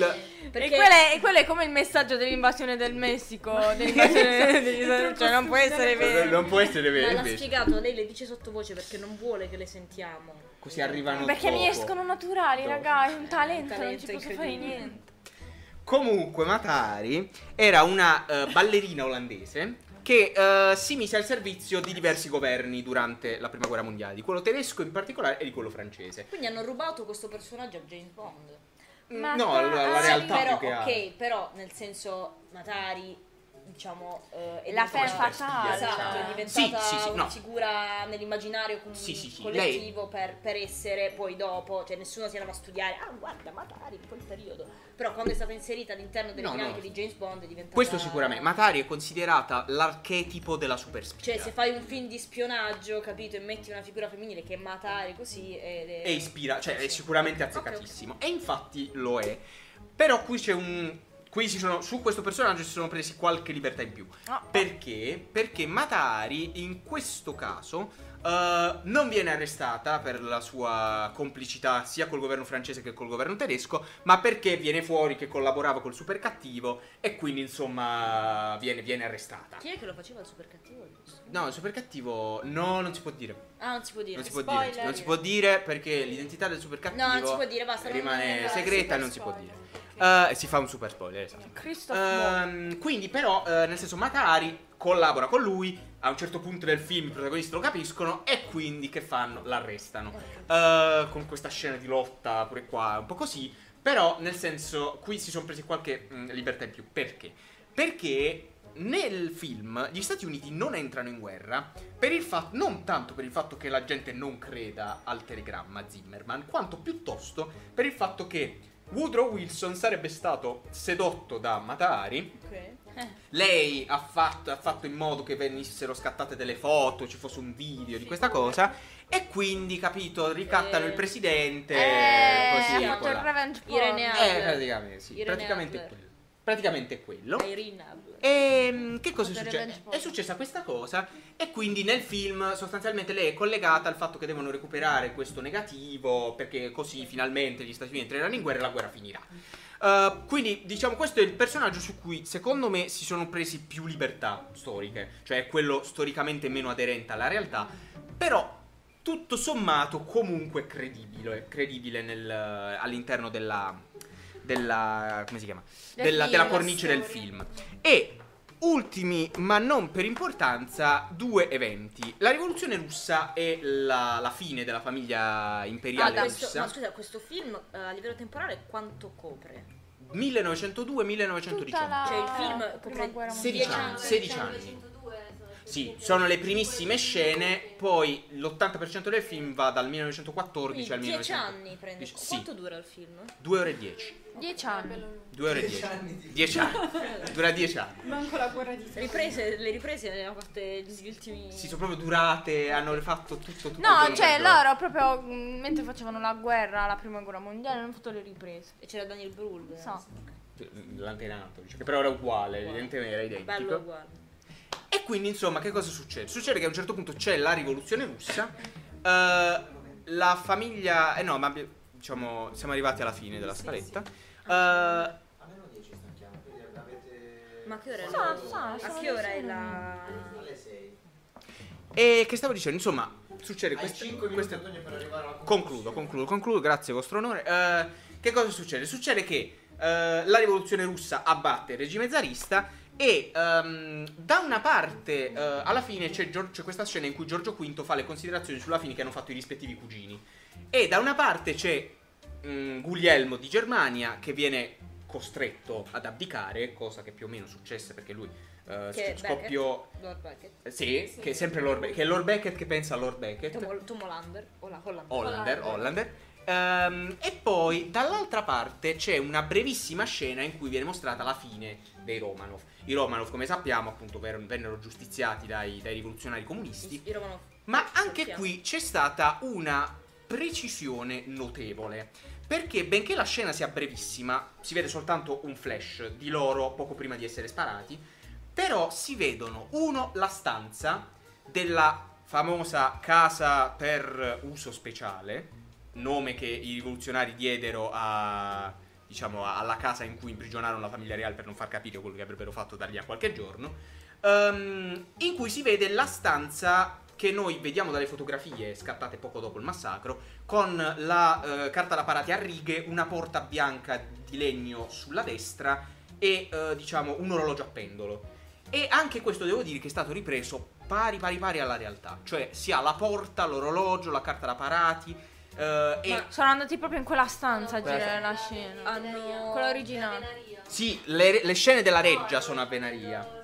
S2: Perché
S3: E quello è, quello è come il messaggio dell'invasione del Messico.
S2: [laughs]
S3: dell'invasione degli Stati- cioè, non può essere vero.
S1: Eh, Non può essere
S2: Ma
S1: vero
S2: l'ha
S1: invece.
S2: spiegato, lei le dice sottovoce perché non vuole che le sentiamo.
S1: Così arrivano
S3: Perché mi
S1: dopo.
S3: escono naturali, raga. È un talento,
S2: Un
S3: non
S2: talento
S3: ci posso fare
S2: incredibile.
S3: niente.
S1: Comunque, Matari era una eh, ballerina olandese che eh, si mise al servizio di diversi governi durante la prima guerra mondiale, di quello tedesco in particolare e di quello francese.
S2: Quindi hanno rubato questo personaggio a James Bond. Ah,
S1: Mm,
S3: Ma
S1: no, la, la
S3: dai,
S2: Sì,
S1: realtà
S2: però,
S1: più che altro.
S2: ok, però nel senso Matari, diciamo, eh, è
S3: La
S2: diventata-
S3: femme fatale,
S2: Esatto,
S3: cioè.
S2: è diventata
S1: Sì, sì, sì,
S2: una
S1: no.
S2: figura nell'immaginario com-
S1: Sì, sì, sì,
S2: collettivo per, per essere poi dopo, cioè nessuno si andava a studiare, ah guarda Matari in quel periodo, però quando è stata inserita all'interno delle
S1: No,
S2: dinamiche
S1: no.
S2: di James Bond è diventata...
S1: Questo sicuramente. Matari è considerata l'archetipo della superspia.
S2: Cioè se fai un film di spionaggio, capito, e metti una figura femminile che è Matari così... È, è-
S1: E ispira, cioè è
S2: Sì.
S1: sicuramente
S2: Ok, ok, ok.
S1: azzeccatissimo. E infatti lo è. Però qui c'è un. Qui si sono, su questo personaggio si sono presi qualche libertà in più.
S2: Ah.
S3: No.
S1: Perché? Perché Matari in questo caso eh, non viene arrestata per la sua complicità sia col governo francese che col governo tedesco, ma perché viene fuori che collaborava col super cattivo e quindi insomma viene, viene arrestata.
S2: Chi è che lo faceva il super cattivo? giusto?
S1: No, il super cattivo no, non si può dire.
S2: Ah, non si può dire.
S1: Non si può
S5: Spoiler.
S1: dire, non si può dire perché l'identità del super cattivo
S2: No, non si può dire, basta, non-
S1: rimane
S2: non-
S1: segreta e
S5: super
S1: non si può
S5: spoiler.
S1: dire.
S5: Ok.
S1: Eh, si fa un super spoiler, esatto.
S3: Christoph Waltz.
S1: Ehm, quindi, però, eh, nel senso, Matari collabora con lui. A un certo punto del film i protagonisti lo capiscono e quindi che fanno? L'arrestano. Eh, con questa scena di lotta pure qua, un po' così. Però, nel senso, qui si sono presi qualche mh, libertà in più. Perché? Perché nel film gli Stati Uniti non entrano in guerra per il fatto, non tanto per il fatto che la gente non creda al telegramma Zimmerman, quanto piuttosto per il fatto che Woodrow Wilson sarebbe stato sedotto da Matari
S2: Ok.
S1: lei ha fatto, ha fatto in modo che venissero scattate delle foto, ci fosse un video di questa cosa. E quindi, capito, ricattano
S2: Eh.
S1: il presidente.
S3: Eh,
S1: così.
S3: ha fatto il
S1: voilà.
S3: revenge porn.
S2: Irene
S1: Eh,
S2: Adler.
S1: praticamente, sì,
S2: Irene
S1: praticamente
S2: Adler.
S1: quello. Praticamente quello.
S2: Irene Adler.
S1: E mm, che cosa è
S3: Fatto
S1: successo?
S3: revenge porn.
S1: È successa questa cosa e quindi nel film sostanzialmente lei è collegata al fatto che devono recuperare questo negativo perché così finalmente gli Stati Uniti entreranno in guerra e la guerra finirà. Uh, quindi diciamo questo è il personaggio su cui secondo me si sono presi più libertà storiche, cioè è quello storicamente meno aderente alla realtà, però tutto sommato comunque credibile, credibile nel- all'interno della, della- come si chiama?
S3: Del
S1: Della,
S3: film,
S1: della
S3: la
S1: cornice del
S3: storia.
S1: film. E ultimi, ma non per importanza, due eventi. La rivoluzione russa e la, la fine della famiglia imperiale
S2: Ah, questo-
S1: russa.
S2: ma scusa, questo film eh, a livello temporale quanto copre?
S1: 1902-1919.
S2: Cioè, il film
S3: Prima
S2: copre
S3: guerra
S1: 16
S3: mondiale.
S1: diciamo. anni. 16 anni. Sì, sono le primissime scene, poi l'80% del film va dal 1914
S2: Quindi
S1: al
S2: 10
S1: 1900.
S2: anni prende.
S1: Dici-
S2: Quanto dura il film?
S1: 2 ore e 10.
S3: Dieci anni.
S1: 2 ore e 10. 10 anni. Dura 10 anni.
S5: Manco la guerra di
S2: Riprese, le riprese le hanno fatte gli ultimi.
S1: Si sono proprio durate, hanno rifatto tutto tutto.
S3: No,
S1: giorno
S3: cioè
S1: per giorno.
S3: loro proprio mh, mentre facevano la guerra, la prima guerra mondiale, hanno fatto le riprese.
S2: E c'era Daniel Brühl.
S3: So.
S1: L'antenato, dice, che però era uguale, evidentemente era identico.
S2: Bello uguale.
S1: E quindi, insomma, che cosa succede? Succede che a un certo punto c'è la
S2: [laughs]
S1: rivoluzione russa. eh, la famiglia. Eh no, ma abbi- diciamo, siamo arrivati alla fine della scaletta. Eh,
S6: A meno 10 stanchiamo, quindi avete...
S2: Ma che ora è?
S3: So,
S2: la-
S3: so,
S2: a
S3: sono
S2: che ora è
S3: vicino.
S2: la.
S6: Alle 6.
S1: e che stavo dicendo, insomma, succede
S6: Hai
S1: questa.
S6: 5 minuti
S1: questa-
S6: Antonio per arrivare alla
S1: Concludo,
S6: conclusione.
S1: concludo, concludo, grazie vostro onore. Eh, che cosa succede? Succede che eh, la rivoluzione russa abbatte il regime zarista e ehm, da una parte eh, alla fine c'è, Gior- c'è questa scena in cui Giorgio V fa le considerazioni sulla fine che hanno fatto i rispettivi cugini. E da una parte c'è mm, Guglielmo di Germania che viene costretto ad abdicare, cosa che più o meno successe perché lui eh,
S2: Che è
S1: scoppiò...
S2: Lord Beckett.
S1: Sì, che è sempre Lord Beckett, che è Lord Beckett che pensa a Lord Beckett.
S2: Tom, Tom Hollander. Holla- Hollander.
S1: Hollander, Hollander. Ehm, e poi dall'altra parte c'è una brevissima scena in cui viene mostrata la fine dei Romanov. I Romanov, come sappiamo, appunto ver- vennero giustiziati dai, dai rivoluzionari comunisti.
S2: I- i Romanov.
S1: Ma anche
S2: Sappiamo.
S1: qui c'è stata una precisione notevole. Perché benché la scena sia brevissima, si vede soltanto un flash di loro poco prima di essere sparati, però si vedono, uno, la stanza della famosa casa per uso speciale, nome che i rivoluzionari diedero a, diciamo, alla casa in cui imprigionarono la famiglia reale per non far capire quello che avrebbero fatto da lì a qualche giorno, ehm, in cui si vede la stanza che noi vediamo dalle fotografie scattate poco dopo il massacro, con la eh, carta da parati a righe, una porta bianca di legno sulla destra e eh, diciamo un orologio a pendolo. E anche questo devo dire che è stato ripreso pari pari pari alla realtà, cioè si ha la porta, l'orologio, la carta da parati eh, e
S3: Sono andati proprio in quella stanza a
S1: Quella
S3: girare la
S8: stanza.
S3: scena.
S2: Hanno.
S3: Quella originale.
S1: Sì, le, le scene della reggia sono a Venaria.
S8: Sì, sì.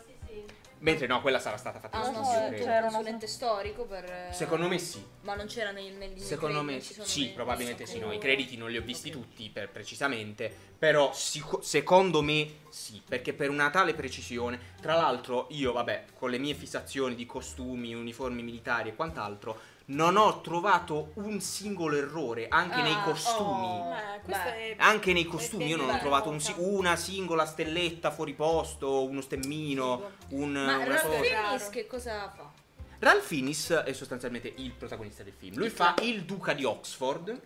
S1: Mentre no, quella sarà stata fatta in
S2: Hanno
S3: Non
S1: studio,
S3: so,
S2: assunto
S1: credo.
S2: un consulente storico per. eh,
S1: Secondo me sì.
S2: Ma non c'era nei, negli
S1: Secondo me
S2: crediti,
S1: sì,
S2: non ci sono
S1: Sì,
S2: nei-
S1: probabilmente
S2: nei-
S1: sì. No, i crediti non li ho visti tutti per- precisamente. Però sicu- secondo me sì. Perché per una tale precisione. Tra l'altro, io, vabbè, con le mie fissazioni di costumi, uniformi militari e quant'altro. Non ho trovato un singolo errore anche nei
S2: Ah,
S1: costumi.
S2: oh.
S5: Ma questo
S2: Beh.
S5: è
S1: Anche nei costumi io non ho
S5: Beh,
S1: trovato un si- una singola stelletta fuori posto, uno stemmino, un,
S2: Ma
S1: una
S2: Ralph
S1: cosa.
S2: Fiennes che cosa fa?
S1: Ralph Fiennes è sostanzialmente il protagonista del film. Lui fa il duca di Oxford.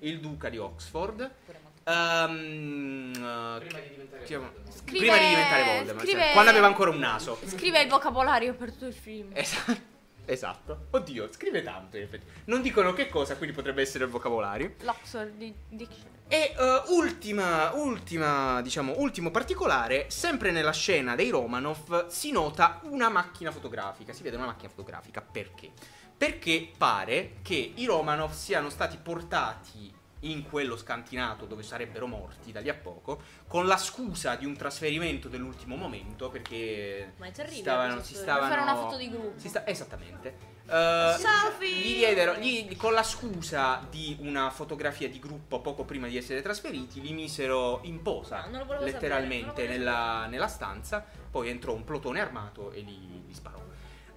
S1: Il duca di Oxford.
S2: Pure molto-
S1: Ehm, eh,
S6: Prima di diventare...
S1: Chiama-
S6: Voldemort.
S3: Scrive-
S1: prima di diventare Voldemort, cioè,
S3: scrive-
S1: quando aveva ancora un naso.
S3: Scrive il vocabolario per tutto il film.
S1: Esatto. Esatto. Oddio, scrive tanto in effetti. Non dicono che cosa, quindi potrebbe essere il vocabolario.
S3: L'Oxford di- Dictionary.
S1: E eh, ultima, ultima, diciamo, ultimo particolare, sempre nella scena dei Romanov si nota una macchina fotografica, si vede una macchina fotografica, perché? Perché pare che i Romanov siano stati portati in quello scantinato dove sarebbero morti da lì a poco, con la scusa di un trasferimento dell'ultimo momento, perché
S2: Ma è terribile
S1: stavano,
S2: questa
S1: si
S2: storia.
S1: stavano...
S3: Per fare una foto di gruppo.
S1: si sta- esattamente. Eh,
S2: Selfie!
S1: gli diedero, gli- con la scusa di una fotografia di gruppo poco prima di essere trasferiti, li misero in posa,
S2: No, non lo volevo
S1: letteralmente,
S2: sapere, non lo volevo
S1: nella, nella stanza. Poi entrò un plotone armato e li, li sparò.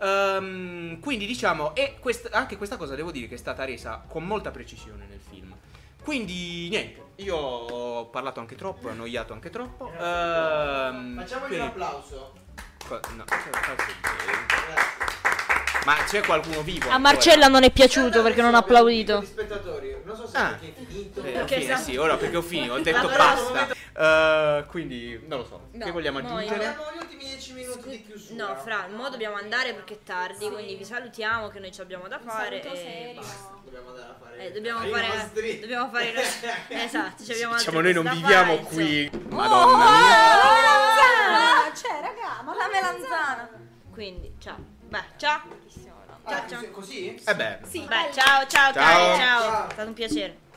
S1: Ehm, quindi diciamo, e quest- anche questa cosa devo dire che è stata resa con molta precisione nel film. Quindi niente, io ho parlato anche troppo, ho annoiato anche troppo. Ehm,
S6: Facciamogli un
S1: quindi-
S6: applauso.
S1: co- no, cazzo-
S6: Grazie.
S1: ma c'è qualcuno vivo?
S2: A
S1: ancora?
S2: Marcella non è piaciuto
S6: Guardate,
S2: perché non ha
S6: so, abbiamo un picco
S2: applaudito.
S6: di spettatori. Non so se
S1: Ah.
S6: perché è finito.
S1: Eh, alla
S2: Perché
S1: fine,
S2: esatto.
S1: sì, ora perché ho finito, ho detto
S6: Allora,
S1: basta. Eh, quindi non lo so.
S2: No,
S1: che vogliamo
S2: no,
S1: aggiungere?
S6: Abbiamo gli ultimi 10 minuti di chiusura.
S2: No, fra, mo dobbiamo andare perché è tardi, quindi vi salutiamo che noi ci abbiamo da
S4: Un
S2: fare.
S4: saluto
S2: e
S4: serio.
S2: basta.
S6: Dobbiamo andare a fare.
S2: Eh, dobbiamo
S6: i
S2: fare.
S6: nostri-
S2: Dobbiamo fare. i
S1: [laughs]
S2: nostri- esatto, ci abbiamo
S1: Diciamo, noi
S2: altre
S1: non
S2: cose da
S1: viviamo
S2: fare,
S1: qui.
S2: Oh!
S1: Madonna mia.
S5: Ah, cioè, raga, ma
S3: La melanzana.
S2: insomma. Quindi, ciao. Beh, ciao.
S6: Ah,
S2: Ciao, ciao.
S6: così?
S1: Eh beh.
S2: Beh, ciao, ciao,
S1: Ciao.
S2: cari, ciao.
S6: Ciao.
S2: È stato un piacere.